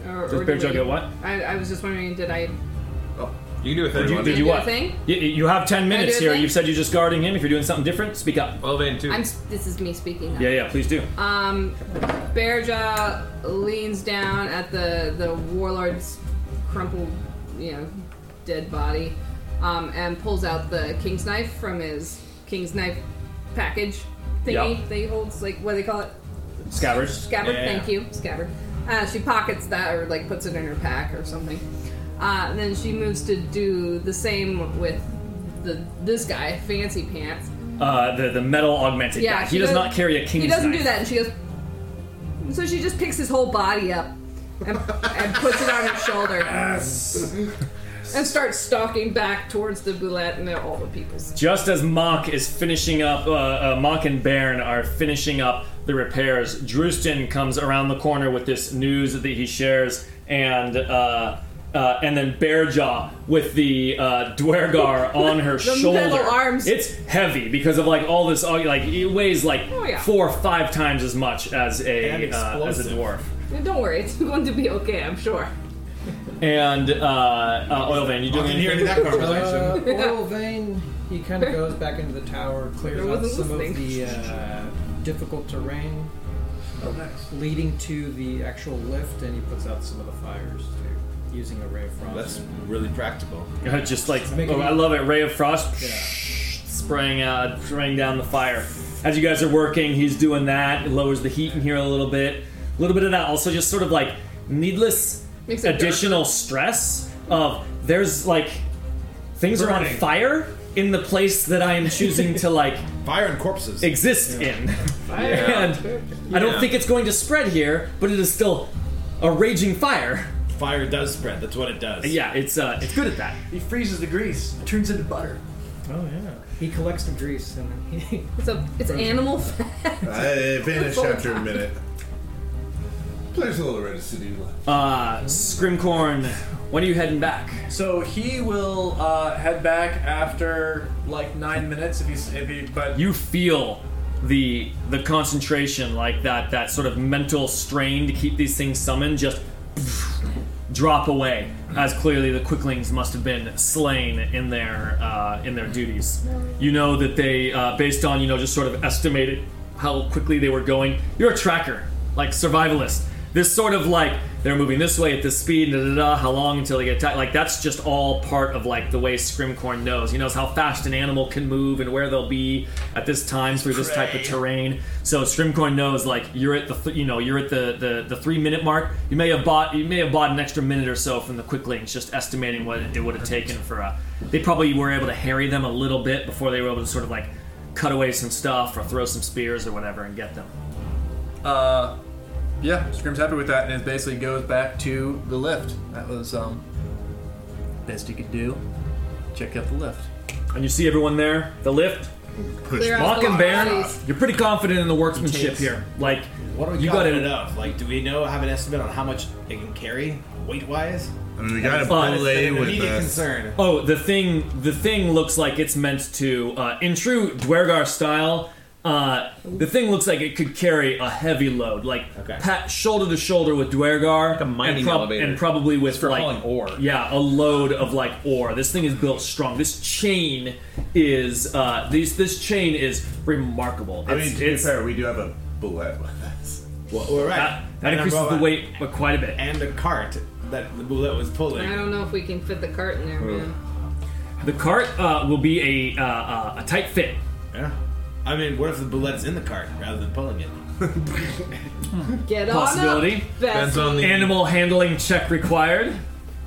Speaker 3: Or,
Speaker 2: Uh. Does
Speaker 3: or
Speaker 2: Bear
Speaker 3: do
Speaker 2: Jug
Speaker 3: we-
Speaker 2: get what?
Speaker 3: I, I was just wondering, did I
Speaker 1: You can do a thing.
Speaker 2: you-
Speaker 1: Well,
Speaker 2: did you
Speaker 3: do a
Speaker 2: what?
Speaker 3: thing?
Speaker 2: You, you have ten minutes
Speaker 3: do a
Speaker 2: here.
Speaker 3: thing?
Speaker 2: You've said you're just guarding him. If you're doing something different, speak up.
Speaker 1: Twelve and two.
Speaker 3: I'm. s- This is me speaking. Now.
Speaker 2: Yeah, yeah, please do.
Speaker 3: Um, Bearjaw leans down at the the warlord's crumpled, you know, dead body, um, and pulls out the king's knife from his king's knife package thingy
Speaker 2: Yeah.
Speaker 3: that he holds. Like what do they call it?
Speaker 2: Scabbards.
Speaker 3: Scabbard.
Speaker 12: Yeah.
Speaker 3: Thank you, scabbard. Uh, she pockets that, or like puts it in her pack or something. Uh, and then she moves to do the same with the this guy, fancy pants.
Speaker 2: Uh, the the metal augmented
Speaker 3: Yeah,
Speaker 2: guy.
Speaker 3: she
Speaker 2: He does
Speaker 3: goes-
Speaker 2: not carry a king's
Speaker 3: He doesn't
Speaker 2: knife.
Speaker 3: do that, and she goes. So she just picks his whole body up and, and puts it on her shoulder and starts stalking back towards the boulette and all the people's.
Speaker 2: Just as Mock is finishing up, uh, uh, Mock and Baron are finishing up the repairs, Drustin comes around the corner with this news that he shares, and uh, uh, and then Bearjaw with the uh, Dwergar on her
Speaker 3: The
Speaker 2: shoulder.
Speaker 3: metal arms.
Speaker 2: It's heavy because of like all this, all- like it weighs like
Speaker 3: Oh, yeah.
Speaker 2: four or five times as much as a
Speaker 4: And
Speaker 2: uh, as a
Speaker 4: explosive.
Speaker 2: dwarf.
Speaker 3: And Don't worry, it's going to be okay, I'm sure.
Speaker 2: And uh, uh, Oil Vein, you doing
Speaker 12: Didn't
Speaker 2: anything?
Speaker 12: hear any of that
Speaker 4: Uh,
Speaker 12: conversation.
Speaker 4: oil vein. He kind of goes back into the tower, clears
Speaker 3: I
Speaker 4: out
Speaker 3: wasn't
Speaker 4: some
Speaker 3: listening.
Speaker 4: of the uh, difficult terrain
Speaker 6: Oh,
Speaker 4: leading to the actual lift, and he puts out some of the fires too, using a ray of frost.
Speaker 12: That's really practical.
Speaker 2: Uh, Just like
Speaker 4: Making-
Speaker 2: oh, I love it, ray of frost
Speaker 4: Yeah.
Speaker 2: spraying out, spraying down the fire. As you guys are working, he's doing that. It lowers the heat in here a little bit. A little bit of that also just sort of like needless
Speaker 3: Makes it
Speaker 2: additional stress of there's like things are on
Speaker 12: Burning.
Speaker 2: fire in the place that I am choosing to like
Speaker 12: Fire and corpses.
Speaker 2: exist in. And I don't
Speaker 1: Yeah.
Speaker 2: think it's going to spread here, but it is still a raging fire.
Speaker 12: Fire does spread. That's what it does.
Speaker 2: Yeah, it's uh, it's good at that.
Speaker 6: He freezes the grease, it turns into butter.
Speaker 4: Oh yeah. He collects the grease and then he
Speaker 3: It's, a, it's animal fat.
Speaker 5: I vanish
Speaker 3: Full
Speaker 5: after a
Speaker 3: time.
Speaker 5: minute. There's a little reticue left.
Speaker 2: Uh, Scrimcorn, when are you heading back?
Speaker 6: So he will uh, head back after like nine minutes if he's if he but
Speaker 2: You feel the the concentration, like that that sort of mental strain to keep these things summoned, just drop away. As clearly the quicklings must have been slain in their uh, in their duties. You know that they, uh, based on you know just sort of estimated how quickly they were going. You're a tracker, like survivalist. This sort of like they're moving this way at this speed, da da da. How long until they get tired? Like that's just all part of like the way Scrimcorn knows. He knows how fast an animal can move and where they'll be at this time through this type of terrain. So Scrimcorn knows like you're at the th- you know you're at the, the the three minute mark. You may have bought you may have bought an extra minute or so from the quicklings, just estimating what it would have taken for a. They probably were able to harry them a little bit before they were able to sort of like cut away some stuff or throw some spears or whatever and get them.
Speaker 6: uh yeah, Scrim's happy with that and it basically goes back to the lift. That was um best he could do. Check out the lift.
Speaker 2: And you see everyone there. The lift,
Speaker 3: Clear out
Speaker 2: Mock
Speaker 3: the
Speaker 2: and Baron,
Speaker 3: bodies.
Speaker 2: you're pretty confident in the workmanship
Speaker 6: takes-
Speaker 2: here. Like,
Speaker 12: What are we
Speaker 2: you got
Speaker 12: confident
Speaker 2: it.
Speaker 12: of? Like, do we know have an estimate on how much it can carry weight wise?
Speaker 5: I mean, we got a
Speaker 2: fine.
Speaker 5: belay
Speaker 12: an
Speaker 5: with
Speaker 12: immediate
Speaker 5: us.
Speaker 12: concern.
Speaker 2: Oh, the thing, the thing looks like it's meant to, uh, in true Dwergar style, uh, the thing looks like it could carry a heavy load, like
Speaker 12: Okay.
Speaker 2: pat shoulder to shoulder with Dwergar,
Speaker 1: a mining
Speaker 2: and, prob-
Speaker 1: elevator.
Speaker 2: and probably with
Speaker 1: for
Speaker 2: like
Speaker 1: hauling ore.
Speaker 2: Yeah, a load of like ore. This thing is built strong. This chain is uh, these. This chain is remarkable.
Speaker 5: I mean,
Speaker 2: It's-
Speaker 5: to be
Speaker 2: it's-
Speaker 5: fair, we do have a bullet with us.
Speaker 12: Well, we're right.
Speaker 2: that, that
Speaker 12: And a
Speaker 2: increases the
Speaker 12: robot.
Speaker 2: weight but quite a bit.
Speaker 12: and the cart that the bullet was pulling.
Speaker 3: I don't know if we can fit the cart in there, man.
Speaker 2: The cart uh, will be a, uh, uh, a tight fit.
Speaker 12: Yeah. I mean, what if the bullet's in the cart rather than pulling it?
Speaker 3: Get on up,
Speaker 2: Possibility.
Speaker 1: Depends
Speaker 3: Bessie.
Speaker 1: on the
Speaker 2: Animal handling check required.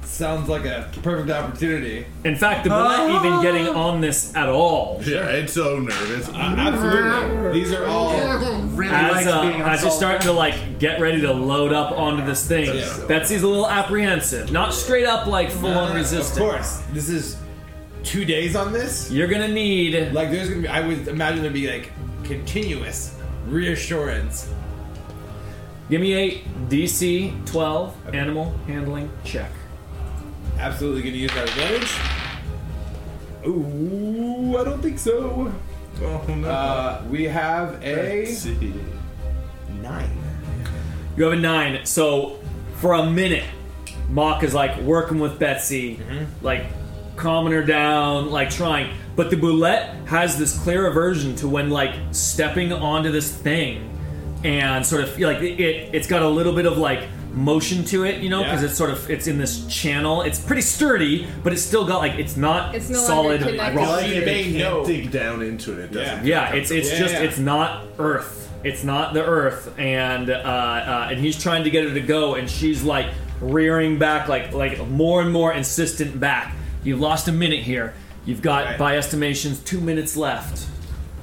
Speaker 12: Sounds like a perfect opportunity.
Speaker 2: In fact, the bullet not even getting on this at all.
Speaker 5: Yeah, it's so
Speaker 1: Uh,
Speaker 5: nervous.
Speaker 12: absolutely. These are all.
Speaker 6: Really
Speaker 2: As,
Speaker 6: likes
Speaker 2: uh,
Speaker 6: being on
Speaker 2: as you're
Speaker 6: salt.
Speaker 2: starting to like get ready to load up onto this thing,
Speaker 12: Yeah.
Speaker 2: Betsy's a little apprehensive. Not straight up like full on resistance.
Speaker 12: Of course. This is two days on this.
Speaker 2: You're gonna need
Speaker 12: Like, there's gonna be. I would imagine there'd be like
Speaker 1: continuous reassurance.
Speaker 2: Give me a DC 12 animal handling check.
Speaker 1: Absolutely going to use that advantage. Ooh, I don't think so.
Speaker 16: Oh no.
Speaker 1: Uh, we have a
Speaker 16: see.
Speaker 1: nine.
Speaker 2: You have a nine. So for a minute, Mock is like working with Betsy, like calming her down, like trying. But the boulette has this clear aversion to when like stepping onto this thing and sort of like it, it it's got a little bit of like motion to it, you know, because
Speaker 1: Yeah.
Speaker 2: it's sort of it's in this channel. It's pretty sturdy, but it's still got like it's not
Speaker 3: It's no longer
Speaker 2: solid
Speaker 3: connected.
Speaker 5: I
Speaker 2: rock.
Speaker 5: like it,
Speaker 1: may
Speaker 5: it can't
Speaker 1: know.
Speaker 5: dig down into it. It doesn't.
Speaker 2: Yeah, it's it's
Speaker 1: Yeah,
Speaker 2: just
Speaker 1: yeah.
Speaker 2: it's not Earth. It's not the Earth, and uh, uh, and he's trying to get her to go, and she's like rearing back, like like more and more insistent back. You've lost a minute here. You've got,
Speaker 1: Right.
Speaker 2: by estimations, two minutes left.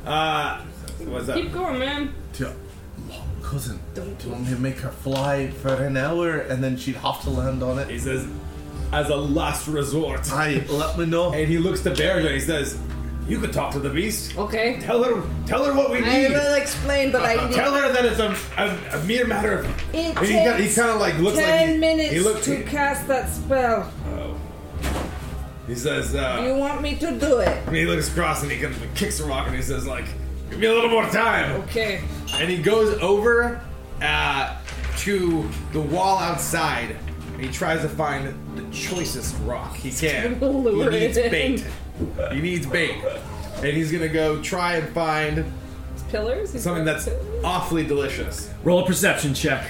Speaker 1: Uh, what's up?
Speaker 3: Keep going, man.
Speaker 5: Yeah. Cousin, don't you want me to make her fly for an hour and then she'd have to land on
Speaker 1: He
Speaker 5: it?
Speaker 1: says, as a last resort.
Speaker 5: I let me know.
Speaker 1: And he looks to Berger and he says, "You could talk to the beast.
Speaker 3: Okay.
Speaker 1: Tell her, tell her what we
Speaker 3: I
Speaker 1: need.
Speaker 3: will explain, but I need
Speaker 1: Tell her that it's a, a, a mere matter of."
Speaker 3: it
Speaker 1: And he got- he
Speaker 3: takes
Speaker 1: kind of like looks like
Speaker 3: ten
Speaker 1: he,
Speaker 3: minutes
Speaker 1: he looks.
Speaker 3: to
Speaker 1: He,
Speaker 3: cast that spell.
Speaker 1: he says, uh,
Speaker 3: You want me to do it?
Speaker 1: and he looks across and he kind of kicks a rock and he says, like, "Give me a little more time."
Speaker 3: Okay.
Speaker 1: And he goes over uh, to the wall outside and he tries to find the choicest rock he can.
Speaker 3: Lure
Speaker 1: he needs
Speaker 3: it in.
Speaker 1: bait. He needs bait. And he's gonna go try and find
Speaker 3: Pillars. He's
Speaker 1: something
Speaker 3: got
Speaker 1: that's
Speaker 3: pillars?
Speaker 1: awfully delicious.
Speaker 2: Roll a perception check.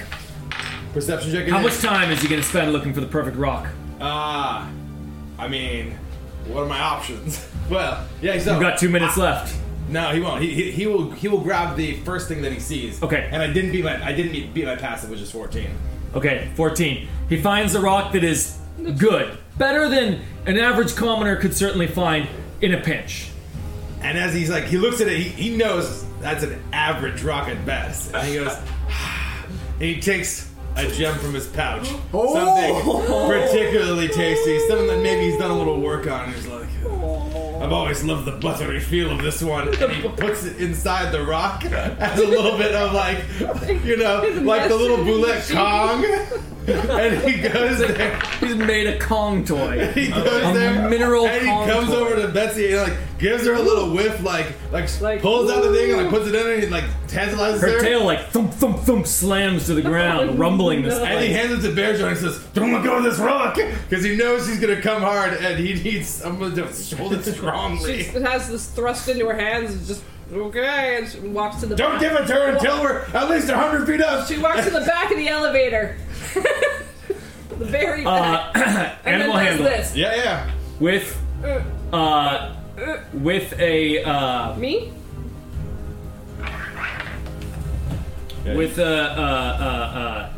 Speaker 1: Perception check. it
Speaker 2: How
Speaker 1: is.
Speaker 2: much time is he going to spend looking for the perfect rock?
Speaker 1: Ah, I mean, what are my options? Well, yeah, so
Speaker 2: You've got two minutes left.
Speaker 1: No, he won't. He, he, he will he will grab the first thing that he sees.
Speaker 2: Okay.
Speaker 1: And I didn't beat my I didn't beat- beat my passive, which is fourteen.
Speaker 2: Okay, 14. He finds a rock that is good, better than an average commoner could certainly find in a pinch.
Speaker 1: And as he's like, he looks at it. He, he knows that's an average rock at best. And he goes, and he takes a gem from his pouch. Something particularly tasty. Something that maybe he's done a little work on. He's like, I've always loved the buttery feel of this one. And he puts it inside the rock as a little bit of like, you know, like the little boulette Kong. And he goes there.
Speaker 2: He's made a Kong toy.
Speaker 1: He goes there,
Speaker 2: mineral
Speaker 1: and he
Speaker 2: contour.
Speaker 1: comes over to Betsy and like gives her a little whiff, like like,
Speaker 3: Like,
Speaker 1: pulls out the thing and
Speaker 3: ooh.
Speaker 1: like puts it in and he like tantalizes her.
Speaker 2: Her tail like thump thump thump slams to the ground,
Speaker 3: Oh,
Speaker 2: rumbling this
Speaker 3: no.
Speaker 1: and
Speaker 2: thing.
Speaker 1: he hands it to Bear Joe and says, "Don't let go of this rock," because he knows he's gonna come hard, and he needs someone to hold it strongly.
Speaker 3: It has this thrust into her hands. It's just okay, and she walks to the.
Speaker 1: Don't
Speaker 3: back.
Speaker 1: give it to her until we're at least hundred feet up.
Speaker 3: She walks to the back of the elevator. the very back.
Speaker 2: uh,
Speaker 3: and
Speaker 2: animal
Speaker 3: then does
Speaker 2: handling
Speaker 3: this.
Speaker 1: Yeah, yeah.
Speaker 2: with uh, with a uh,
Speaker 3: Me?
Speaker 2: with a uh, uh, uh,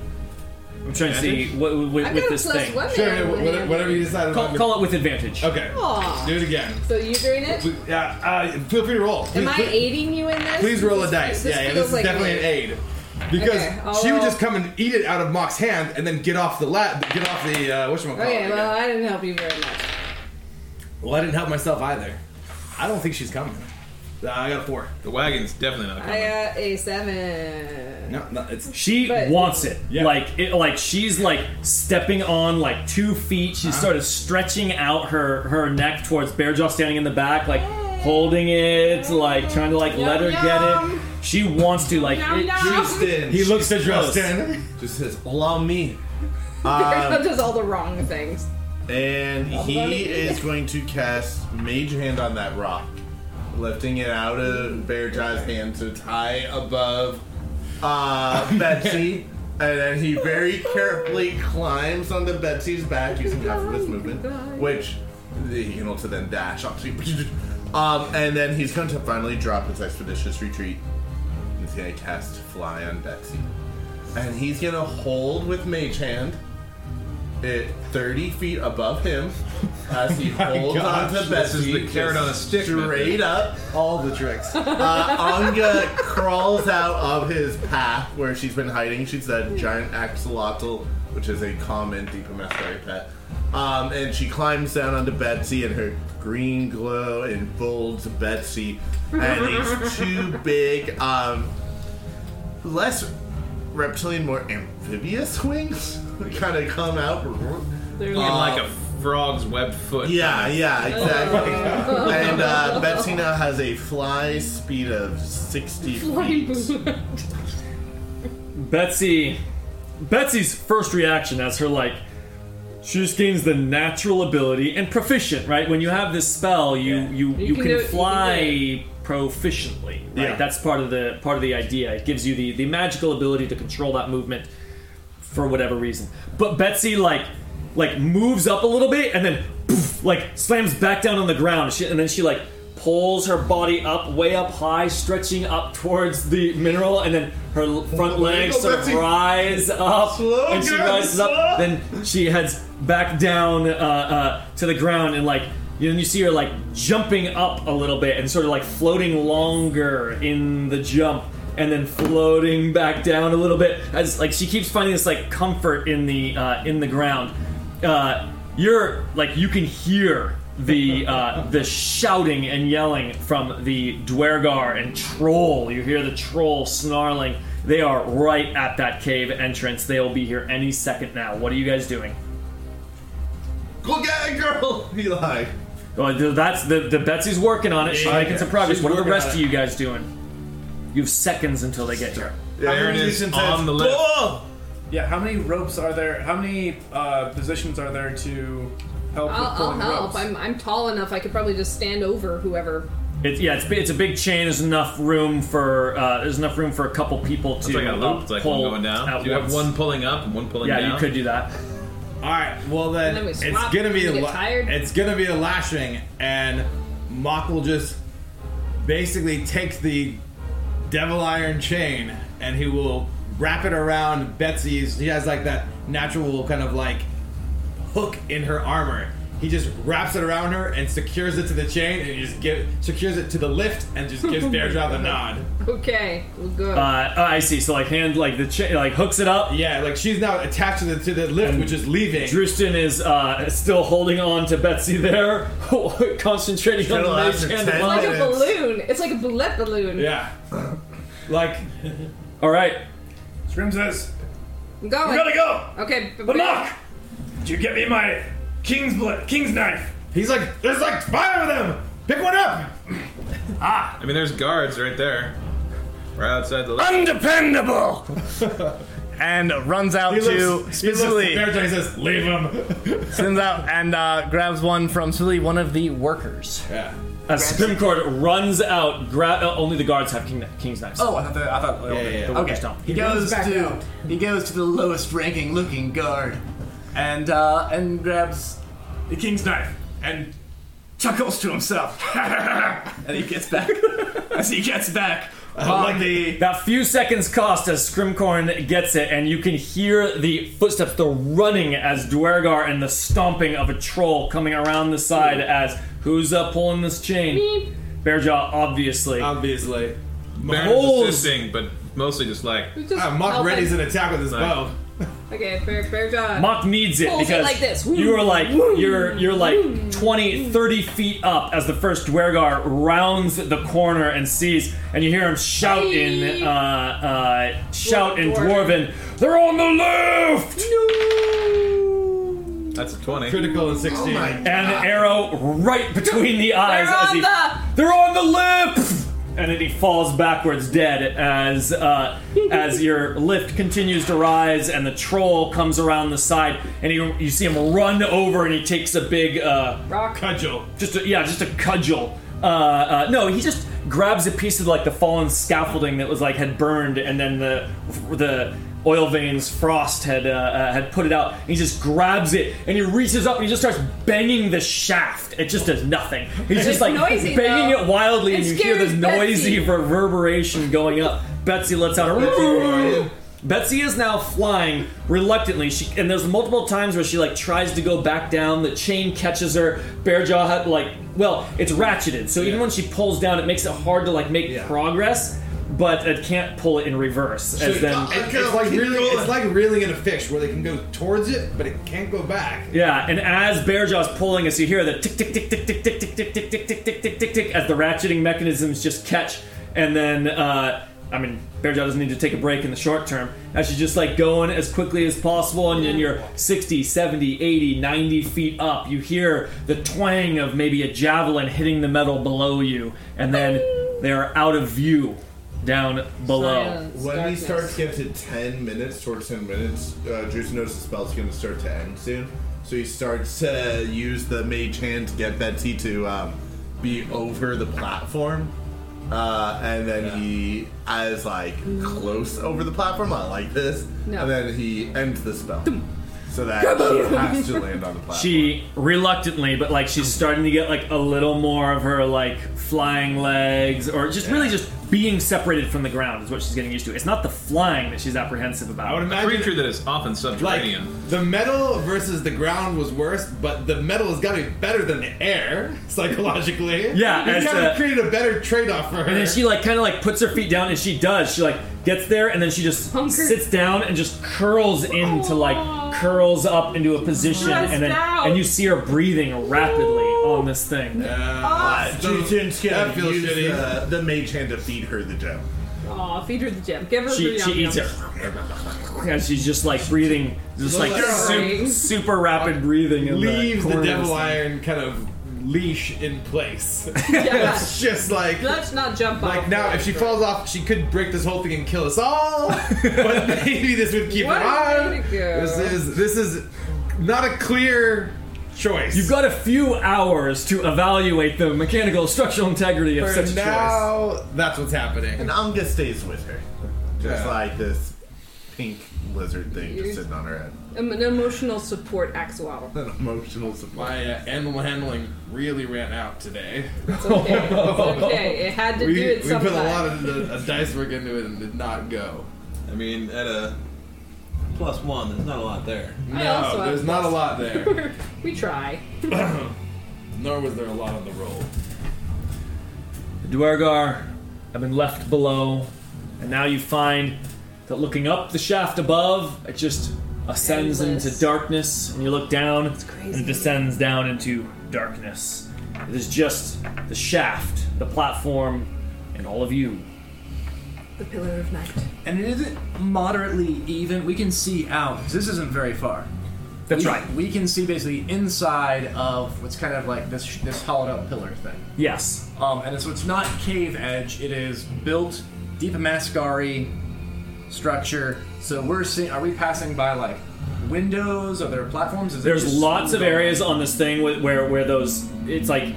Speaker 2: I'm trying to see what, with,
Speaker 3: I
Speaker 2: with
Speaker 3: got
Speaker 2: this
Speaker 3: a plus
Speaker 2: thing.
Speaker 3: one
Speaker 1: Sure,
Speaker 3: there.
Speaker 1: wha- wha- whatever you decide.
Speaker 2: Call, call it with advantage.
Speaker 1: Okay,
Speaker 3: Aw.
Speaker 1: do it again.
Speaker 3: So you doing it?
Speaker 1: We- Yeah, uh, feel free to roll.
Speaker 3: Am
Speaker 1: Please-
Speaker 3: I
Speaker 1: please-
Speaker 3: aiding you in this?
Speaker 1: Please roll a
Speaker 3: This-
Speaker 1: dice. yeah, yeah, this
Speaker 3: feels
Speaker 1: is
Speaker 3: like
Speaker 1: definitely
Speaker 3: me.
Speaker 1: an aid. Because
Speaker 3: Okay, I'll
Speaker 1: she would
Speaker 3: roll.
Speaker 1: just come and eat it out of Mock's hand and then get off the lab, get off the, uh, whatchamacallit.
Speaker 2: Oh
Speaker 3: Okay, Oh, well,
Speaker 1: again.
Speaker 3: I didn't help you very much.
Speaker 1: well, I didn't help myself either. I don't think she's coming. Uh, I got a four.
Speaker 17: The wagon's definitely not
Speaker 3: I
Speaker 17: coming.
Speaker 3: got a seven.
Speaker 1: No, no, it's.
Speaker 2: She
Speaker 3: But-
Speaker 2: wants it.
Speaker 1: Yeah.
Speaker 2: Like it, like she's like stepping on like two feet. She's sort of stretching out her her neck towards Bearjaw standing in the back, like holding it, like trying to like let her
Speaker 3: yum.
Speaker 2: get it. She wants to like.
Speaker 3: Yum,
Speaker 2: it-
Speaker 3: yum.
Speaker 5: Justin.
Speaker 2: He looks to Drustin.
Speaker 5: just says, allow me.
Speaker 3: that does all the wrong things.
Speaker 5: And
Speaker 3: buddy.
Speaker 5: he is going to cast Mage Hand on that rock, lifting it out of Bear Jaw's hand to tie above uh, Betsy. And then he very carefully climbs onto Betsy's back using half of his movement, which he can also then dash up to. Um, and then he's going to finally drop his expeditious retreat. He's going to cast Fly on Betsy. And he's going to hold with Mage Hand it 30 feet above him as he holds
Speaker 1: gosh,
Speaker 5: onto
Speaker 17: this
Speaker 5: Betsy.
Speaker 17: is the carrot on a stick
Speaker 5: Straight up.
Speaker 1: All the tricks.
Speaker 5: Uh, Anga crawls out of his path where she's been hiding. She's a giant axolotl, which is a common deep emissary pet. Um, and she climbs down onto Betsy and her green glow embolds Betsy. And these two big, um, less reptilian, more amphibious wings kind of come out.
Speaker 2: uh,
Speaker 5: Uh,
Speaker 3: They're
Speaker 1: And
Speaker 3: like,
Speaker 1: like a frog's webbed foot.
Speaker 5: Yeah, yeah, exactly. and uh, Betsy now has a fly speed of 60 feet.
Speaker 2: Betsy. Betsy's first reaction as her like, she just gains the natural ability and proficient. Right when you have this spell, you you you, can,
Speaker 3: can do it, you can
Speaker 2: fly
Speaker 3: do
Speaker 2: proficiently. Right,
Speaker 5: Yeah.
Speaker 2: that's part of the part of the idea. It gives you the the magical ability to control that movement for whatever reason. But Betsy like like moves up a little bit and then poof, like slams back down on the ground. She, and then she like pulls her body up way up high, stretching up towards the mineral, and then her l- front legs sort of
Speaker 5: Betsy.
Speaker 2: rise up.
Speaker 5: Slow,
Speaker 2: and she
Speaker 5: girl,
Speaker 2: rises up. Then she heads back down uh, uh, to the ground and like. You know, you see her like jumping up a little bit and sort of like floating longer in the jump and then floating back down a little bit as like she keeps finding this like comfort in the uh, in the ground. Uh, you're like you can hear the uh, the shouting and yelling from the Dwergar and troll. You hear the troll snarling. They are right at that cave entrance. They'll be here any second now. What are you guys doing?
Speaker 5: Go get it, girl! Eli.
Speaker 2: Well, Oh, th- that's the, the Betsy's working on it. She's
Speaker 12: Yeah,
Speaker 2: making some
Speaker 12: yeah.
Speaker 2: progress.
Speaker 12: She's
Speaker 2: What are the
Speaker 12: working
Speaker 2: rest
Speaker 12: on
Speaker 2: of
Speaker 12: it.
Speaker 2: you guys doing? You have seconds until they get here.
Speaker 1: Iron is on the lift.
Speaker 6: Yeah, how many ropes are there? How many uh, positions are there to help
Speaker 3: I'll,
Speaker 6: with
Speaker 3: I'll
Speaker 6: pulling ropes?
Speaker 3: help. I'm, I'm tall enough. I could probably just stand over whoever.
Speaker 2: It's yeah, it's, bi- it's a big chain. There's enough room for uh, there's enough room for a couple people to
Speaker 1: It's like a loop. It's like
Speaker 2: pull
Speaker 1: one going down.
Speaker 2: at
Speaker 1: You have
Speaker 2: once.
Speaker 1: one pulling up and one pulling
Speaker 2: Yeah,
Speaker 1: down.
Speaker 2: you could do that.
Speaker 12: All right. Well then,
Speaker 3: And then we
Speaker 12: it's
Speaker 3: swap.
Speaker 12: gonna be
Speaker 3: We
Speaker 12: a
Speaker 3: get
Speaker 12: la-
Speaker 3: tired.
Speaker 12: it's gonna be a lashing, and Mock will just basically take the devil iron chain and he will wrap it around Betsy's. He has like that natural kind of like hook in her armor. He just wraps it around her and secures it to the chain, and he just give, secures it to the lift and just gives Bearjaw the nod.
Speaker 3: Okay, we'll go.
Speaker 2: Uh, oh, I see. So like hand like the chain like hooks it up.
Speaker 12: Yeah, like she's now attached to the, to the lift,
Speaker 2: And
Speaker 12: which is leaving.
Speaker 2: Drustin is uh, still holding on to Betsy there, concentrating on the
Speaker 5: Still
Speaker 2: mage
Speaker 5: after
Speaker 2: hand.
Speaker 5: ten.
Speaker 2: above.
Speaker 3: like a
Speaker 5: Yes.
Speaker 3: balloon. It's like a bullet balloon.
Speaker 12: yeah, like
Speaker 2: All right,
Speaker 6: Scrim says,
Speaker 3: I'm going.
Speaker 6: "We gotta go."
Speaker 3: Okay, b-
Speaker 6: But Mock, did you get me my king's blood, king's knife?
Speaker 12: he's like, there's like five of them. Pick one up.
Speaker 1: I mean, there's guards right there, right outside the lift.
Speaker 6: Undependable. and runs out
Speaker 12: He looks- he
Speaker 6: to
Speaker 12: looks
Speaker 6: specifically
Speaker 12: at Bearjaw, he says, "Leave him."
Speaker 6: sends out and uh, grabs one from specifically one of the workers.
Speaker 12: yeah.
Speaker 2: as Supreme Court runs out, gra- uh, only the guards have king- king's knives.
Speaker 6: Oh, I thought that, I thought yeah,
Speaker 12: yeah, yeah.
Speaker 2: The workers don't.
Speaker 6: He,
Speaker 4: runs
Speaker 6: goes
Speaker 4: back
Speaker 6: to
Speaker 4: out.
Speaker 6: he goes to the lowest ranking looking guard, and uh, and grabs the king's knife and chuckles to himself, and he gets back. As he gets back, on the
Speaker 2: That few seconds cost as Scrimcorn gets it, and you can hear the footsteps, the running as Dwergar and the stomping of a troll coming around the side as who's up pulling this chain?
Speaker 3: Beep.
Speaker 2: Bearjaw, obviously.
Speaker 12: Obviously.
Speaker 1: Baron's
Speaker 2: Holes.
Speaker 1: assisting, but mostly just like
Speaker 3: just
Speaker 2: Ah,
Speaker 12: Uh, Mock
Speaker 3: help
Speaker 12: readies
Speaker 3: him.
Speaker 12: an attack with his bow.
Speaker 3: Okay, fair, fair job.
Speaker 2: Mock needs it
Speaker 3: Pulls it
Speaker 2: because
Speaker 3: like this.
Speaker 2: you are like you're you're like 20, 30 feet up as the first Dwergar rounds the corner and sees, and you hear him shout in uh, uh, shout in Dwarven,
Speaker 3: Dwarven.
Speaker 2: "They're on the left!"
Speaker 1: that's a twenty.
Speaker 12: Critical in 16.
Speaker 2: and an arrow right between the eyes
Speaker 3: They're
Speaker 2: as
Speaker 3: on
Speaker 2: he,
Speaker 3: the-
Speaker 2: they're on the lift and then he falls backwards dead as uh, as your lift continues to rise and the troll comes around the side and you, you see him run over and he takes a big uh,
Speaker 3: Rock.
Speaker 12: Cudgel.
Speaker 2: just a, yeah, just a cudgel. Uh, uh, no, he just grabs a piece of like the fallen scaffolding that was like had burned, and then the the oil veins frost had uh, uh, had put it out. And he just grabs it and he reaches up and he just starts banging the shaft. It just does nothing. He's just like
Speaker 3: noisy,
Speaker 2: banging
Speaker 3: though.
Speaker 2: it wildly, and
Speaker 3: It
Speaker 2: you hear the
Speaker 3: scares
Speaker 2: noisy
Speaker 3: Betsy.
Speaker 2: reverberation going up. Betsy lets out a. Betsy is now flying reluctantly. She and there's multiple times where she like tries to go back down. The chain catches her. Bearjaw had like well, it's ratcheted, so even when she pulls down, it makes it hard to like make progress. but it can't pull it in reverse. As then,
Speaker 5: I-
Speaker 12: It- it's like reeling, it's like reeling in a fish where they can go towards it, but it can't go back.
Speaker 2: yeah, and as Bearjaw's pulling us, you hear the tick tick tick tick tick tick tick tick tick tick tick tick tick tick tick as the ratcheting mechanisms just catch, and then uh, I mean Bearjaw doesn't need to take a break in the short term. As she's just like going as quickly as possible, and then you're 60, 70, 80, 90 feet up. You hear the twang of maybe a javelin hitting the metal below you, and then they are out of view down below.
Speaker 5: When we start to get to 10 minutes, towards 10 minutes, uh, Drew's notice the spell's going to start to end soon. So he starts to use the mage hand to get Betsy to um, be over the platform. Uh, and then he is like close over the platform, not like this.
Speaker 3: No.
Speaker 5: And then he ends the spell. So that she has to land on the platform.
Speaker 2: She reluctantly, but like she's starting to get like a little more of her like flying legs, or just really just being separated from the ground is what she's getting used to. It's not the flying that she's apprehensive
Speaker 12: I would
Speaker 2: about.
Speaker 1: A
Speaker 12: imagine
Speaker 1: creature that is often
Speaker 12: like
Speaker 1: subterranean.
Speaker 12: the metal versus the ground was worse, but the metal has got to be better than the air psychologically.
Speaker 2: Yeah,
Speaker 12: you
Speaker 2: as,
Speaker 12: gotta
Speaker 2: uh,
Speaker 12: create a better trade-off for her.
Speaker 2: And then she like kind of like puts her feet down, and she does. She like gets there, and then she just
Speaker 3: Hunker.
Speaker 2: sits down and just curls into like curls up into a position, and then
Speaker 13: Stressed out.
Speaker 2: and you see her breathing rapidly on this thing.
Speaker 5: Uh, she didn't skip.
Speaker 12: That feels
Speaker 5: Use uh,
Speaker 12: shitty.
Speaker 5: The, the mage hand to feed her the gem.
Speaker 3: Aw, feed her the gem. Give her
Speaker 2: She,
Speaker 3: the
Speaker 2: she eats it. Yeah, she's just like breathing, just like su-
Speaker 3: Drowning.
Speaker 2: super rapid breathing. In
Speaker 12: leaves
Speaker 2: the,
Speaker 12: the
Speaker 2: corner of
Speaker 12: devil
Speaker 2: this thing.
Speaker 12: iron kind of leash in place.
Speaker 3: Yeah.
Speaker 12: it's just like
Speaker 3: Let's not jump off.
Speaker 12: like now if she falls off, she could break this whole thing and kill us all. but maybe this would keep
Speaker 3: What
Speaker 12: her
Speaker 3: a
Speaker 12: on.
Speaker 3: way to go.
Speaker 12: This is this is not a clear choice.
Speaker 2: You've got a few hours to evaluate the mechanical structural integrity of
Speaker 12: for
Speaker 2: such a choice.
Speaker 12: now. That's what's happening.
Speaker 5: And Anga stays with her. Just
Speaker 12: Yeah.
Speaker 5: like this pink lizard thing just sitting on her head.
Speaker 3: Um, an emotional support axolotl.
Speaker 5: An emotional supply.
Speaker 12: My uh, animal handling really ran out today.
Speaker 3: It's okay. It's okay. It had to
Speaker 12: We,
Speaker 3: do
Speaker 12: we
Speaker 3: it
Speaker 12: put a
Speaker 3: sometime.
Speaker 12: lot of the, a dice work into it and did not go.
Speaker 7: I mean, at a plus one, there's not a lot there.
Speaker 3: I also
Speaker 12: No, Oh, there's
Speaker 3: have-
Speaker 12: not a lot there.
Speaker 3: we try.
Speaker 12: Nor was there a lot on the roll.
Speaker 2: Dwergar have been left below, and now you find that looking up the shaft above, it just ascends
Speaker 3: Endless.
Speaker 2: into darkness, and you look down,
Speaker 3: crazy.
Speaker 2: and it descends down into darkness. It is just the shaft, the platform, and all of you.
Speaker 3: The pillar of night.
Speaker 6: And it isn't moderately even. We can see out. 'cause This isn't very far.
Speaker 2: That's
Speaker 6: we,
Speaker 2: right.
Speaker 6: We can see basically inside of what's kind of like this this hollowed out pillar thing.
Speaker 2: Yes.
Speaker 6: Um, and so it's not cave edge. It is built deep Mascari structure. So we're seeing. Are we passing by like windows? Are there platforms? Is it
Speaker 2: There's
Speaker 6: just-
Speaker 2: lots of areas on this thing where, where where those it's like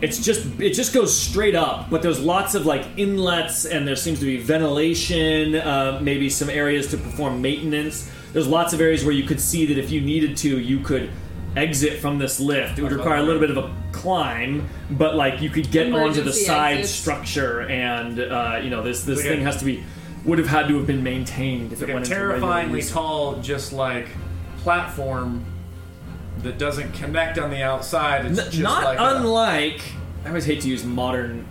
Speaker 2: it's just it just goes straight up, but there's lots of like inlets and there seems to be ventilation, uh, maybe some areas to perform maintenance. There's lots of areas where you could see that if you needed to, you could exit from this lift. It would require a little bit of a climb, but like you could get onto the
Speaker 3: Emergency
Speaker 2: side
Speaker 3: exits.
Speaker 2: structure, and uh, you know this this thing has to be would have had to have been maintained if it
Speaker 6: like a
Speaker 2: went into regular
Speaker 6: terrifyingly
Speaker 2: use.
Speaker 6: tall, just like platform that doesn't connect on the outside. It's
Speaker 2: N-
Speaker 6: just
Speaker 2: not
Speaker 6: like a-
Speaker 2: unlike I always hate to use modern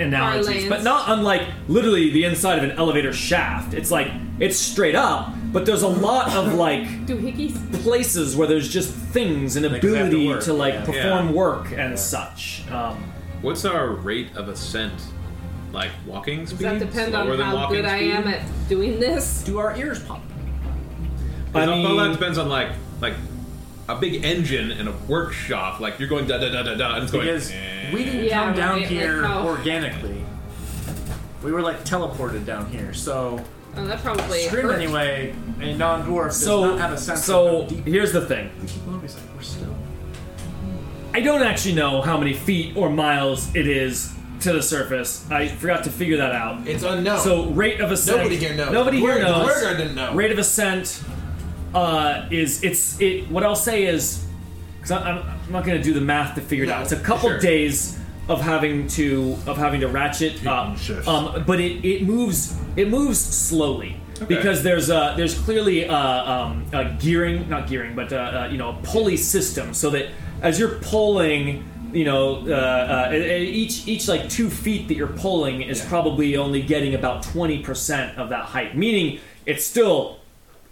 Speaker 2: analogies,
Speaker 3: Parlance.
Speaker 2: but not unlike literally the inside of an elevator shaft. It's like it's straight up, but there's a lot of like
Speaker 3: Doohickeys.
Speaker 2: places where there's just things and
Speaker 6: they have to
Speaker 2: ability
Speaker 6: work,
Speaker 2: to like
Speaker 6: yeah.
Speaker 2: perform work and such. Um,
Speaker 1: What's our rate of ascent? Like walking speed?
Speaker 3: Does that depend
Speaker 1: Slower
Speaker 3: on
Speaker 1: than
Speaker 3: how
Speaker 1: walking
Speaker 3: good I
Speaker 1: speed?
Speaker 3: am at doing this?
Speaker 6: Do our ears pop?
Speaker 2: I
Speaker 1: Well,
Speaker 2: mean,
Speaker 1: that depends on like like a big engine in a workshop. Like you're going da da da da da, and it's going.
Speaker 6: Because we didn't
Speaker 3: Yeah,
Speaker 6: come down
Speaker 3: right,
Speaker 6: here
Speaker 3: like how-
Speaker 6: organically. We were like teleported down here. So
Speaker 3: Oh, that probably.
Speaker 6: Scrim
Speaker 3: hurt.
Speaker 6: anyway, a non-dwarf does
Speaker 2: so
Speaker 6: not have a sense
Speaker 2: so
Speaker 6: of how deep.
Speaker 2: here's the thing.
Speaker 6: He's like, we're still.
Speaker 2: I don't actually know how many feet or miles it is to the surface. I forgot to figure that out.
Speaker 12: It's unknown.
Speaker 2: So rate of ascent.
Speaker 12: Nobody here knows.
Speaker 2: Nobody here
Speaker 12: Dwarg-
Speaker 2: knows.
Speaker 12: Dwargar didn't know.
Speaker 2: Rate of ascent uh, is it's it. What I'll say is, because I'm, I'm not going to do the math to figure it out.
Speaker 12: No,
Speaker 2: It's a couple
Speaker 1: sure.
Speaker 2: days of having to of having to ratchet up.
Speaker 5: shifts.
Speaker 2: Um, but it, it moves it moves slowly. Because there's uh, there's clearly uh, um, a gearing, not gearing, but uh, uh, you know a pulley system, so that as you're pulling, you know, uh, uh, and- and each each like two feet that you're pulling is probably only getting about twenty percent of that height. Meaning, it's still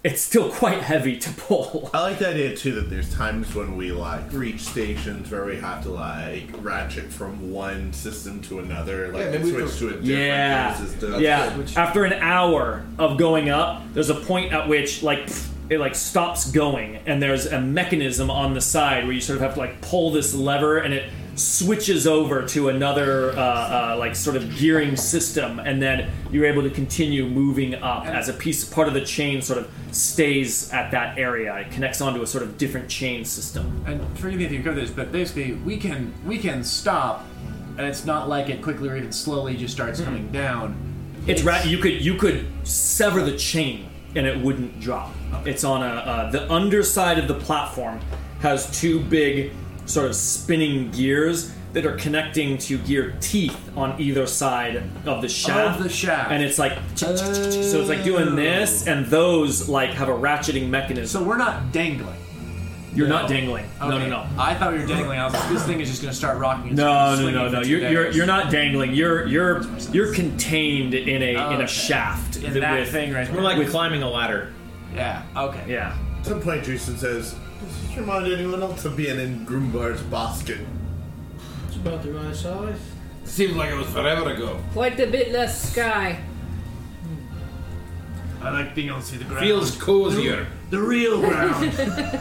Speaker 2: it's still quite heavy to pull.
Speaker 5: I like the idea too that there's times when we like reach stations where we have to like ratchet from one system to another, like
Speaker 12: Yeah, maybe we
Speaker 5: switch to a different
Speaker 2: Yeah,
Speaker 5: system.
Speaker 2: yeah. After an hour of going up, there's a point at which like pfft, it like stops going, and there's a mechanism on the side where you sort of have to like pull this lever, and it switches over to another uh, uh, like sort of gearing system, and then you're able to continue moving up as a piece part of the chain sort of stays at that area. It connects onto a sort of different chain system.
Speaker 6: and forgive me if you cover this, but basically we can we can stop, and it's not like it quickly or even slowly just starts
Speaker 2: Hmm.
Speaker 6: coming down.
Speaker 2: It's ra- you could you could sever the chain and it wouldn't drop. It's on a uh, the underside of the platform has two big sort of spinning gears that are connecting to gear teeth on either side of the shaft.
Speaker 6: Of the shaft. Oh.
Speaker 2: and it's like so it's like doing this, and those like have a ratcheting mechanism.
Speaker 6: So we're not dangling.
Speaker 2: You're not dangling. No, no,
Speaker 6: Okay.
Speaker 2: no.
Speaker 6: I thought we were dangling. I was like, this thing is just going to start rocking. It's
Speaker 2: No,
Speaker 6: gonna
Speaker 2: no,
Speaker 6: swing
Speaker 2: no,
Speaker 6: for
Speaker 2: no.
Speaker 6: two
Speaker 2: You're, you're
Speaker 6: days.
Speaker 2: you're not dangling. You're you're you're contained in a in
Speaker 6: Okay.
Speaker 2: a shaft.
Speaker 6: in
Speaker 2: that
Speaker 6: that
Speaker 2: with-
Speaker 6: thing right
Speaker 12: We're
Speaker 6: there.
Speaker 12: like climbing a ladder.
Speaker 6: yeah. Okay.
Speaker 2: Yeah.
Speaker 5: At some point, Jason says, "Does this remind anyone else of being in Groombar's basket?"
Speaker 4: It's about the right size.
Speaker 12: Seems like it was forever ago.
Speaker 3: Quite a bit less sky.
Speaker 6: I like being able to see the ground.
Speaker 12: Feels cozier.
Speaker 6: the real ground.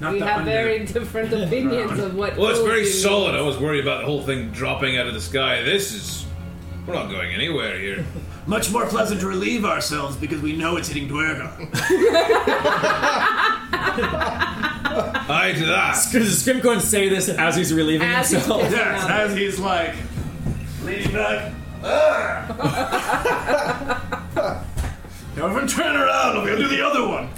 Speaker 6: not
Speaker 3: We
Speaker 6: the
Speaker 3: have
Speaker 6: under.
Speaker 3: very different opinions of what.
Speaker 1: Well, it's very
Speaker 3: cozy
Speaker 1: solid. I was worried about the whole thing dropping out of the sky. This is. We're not going anywhere here.
Speaker 6: Much more pleasant to relieve ourselves because we know it's hitting Dwergar.
Speaker 1: Aye to that.
Speaker 2: Does Scrim go and say this as he's relieving
Speaker 3: As he's
Speaker 2: himself?
Speaker 3: pissing
Speaker 6: yes,
Speaker 3: out.
Speaker 6: as he's like leaning back. Don't even turn around. I'm gonna do the other one.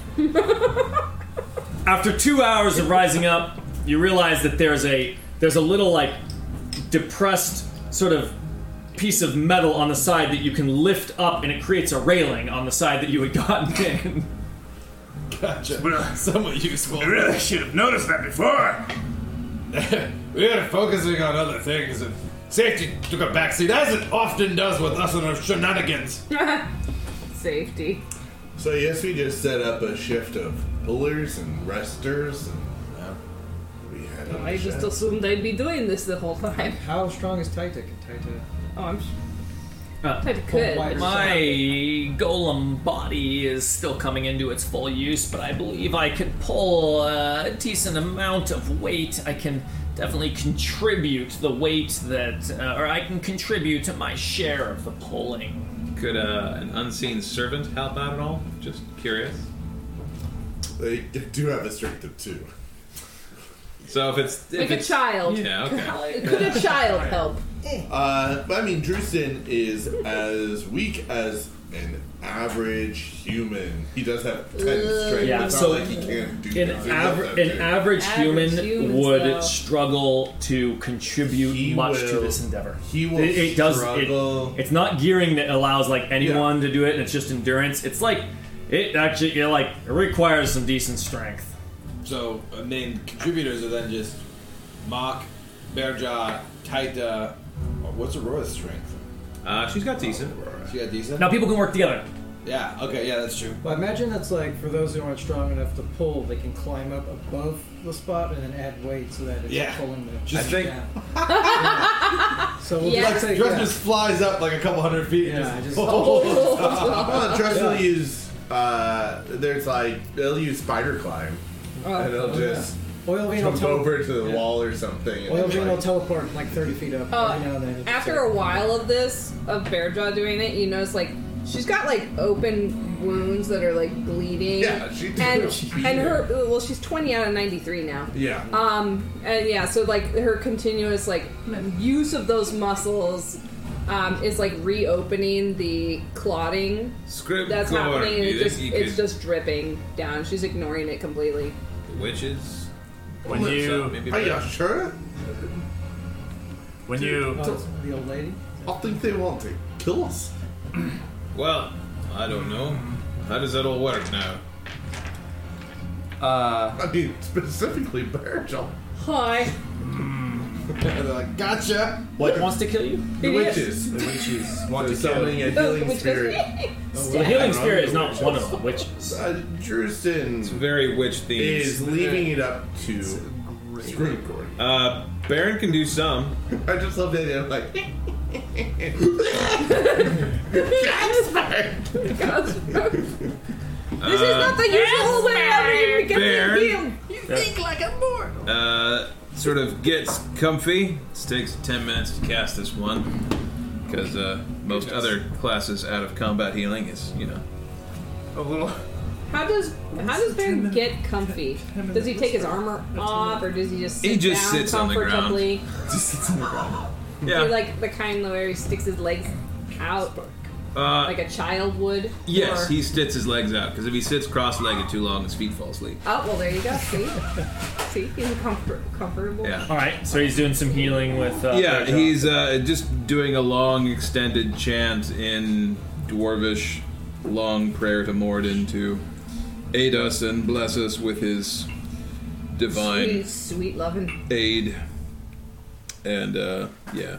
Speaker 2: After two hours of rising up, you realize that there's a there's a little like depressed sort of piece of metal on the side that you can lift up, and it creates a railing on the side that you had gotten in.
Speaker 12: Somewhat useful.
Speaker 6: I really should have noticed that before.
Speaker 12: We are focusing on other things, and safety took a backseat, as it often does with us and our shenanigans.
Speaker 3: Safety.
Speaker 5: So yes, we just set up a shift of pullers and resters, and uh, we had. a
Speaker 3: I just
Speaker 5: shift.
Speaker 3: assumed I'd be doing this the whole time.
Speaker 4: How strong is Tyta? Can Tyta
Speaker 3: Oh, I'm.
Speaker 2: Uh,
Speaker 3: I could.
Speaker 4: why-
Speaker 3: but-
Speaker 2: My golem body is still coming into its full use, but I believe I could pull a decent amount of weight. I can definitely contribute the weight that, uh, or I can contribute to my share of the pulling.
Speaker 1: Could uh, an unseen servant help out at all? Just curious.
Speaker 5: They do have a strength of two.
Speaker 1: So if it's if
Speaker 3: Like a
Speaker 1: it's
Speaker 3: child.
Speaker 1: yeah okay.
Speaker 3: Could a child help?
Speaker 5: Uh, but I mean, Drewston is as weak as an average human. He does have ten strength.
Speaker 2: Uh, Yeah,
Speaker 5: It's
Speaker 2: so
Speaker 5: not like he can't do
Speaker 2: An,
Speaker 5: nothing
Speaker 2: aver-
Speaker 5: with
Speaker 2: an
Speaker 5: it.
Speaker 2: average human
Speaker 3: Average humans,
Speaker 2: would
Speaker 3: though.
Speaker 2: struggle to contribute
Speaker 5: He
Speaker 2: much to
Speaker 5: will-
Speaker 2: this endeavor.
Speaker 5: he will
Speaker 2: It, it does. It,
Speaker 5: struggle.
Speaker 2: it's not gearing that allows like anyone to do it, and it's just endurance. It's like it actually it like it requires some decent strength.
Speaker 12: So, uh, named contributors are then just Mock, Bearjaw, Taita. oh, What's Aurora's strength?
Speaker 1: Uh, she's got decent.
Speaker 12: She got decent?
Speaker 2: Now people can work together.
Speaker 12: Yeah, okay, yeah, that's true.
Speaker 4: Well, I imagine that's like for those who aren't strong enough to pull, they can climb up above the spot and then add weight so that it's
Speaker 12: Yeah.
Speaker 4: pulling the.
Speaker 12: Just
Speaker 4: down.
Speaker 12: think-
Speaker 4: Yeah. So we'll
Speaker 3: Yeah.
Speaker 4: just say,
Speaker 12: Dress
Speaker 4: yeah.
Speaker 12: just flies up like a couple hundred feet. and
Speaker 4: Yeah,
Speaker 12: just,
Speaker 4: just-
Speaker 5: Well, Dress will use. Uh, there's like they'll use spider climb, and they'll just
Speaker 4: Oil vein will
Speaker 5: jump
Speaker 4: tele-
Speaker 5: over to the
Speaker 4: yeah.
Speaker 5: wall or something. and
Speaker 4: Oil
Speaker 5: then,
Speaker 4: vein will
Speaker 5: like,
Speaker 4: teleport like 30 feet up
Speaker 2: Oh,
Speaker 3: Uh,
Speaker 4: every now and then. It's
Speaker 3: after
Speaker 4: like-
Speaker 3: a while of this, of Bearjaw doing it, you notice like she's got like open wounds that are like bleeding.
Speaker 5: Yeah, she do.
Speaker 3: and
Speaker 5: She
Speaker 3: and her well, she's twenty out of ninety three now.
Speaker 5: yeah.
Speaker 3: Um, and yeah, so like her continuous like use of those muscles um, is like reopening the clotting
Speaker 1: Script
Speaker 3: that's
Speaker 1: core. Do
Speaker 3: happening. And it
Speaker 1: you think
Speaker 3: just,
Speaker 1: you
Speaker 3: it's
Speaker 1: could-
Speaker 3: just dripping down. She's ignoring it completely.
Speaker 1: witches.
Speaker 6: When
Speaker 1: So
Speaker 6: you
Speaker 1: maybe
Speaker 5: Are you
Speaker 1: they're-
Speaker 5: sure?
Speaker 6: when you
Speaker 4: Oh, it's the old lady.
Speaker 5: I think they want to kill us.
Speaker 1: well, I don't know. How does that all work now?
Speaker 5: I mean, specifically Bearjaw.
Speaker 3: Hi.
Speaker 5: They're like, gotcha.
Speaker 6: What wants to kill you?
Speaker 5: The witches.
Speaker 12: The witches.
Speaker 5: Want to summoning a
Speaker 3: Oh,
Speaker 5: healing
Speaker 3: which
Speaker 5: spirit.
Speaker 1: Oh,
Speaker 3: goes.
Speaker 2: The healing spirit is not one of the witches.
Speaker 5: Uh, Drewston
Speaker 1: Very witch
Speaker 5: is
Speaker 1: themed.
Speaker 5: leaving it up to Scream Court.
Speaker 1: Uh, Baron can do some.
Speaker 5: I just love the idea of like,
Speaker 3: This is not the usual way I get
Speaker 1: Bear.
Speaker 3: healed.
Speaker 13: You think like a board.
Speaker 1: Uh, sort of gets comfy. This takes 10 minutes to cast this one. Because uh, most other classes out of combat healing is, you know.
Speaker 6: A little.
Speaker 3: How does how does Baron get comfy? Does he take his armor off, or does he just sit
Speaker 1: He just
Speaker 3: down
Speaker 1: sits on the ground.
Speaker 3: comfortably?
Speaker 1: Yeah.
Speaker 3: He, like the kind where he sticks his legs out
Speaker 1: uh,
Speaker 3: like a child would.
Speaker 1: yes,
Speaker 3: Or-
Speaker 1: he stits his legs out. Because if he sits cross legged too long, his feet fall asleep.
Speaker 3: Oh well, there you go. See, see, he's comfort, comfortable.
Speaker 1: Yeah.
Speaker 2: All right, so he's doing some healing with. Uh,
Speaker 1: Yeah,
Speaker 2: Bertrand.
Speaker 1: he's uh, just doing a long, extended chant in Dwarvish, long prayer to Morden to aid us and bless us with his divine
Speaker 3: Sweet, sweet loving.
Speaker 1: aid. And, uh, yeah.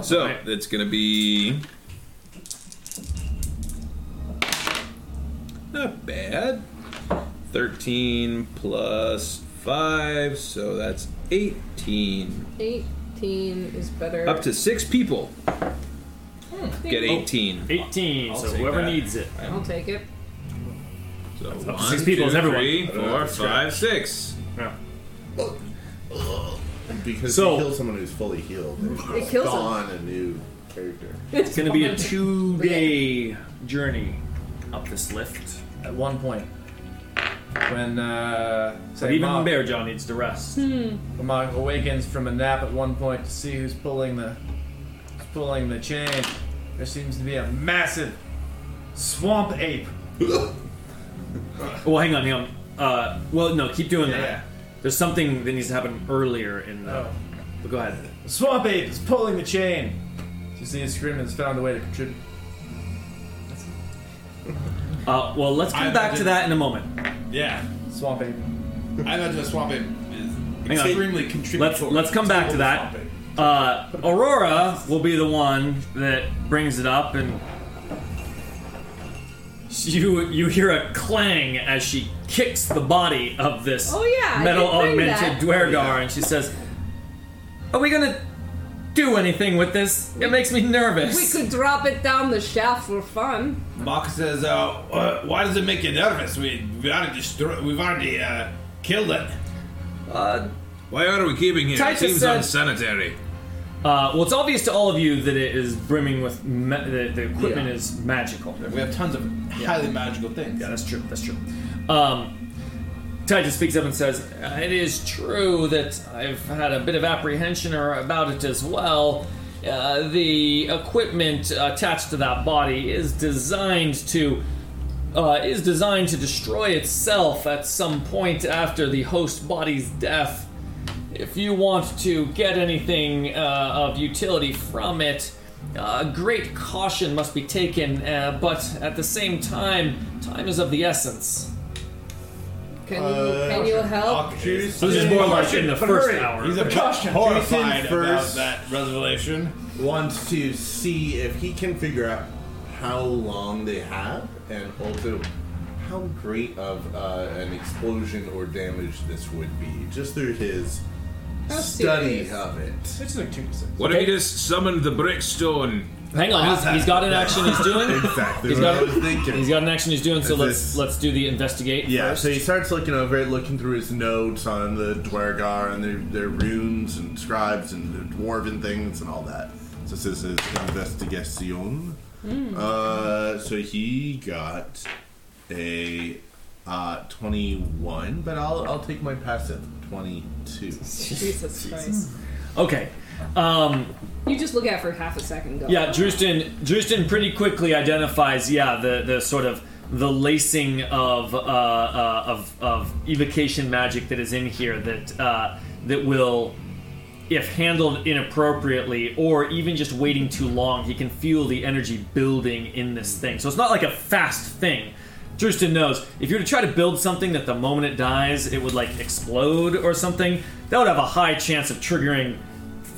Speaker 1: So,
Speaker 2: Alright.
Speaker 1: it's gonna be. Not bad. 13 plus 5, so that's 18.
Speaker 3: Eighteen is better.
Speaker 1: Up to six people get
Speaker 12: Oh.
Speaker 3: eight.
Speaker 1: 18.
Speaker 2: 18, so
Speaker 1: take
Speaker 2: whoever
Speaker 1: that.
Speaker 2: needs it.
Speaker 3: I'll take it.
Speaker 1: So one,
Speaker 2: to six people, it's
Speaker 1: two,
Speaker 2: everyone.
Speaker 1: three, four, five, six.
Speaker 5: because
Speaker 2: So-
Speaker 5: you kill someone who's fully healed.
Speaker 3: It kills him.
Speaker 5: on a new character.
Speaker 2: It's going to be a two day journey up this lift.
Speaker 6: At one point, when uh,
Speaker 2: So
Speaker 6: say
Speaker 2: even
Speaker 6: Mog-
Speaker 2: Bear John needs to rest.
Speaker 6: when Mog awakens from a nap at one point to see who's pulling the who's pulling the chain, there seems to be a massive swamp ape.
Speaker 2: Well, hang on, hang on. Uh, well, no, keep doing that.
Speaker 6: Yeah.
Speaker 2: There's something that needs to happen earlier in the. But go ahead.
Speaker 6: The swamp ape is pulling the chain. So you see, Scrim has found a way to contribute.
Speaker 2: Uh, well, let's come
Speaker 12: I
Speaker 2: back to
Speaker 12: imagine-
Speaker 2: that in a moment.
Speaker 12: Yeah.
Speaker 6: Swamp ape.
Speaker 12: I imagine a swamp ape
Speaker 2: Hang
Speaker 12: is
Speaker 2: on.
Speaker 12: extremely contributory.
Speaker 2: Let's let's come back to that.
Speaker 12: Swamp ape.
Speaker 2: Uh, Aurora will be the one that brings it up, and you you hear a clang as she kicks the body of this
Speaker 3: Oh, yeah, I
Speaker 2: metal
Speaker 3: did bring
Speaker 2: augmented
Speaker 3: that.
Speaker 2: Dwergar, and she says, "Are we gonna do anything with this? It makes me nervous."
Speaker 3: We could drop it down the shaft for fun.
Speaker 12: Mock says, uh, uh, "Why does it make you nervous? We we already destroyed. We've already uh, killed it."
Speaker 2: Uh,
Speaker 1: Why are we keeping him?
Speaker 2: Titus
Speaker 1: it seems
Speaker 2: said-
Speaker 1: unsanitary.
Speaker 2: Uh, well, it's obvious to all of you that it is brimming with ma- the, the equipment is magical.
Speaker 12: We have tons of highly magical things.
Speaker 2: Yeah, that's true. That's true. Um, Titus speaks up and says, "It is true that I've had a bit of apprehension or about it as well. Uh, the equipment attached to that body is designed to." Uh, is designed to destroy itself at some point after the host body's death. If you want to get anything uh, of utility from it, uh, great caution must be taken, uh, but at the same time, time is of the essence.
Speaker 3: Can you
Speaker 5: Uh,
Speaker 3: can you
Speaker 5: Oh,
Speaker 3: help?
Speaker 2: So this is more like in the first
Speaker 5: Hurry.
Speaker 2: hour.
Speaker 12: He's a
Speaker 5: Precaution.
Speaker 12: bit horrified
Speaker 5: Jason first.
Speaker 12: about that revelation.
Speaker 5: Wants to see if he can figure out how long they have, and also how great of uh, an explosion or damage this would be, just through his
Speaker 3: How
Speaker 5: study
Speaker 3: serious?
Speaker 5: of it.
Speaker 6: It's like two to six.
Speaker 1: What if he just summoned the Brickstone?
Speaker 2: Hang on, he's, he's got an action he's doing.
Speaker 5: Exactly
Speaker 2: He's
Speaker 5: what I
Speaker 2: got,
Speaker 5: was thinking.
Speaker 2: he's got an action he's doing. So
Speaker 5: Is
Speaker 2: let's
Speaker 5: this-
Speaker 2: let's do the investigate.
Speaker 5: Yeah,
Speaker 2: first.
Speaker 5: so he starts looking over it, looking through his notes on the Dwergar and their, their runes and scribes and the dwarven things and all that. So this is his investigation. Uh, so he got a uh, 21, but I'll, I'll take my passive 22.
Speaker 3: Jesus Christ!
Speaker 2: okay. Um,
Speaker 3: You just look at it for half a second. Go.
Speaker 2: yeah, Drustin Drustin pretty quickly identifies. Yeah, the the sort of the lacing of uh, uh, of of evocation magic that is in here that uh, that will. If handled inappropriately, or even just waiting too long, he can feel the energy building in this thing. So it's not like a fast thing. Tristan knows if you were to try to build something that the moment it dies, it would like explode or something, that would have a high chance of triggering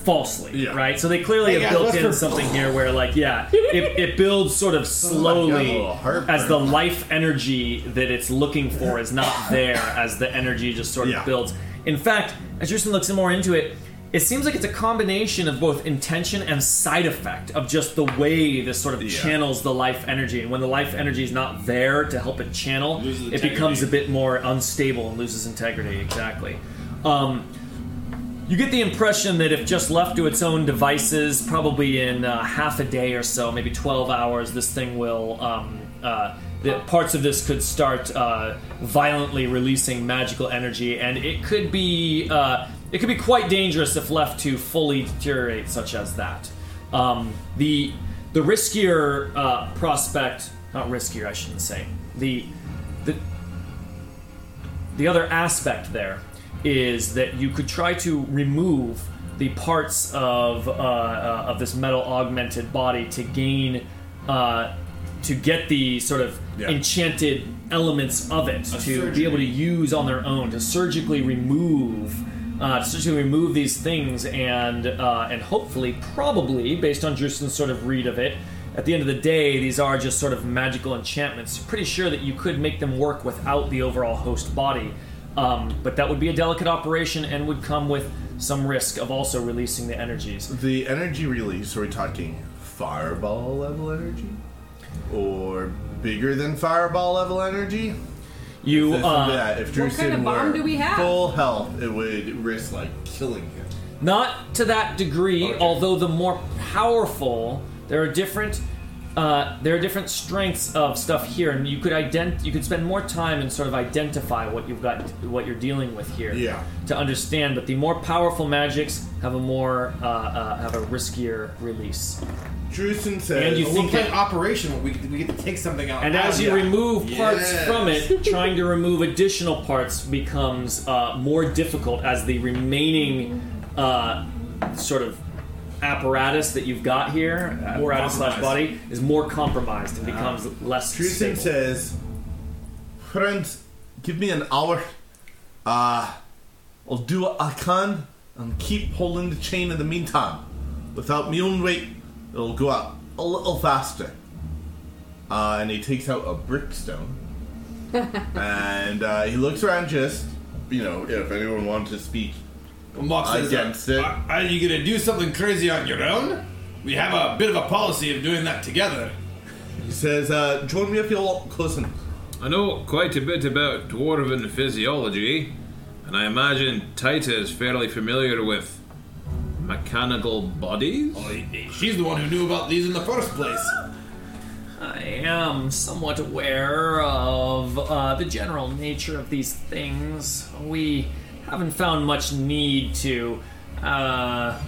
Speaker 2: falsely,
Speaker 12: Yeah.
Speaker 2: right? So they clearly
Speaker 12: Hey,
Speaker 2: have
Speaker 12: guys,
Speaker 2: built
Speaker 12: what's
Speaker 2: in
Speaker 12: for-
Speaker 2: something here where, like, yeah, it, it builds sort of slowly
Speaker 5: little heartburn.
Speaker 2: as the life energy that it's looking for is not there, as the energy just sort of
Speaker 12: Yeah.
Speaker 2: builds. In fact, as Justin looks more into it, it seems like it's a combination of both intention and side effect of just the way this sort of channels the life energy. And when the life energy is not there to help it channel,
Speaker 12: Loses
Speaker 2: it becomes
Speaker 12: integrity.
Speaker 2: a bit more unstable and loses integrity. Exactly. Um, you get the impression that if just left to its own devices, probably in uh, half a day or so, maybe 12 hours, this thing will. Um, uh, that parts of this could start uh, violently releasing magical energy, and it could be uh, it could be quite dangerous if left to fully deteriorate, such as that. Um, the the riskier uh, prospect, not riskier, I shouldn't say. The the the other aspect there is that you could try to remove the parts of uh, uh, of this metal augmented body to gain uh, to get the sort of
Speaker 12: Yeah.
Speaker 2: enchanted elements of it to be able to use on their own to surgically remove uh, to surgically remove these things and uh, and hopefully probably based on Drustin's sort of read of it at the end of the day these are just sort of magical enchantments pretty sure that you could make them work without the overall host body um, but that would be a delicate operation and would come with some risk of also releasing the energies
Speaker 5: The energy release, are we talking fireball level energy? Or bigger than fireball level energy?
Speaker 2: you
Speaker 5: This and
Speaker 2: uh,
Speaker 5: that. If
Speaker 3: what kind
Speaker 5: Drusen
Speaker 3: of bomb
Speaker 5: were
Speaker 3: do we have?
Speaker 5: full health, it would risk like killing him.
Speaker 2: Not to that degree,
Speaker 5: Okay.
Speaker 2: although the more powerful, there are different. Uh, there are different strengths of stuff here, and you could ident- you could spend more time and sort of identify what you've got, what you're dealing with here,
Speaker 5: Yeah.
Speaker 2: to understand. But the more powerful magics have a more uh, uh, have a riskier release.
Speaker 5: Drusen says,
Speaker 2: And you
Speaker 12: Well,
Speaker 2: think
Speaker 12: we're
Speaker 2: that-
Speaker 12: playing operational. We, we get to take something out.
Speaker 2: And as you
Speaker 12: Yeah.
Speaker 2: remove parts
Speaker 5: Yes.
Speaker 2: from it, trying to remove additional parts becomes uh, more difficult as the remaining uh, sort of apparatus that you've got here, uh, apparatus slash body,
Speaker 12: compromised.
Speaker 2: is more compromised and becomes less
Speaker 5: Drusen
Speaker 2: stable.
Speaker 5: says, friends, give me an hour. Uh, I'll do what I can and keep holding the chain in the meantime. Without my own weight, it'll go up a little faster. Uh, and he takes out a brick stone. and uh, he looks around just, you know, if anyone wanted to speak.
Speaker 12: Mox
Speaker 1: uh,
Speaker 12: says,
Speaker 5: Against it.
Speaker 12: Are, are you gonna do something crazy on your own? We have a bit of a policy of doing that together.
Speaker 5: He says, uh, join me if you'll walk close enough.
Speaker 1: I know quite a bit about dwarven physiology, and I imagine Tita is fairly familiar with mechanical bodies.
Speaker 12: Well, he- he- She's the one who knew about these in the first place.
Speaker 2: I am somewhat aware of uh, the general nature of these things. We haven't found much need to uh, uh,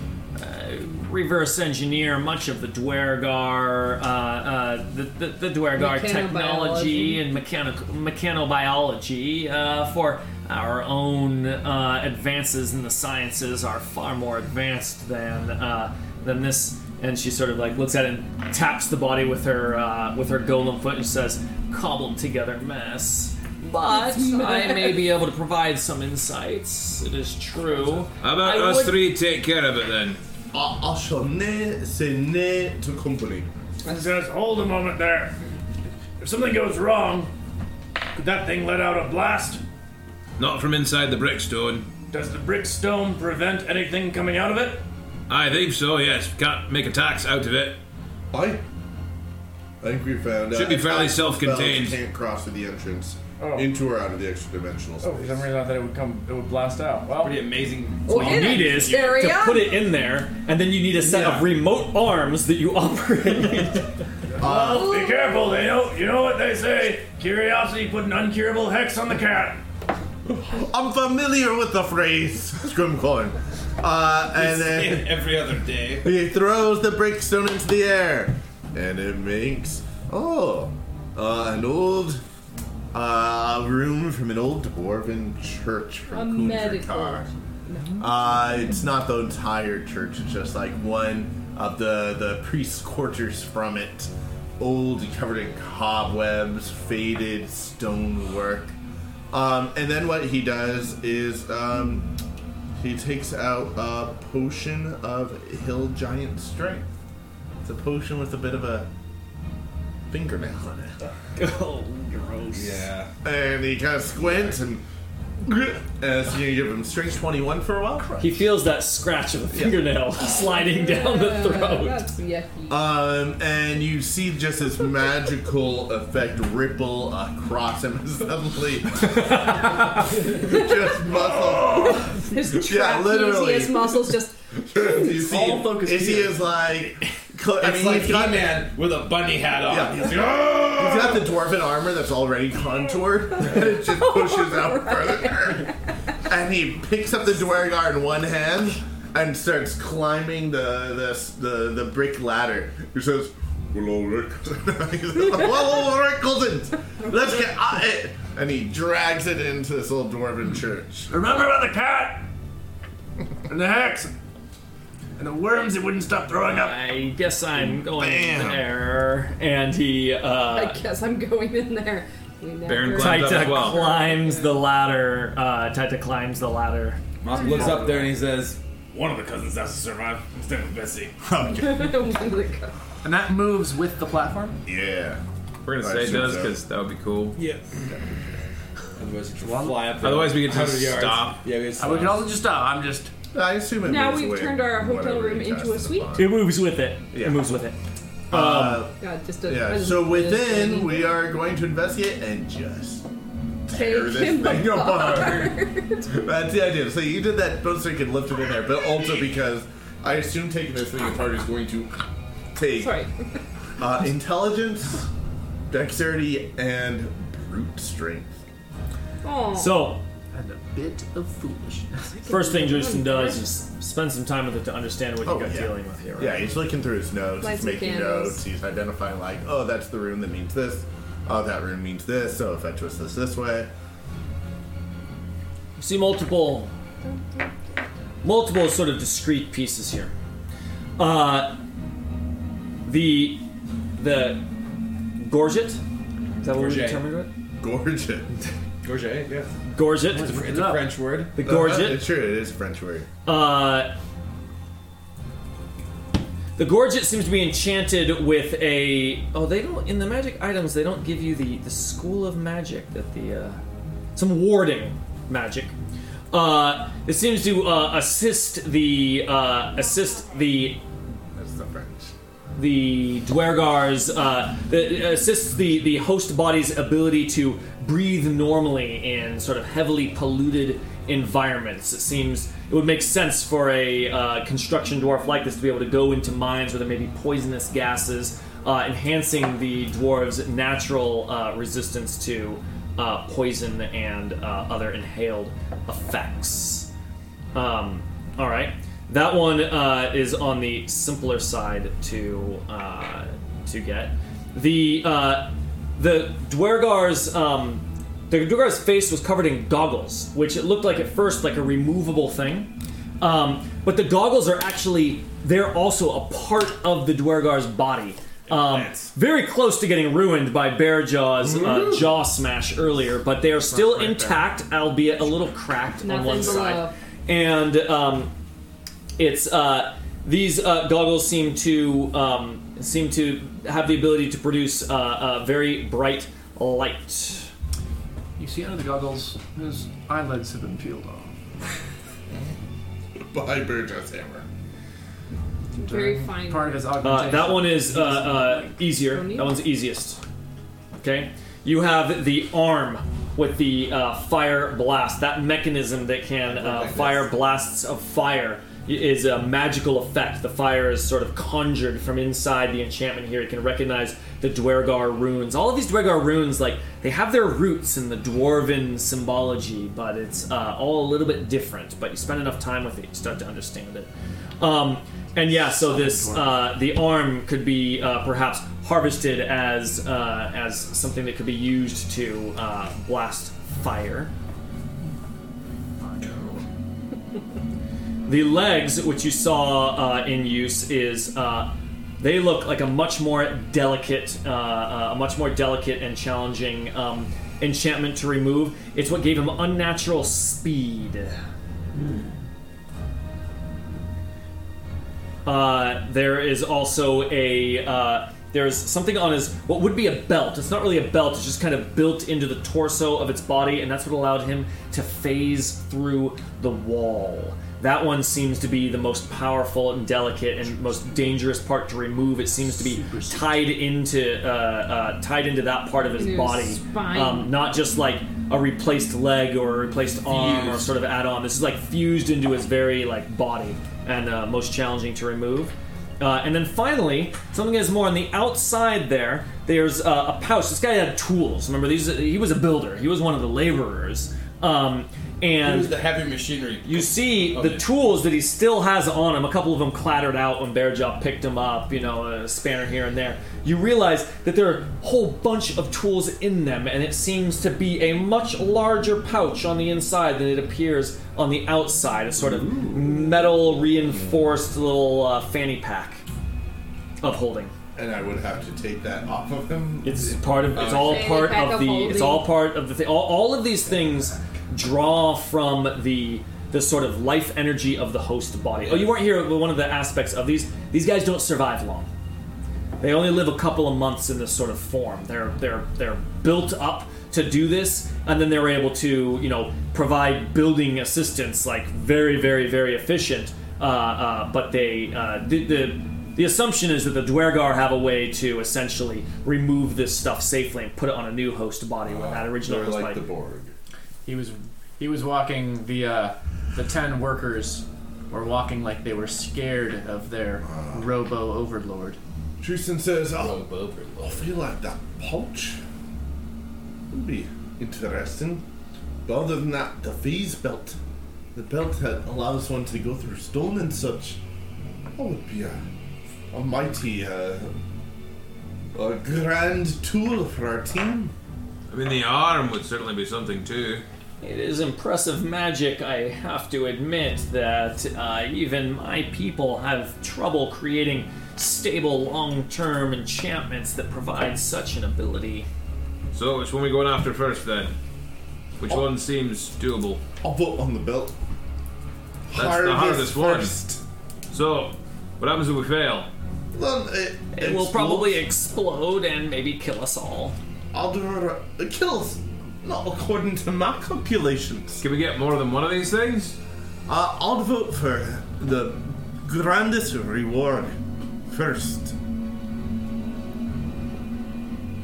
Speaker 2: reverse engineer much of the Dwargar, uh, uh, the, the, the Dwargar
Speaker 3: Mechanobiology.
Speaker 2: technology and mechanical mechanobiology uh, for our own uh, advances in the sciences are far more advanced than uh, than this. And she sort of like looks at it and taps the body with her uh, with her golem foot and says, "Cobble 'em together, mess." But I may be able to provide some insights. It is true.
Speaker 1: How about
Speaker 2: I
Speaker 1: us
Speaker 2: would-
Speaker 1: three take care of it then?
Speaker 5: I, I shall nay say nay to company.
Speaker 18: and says, Hold a moment there. If something goes wrong, could that thing let out a blast?
Speaker 1: Not from inside the brickstone.
Speaker 18: Does the brick stone prevent anything coming out of it?
Speaker 1: I think so, yes. Can't make attacks out of it.
Speaker 5: I think we found
Speaker 1: Should
Speaker 5: out
Speaker 1: be fairly
Speaker 5: that
Speaker 1: self-contained.
Speaker 5: spells Can't cross through the entrance
Speaker 6: Oh.
Speaker 5: into or out of the extra dimensional
Speaker 6: Oh, for
Speaker 5: space.
Speaker 6: some reason I thought it would come, it would blast out. Well,
Speaker 12: Pretty amazing.
Speaker 3: Well,
Speaker 2: What you need is to put it in there, and then you need a set of
Speaker 12: Yeah.
Speaker 2: remote arms that you operate.
Speaker 18: be careful. They know, you know what they say. Curiosity put an uncurable hex on the cat.
Speaker 5: I'm familiar with the phrase scrimcorn. Uh, and then
Speaker 12: every other day.
Speaker 5: he throws the brickstone into the air, and it makes oh uh, an old uh, room from an old dwarven church
Speaker 3: A
Speaker 5: from
Speaker 3: medical.
Speaker 5: Kundratar. Uh, it's not the entire church. It's just like one of the the priest's quarters from it. Old, covered in cobwebs, faded stonework. Um, and then what he does is um, He takes out a potion of hill giant strength. It's a potion with a bit of a fingernail on it.
Speaker 12: Oh, gross.
Speaker 1: Yeah.
Speaker 5: And he kind of squints and. And so you give him strength 21 for a while.
Speaker 2: He feels that scratch of a fingernail sliding down the
Speaker 3: Uh,
Speaker 2: throat.
Speaker 3: that's yucky.
Speaker 5: Um, and you see just this magical effect ripple across him suddenly. just muscle.
Speaker 3: His
Speaker 5: yeah, literally.
Speaker 3: trapezius muscles just
Speaker 5: You see,
Speaker 6: all focused
Speaker 5: Izzy is like. cl- I
Speaker 12: It's
Speaker 5: mean,
Speaker 12: like
Speaker 5: he's got, he's
Speaker 12: He-Man with a bunny hat on.
Speaker 5: Yeah.
Speaker 12: He's like, "Ah!"
Speaker 5: got the dwarven armor that's already contoured, and it just pushes out further. And he picks up the Dwargar in one hand and starts climbing the the the, the brick ladder. He says, "Well, Ulrich, He says, well, Ulrich Cousins, let's get on it." And he drags it into this old dwarven church.
Speaker 18: Remember about the cat and the hex and the worms that wouldn't stop throwing up.
Speaker 2: I guess I'm going
Speaker 5: Bam.
Speaker 2: there. And he uh,
Speaker 3: I guess I'm going in there. You never-
Speaker 1: Baron climbs up
Speaker 2: Taita
Speaker 1: as well.
Speaker 2: climbs the ladder. Uh, Taita climbs the ladder.
Speaker 12: Mark looks up there and he says,
Speaker 18: One of the cousins has to survive. I'm staying with Bessie.
Speaker 6: And that moves with the platform.
Speaker 5: Yeah.
Speaker 1: We're gonna
Speaker 5: I
Speaker 1: say it
Speaker 5: assume
Speaker 1: does
Speaker 5: so.
Speaker 1: because that would be cool.
Speaker 12: "Yeah." Otherwise, you could fly up.
Speaker 1: Otherwise, we could just
Speaker 12: 100 yards.
Speaker 1: stop.
Speaker 12: Yeah, we could
Speaker 6: Uh,
Speaker 12: stop.
Speaker 6: we can also just stop. I'm just.
Speaker 5: I assume it
Speaker 3: Now
Speaker 5: moves
Speaker 3: we've
Speaker 5: with
Speaker 3: turned our hotel
Speaker 5: whatever
Speaker 3: room
Speaker 5: he
Speaker 3: into
Speaker 5: casts
Speaker 3: a
Speaker 5: in the
Speaker 3: suite.
Speaker 5: box.
Speaker 2: It moves with it.
Speaker 5: Yeah.
Speaker 2: It moves with it.
Speaker 5: Uh,
Speaker 3: God, just a,
Speaker 5: Yeah,
Speaker 3: a-
Speaker 5: so
Speaker 3: a-
Speaker 5: within, we are going to investigate and just tear
Speaker 3: Take
Speaker 5: this
Speaker 3: him
Speaker 5: thing
Speaker 3: apart.
Speaker 5: apart. That's the idea. So you did that both so you could lift it in there, but also because I assume taking this thing apart is going to take
Speaker 3: Sorry.
Speaker 5: uh, intelligence, dexterity, and brute strength.
Speaker 3: Oh,
Speaker 2: So,
Speaker 6: And a bit of foolishness.
Speaker 2: first thing Justin does is spend some time with it to understand what
Speaker 5: Oh,
Speaker 2: you got
Speaker 5: yeah.
Speaker 2: dealing with here. Right?
Speaker 5: Yeah, he's looking through his notes,
Speaker 3: Lights
Speaker 5: he's
Speaker 3: and
Speaker 5: making
Speaker 3: candles.
Speaker 5: notes, he's identifying like, oh, that's the rune that means this, oh, that rune means this, so if I twist this this way,
Speaker 2: You see multiple, multiple sort of discrete pieces here. Uh, the the gorget. Is that what we
Speaker 12: Gorget.
Speaker 2: determined? Right?
Speaker 5: gorgeous.
Speaker 12: Gorget, yeah.
Speaker 2: Gorget.
Speaker 12: It's a French word.
Speaker 2: The
Speaker 5: Uh,
Speaker 2: gorget.
Speaker 5: it's true, it is a French word.
Speaker 2: Uh,
Speaker 12: Uh-huh.
Speaker 2: the gorget seems to be enchanted with a. Oh, they don't in the magic items. They don't give you the the school of magic that the uh, some warding magic. Uh, it seems to uh, assist the uh, assist the
Speaker 5: That's the French.
Speaker 2: the Dwergar's uh, the, assists the the host body's ability to breathe normally in sort of heavily polluted environments. It seems it would make sense for a uh, construction dwarf like this to be able to go into mines where there may be poisonous gases, uh, enhancing the dwarves' natural uh, resistance to uh, poison and uh, other inhaled effects. Um, all right, that one uh, is on the simpler side to uh, to get the uh, the Dwergar's um, the Dwergar's face was covered in goggles, which it looked like at first like a removable thing, um, but the goggles are actually they're also a part of the Dwergar's body. Um, very close to getting ruined by Bear Jaw's uh, jaw smash earlier, but they are still intact, albeit a little cracked on
Speaker 3: Nothing
Speaker 2: one
Speaker 3: below.
Speaker 2: side and um, it's uh, these uh, goggles seem to um, seem to have the ability to produce uh, uh, very bright light. Uh,
Speaker 6: You see under the goggles, his eyelids have been peeled off.
Speaker 5: By Burgess Hammer.
Speaker 3: very fine.
Speaker 6: Part of his
Speaker 2: Uh,
Speaker 6: augmentation.
Speaker 2: that one is uh, uh, easier. That one's easiest. Okay, you have the arm with the uh, fire blast. That mechanism that can uh, fire blasts of fire i- is a magical effect. The fire is sort of conjured from inside the enchantment here. It can recognize the Dwergar runes. All of these Dwergar runes, like they have their roots in the dwarven symbology, but it's uh, all a little bit different. But you spend enough time with it, you start to understand it. Um, and yeah, so this uh, the arm could be uh, perhaps harvested as uh, as something that could be used to uh, blast fire. The legs, which you saw uh, in use, is uh, they look like a much more delicate, uh, uh, a much more delicate and challenging um, enchantment to remove. It's what gave him unnatural speed. Uh, there is also a uh, there's something on his what would be a belt. It's not really a belt. It's just kind of built into the torso of its body, and that's what allowed him to phase through the wall. That one seems to be the most powerful and delicate and most dangerous part to remove. It seems to be tied into uh, uh, tied into that part of his
Speaker 3: His
Speaker 2: body,
Speaker 3: spine.
Speaker 2: Um, not just like a replaced leg or a replaced arm or sort of add on. This is like fused into his very like body and uh, most challenging to remove. Uh, and then finally, something is more on the outside there. There's uh, a pouch. This guy had tools. Remember, these he was a builder. He was one of the laborers. Um, and
Speaker 5: Who's the heavy machinery?
Speaker 2: you see
Speaker 5: Oh,
Speaker 2: the
Speaker 5: yeah.
Speaker 2: tools that he still has on him. A couple of them clattered out when Bearjaw picked him up, you know, a spanner here and there. You realize that there are a whole bunch of tools in them, and it seems to be a much larger pouch on the inside than it appears on the outside. A sort of metal reinforced little uh, fanny pack of holding.
Speaker 5: And I would have to take that off of him.
Speaker 2: It's part of. It's
Speaker 5: Uh,
Speaker 2: all
Speaker 3: Fanny
Speaker 2: part
Speaker 3: pack
Speaker 2: of
Speaker 3: of
Speaker 2: the. It's
Speaker 3: holding.
Speaker 2: all part of the thing. All, all of these things draw from the the sort of life energy of the host body. Oh, you weren't here. with One of the aspects of these these guys don't survive long. They only live a couple of months in this sort of form. They're they're they're built up to do this, and then they're able to you know provide building assistance like very very very efficient. Uh, uh, but they uh, the, the the assumption is that the Dwergar have a way to essentially remove this stuff safely and put it on a new host body when that original
Speaker 5: Uh, They're
Speaker 2: host
Speaker 5: like
Speaker 2: body.
Speaker 5: the Borg.
Speaker 6: He was he was walking the uh, the ten workers were walking like they were scared of their robo overlord.
Speaker 5: Tristan says, I'll, I'll feel like that pouch. It'll be interesting. But other than that, the phase belt, the belt that allows one to go through stone and such, that would be a, a mighty, uh, a grand tool for our team.
Speaker 1: I mean, the arm would certainly be something too.
Speaker 2: It is impressive magic, I have to admit, that uh, even my people have trouble creating stable, long term enchantments that provide such an ability.
Speaker 1: So, which one we going after first then? Which one seems doable?
Speaker 5: I'll vote on the belt.
Speaker 1: That's the hardest one. So, what happens if we fail?
Speaker 5: Well, it,
Speaker 2: It will probably explode and maybe kill us all.
Speaker 5: I'll do it. It kills. Not according to my calculations.
Speaker 1: Can we get more than one of these things?
Speaker 5: Uh, I'll vote for the grandest reward first.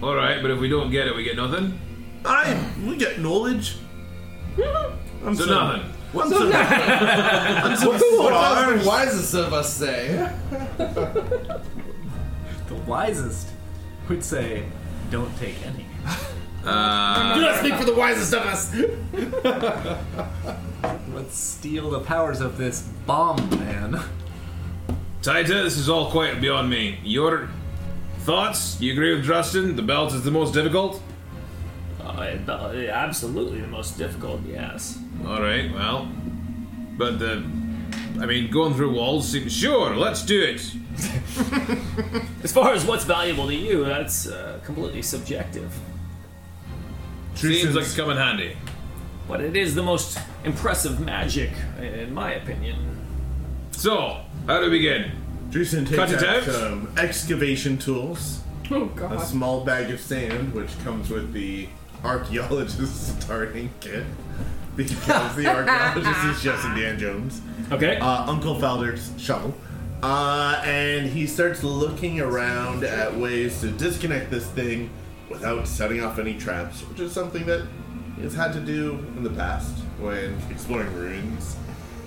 Speaker 1: All right, but if we don't get it, we get nothing.
Speaker 5: I we get knowledge. I'm
Speaker 1: So nothing.
Speaker 5: I'm so, I'm so smart.
Speaker 12: wisest of us say.
Speaker 6: The wisest would say, "Don't take any."
Speaker 5: Uh,
Speaker 12: Do not speak for the wisest of us.
Speaker 6: Let's steal the powers of this bomb man.
Speaker 1: Taita, this is all quite beyond me. Your thoughts? You agree with Drustin? The belt is the most difficult.
Speaker 2: Uh, absolutely the most difficult, yes.
Speaker 1: All right, well, but the, I mean, going through walls seems sure. Let's do it.
Speaker 2: As far as what's valuable to you, that's uh, completely subjective.
Speaker 1: Seems like it's come in handy.
Speaker 2: But it is the most impressive magic, in my opinion.
Speaker 1: So, how do we begin?
Speaker 5: Jason takes
Speaker 1: Cut it
Speaker 5: out
Speaker 1: out.
Speaker 5: um, excavation tools,
Speaker 3: Oh
Speaker 5: a
Speaker 3: god.
Speaker 5: small bag of sand, which comes with the archaeologist's starting kit. Because the archaeologist is Jesse Dan Jones.
Speaker 2: Okay.
Speaker 5: uh, Uncle Felder's shovel. Uh, and he starts looking around at ways to disconnect this thing without setting off any traps, which is something that he's had to do in the past when exploring ruins.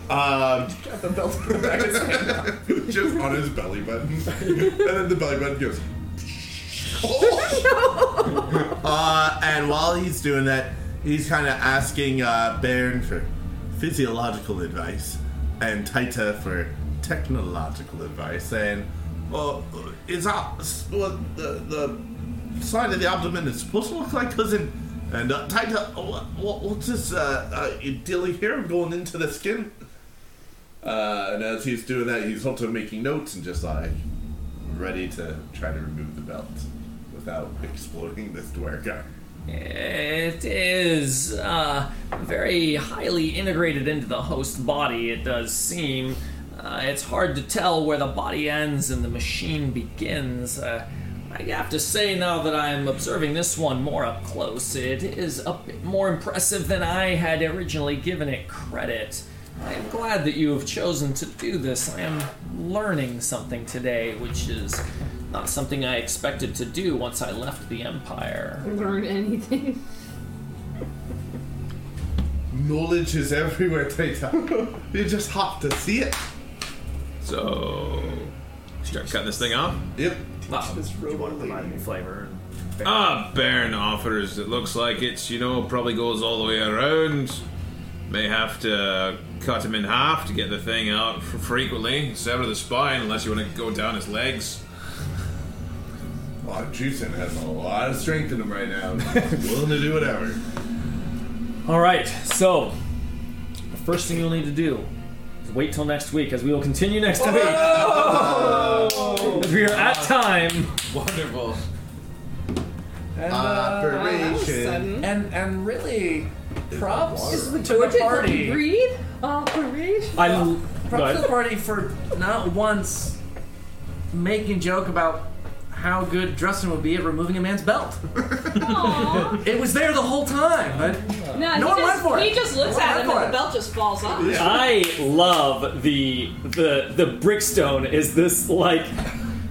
Speaker 5: Um, just on his belly button. and then the belly button goes. uh, and while he's doing that, he's kind of asking uh, Baron for physiological advice and Taita for technological advice. And, well, is that what the, the side of the abdomen is supposed to look like, cousin? And uh, Taita, what, what, what's this uh, uh, dealing here going into the skin? Uh, and as he's doing that, he's also making notes and just like ready to try to remove the belt without exploding this dwerga.
Speaker 2: It is uh, very highly integrated into the host body, it does seem. Uh, it's hard to tell where the body ends and the machine begins. Uh, I have to say, now that I'm observing this one more up close, it is a bit more impressive than I had originally given it credit. I am glad that you have chosen to do this. I am learning something today, which is not something I expected to do once I left the Empire.
Speaker 3: learn anything.
Speaker 5: Knowledge is everywhere, Tata. you just have to see it.
Speaker 1: So, start cutting this thing off.
Speaker 5: Yep.
Speaker 2: Wow.
Speaker 4: you want to provide any flavor?
Speaker 1: Ah, Baron offers. It looks like it's, you know, probably goes all the way around. May have to cut him in half to get the thing out f- frequently. Sever the spine unless you want to go down his legs.
Speaker 5: Oh, Juicin has a lot of strength in him right now. Willing to do whatever.
Speaker 2: All right, so the first thing you'll need to do is wait till next week, as we will continue next week. As we are at time.
Speaker 19: Wonderful.
Speaker 5: Operation.
Speaker 4: And and really, props to
Speaker 3: Would
Speaker 4: the
Speaker 3: you
Speaker 4: party.
Speaker 3: breathe? Operation.
Speaker 2: I l- go
Speaker 4: Props to the
Speaker 2: ahead.
Speaker 4: party for not once making joke about how good Drustin would be at removing a man's belt.
Speaker 3: Aw.
Speaker 4: It was there the whole time, but
Speaker 3: No, he
Speaker 4: one
Speaker 3: just,
Speaker 4: went for it.
Speaker 3: He just looks
Speaker 4: No
Speaker 3: at
Speaker 4: one went
Speaker 3: him, and
Speaker 4: for
Speaker 3: the
Speaker 4: it.
Speaker 3: belt just falls off.
Speaker 2: I love the the the brickstone. Is this like?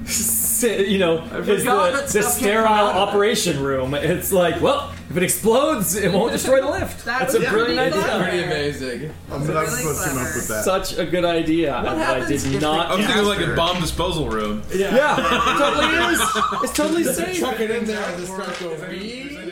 Speaker 2: si- You know, is
Speaker 4: forgot
Speaker 2: the,
Speaker 4: that
Speaker 2: the
Speaker 4: stuff came
Speaker 2: sterile
Speaker 4: out of that.
Speaker 2: operation room. It's like, well, if it explodes, it won't destroy the lift.
Speaker 20: That
Speaker 2: That's a
Speaker 20: was
Speaker 2: brilliant
Speaker 20: pretty
Speaker 2: idea.
Speaker 20: clever.
Speaker 19: Pretty amazing.
Speaker 5: I'm not
Speaker 20: really
Speaker 5: supposed to come
Speaker 20: clever.
Speaker 5: up with that.
Speaker 2: Such a good idea. I, I
Speaker 4: happens if
Speaker 2: did
Speaker 4: they-
Speaker 1: I
Speaker 2: not.
Speaker 1: was thinking like a
Speaker 5: Faster.
Speaker 1: bomb disposal room.
Speaker 2: Yeah, it totally is. It's totally safe.
Speaker 19: Chuck it in there and just start going.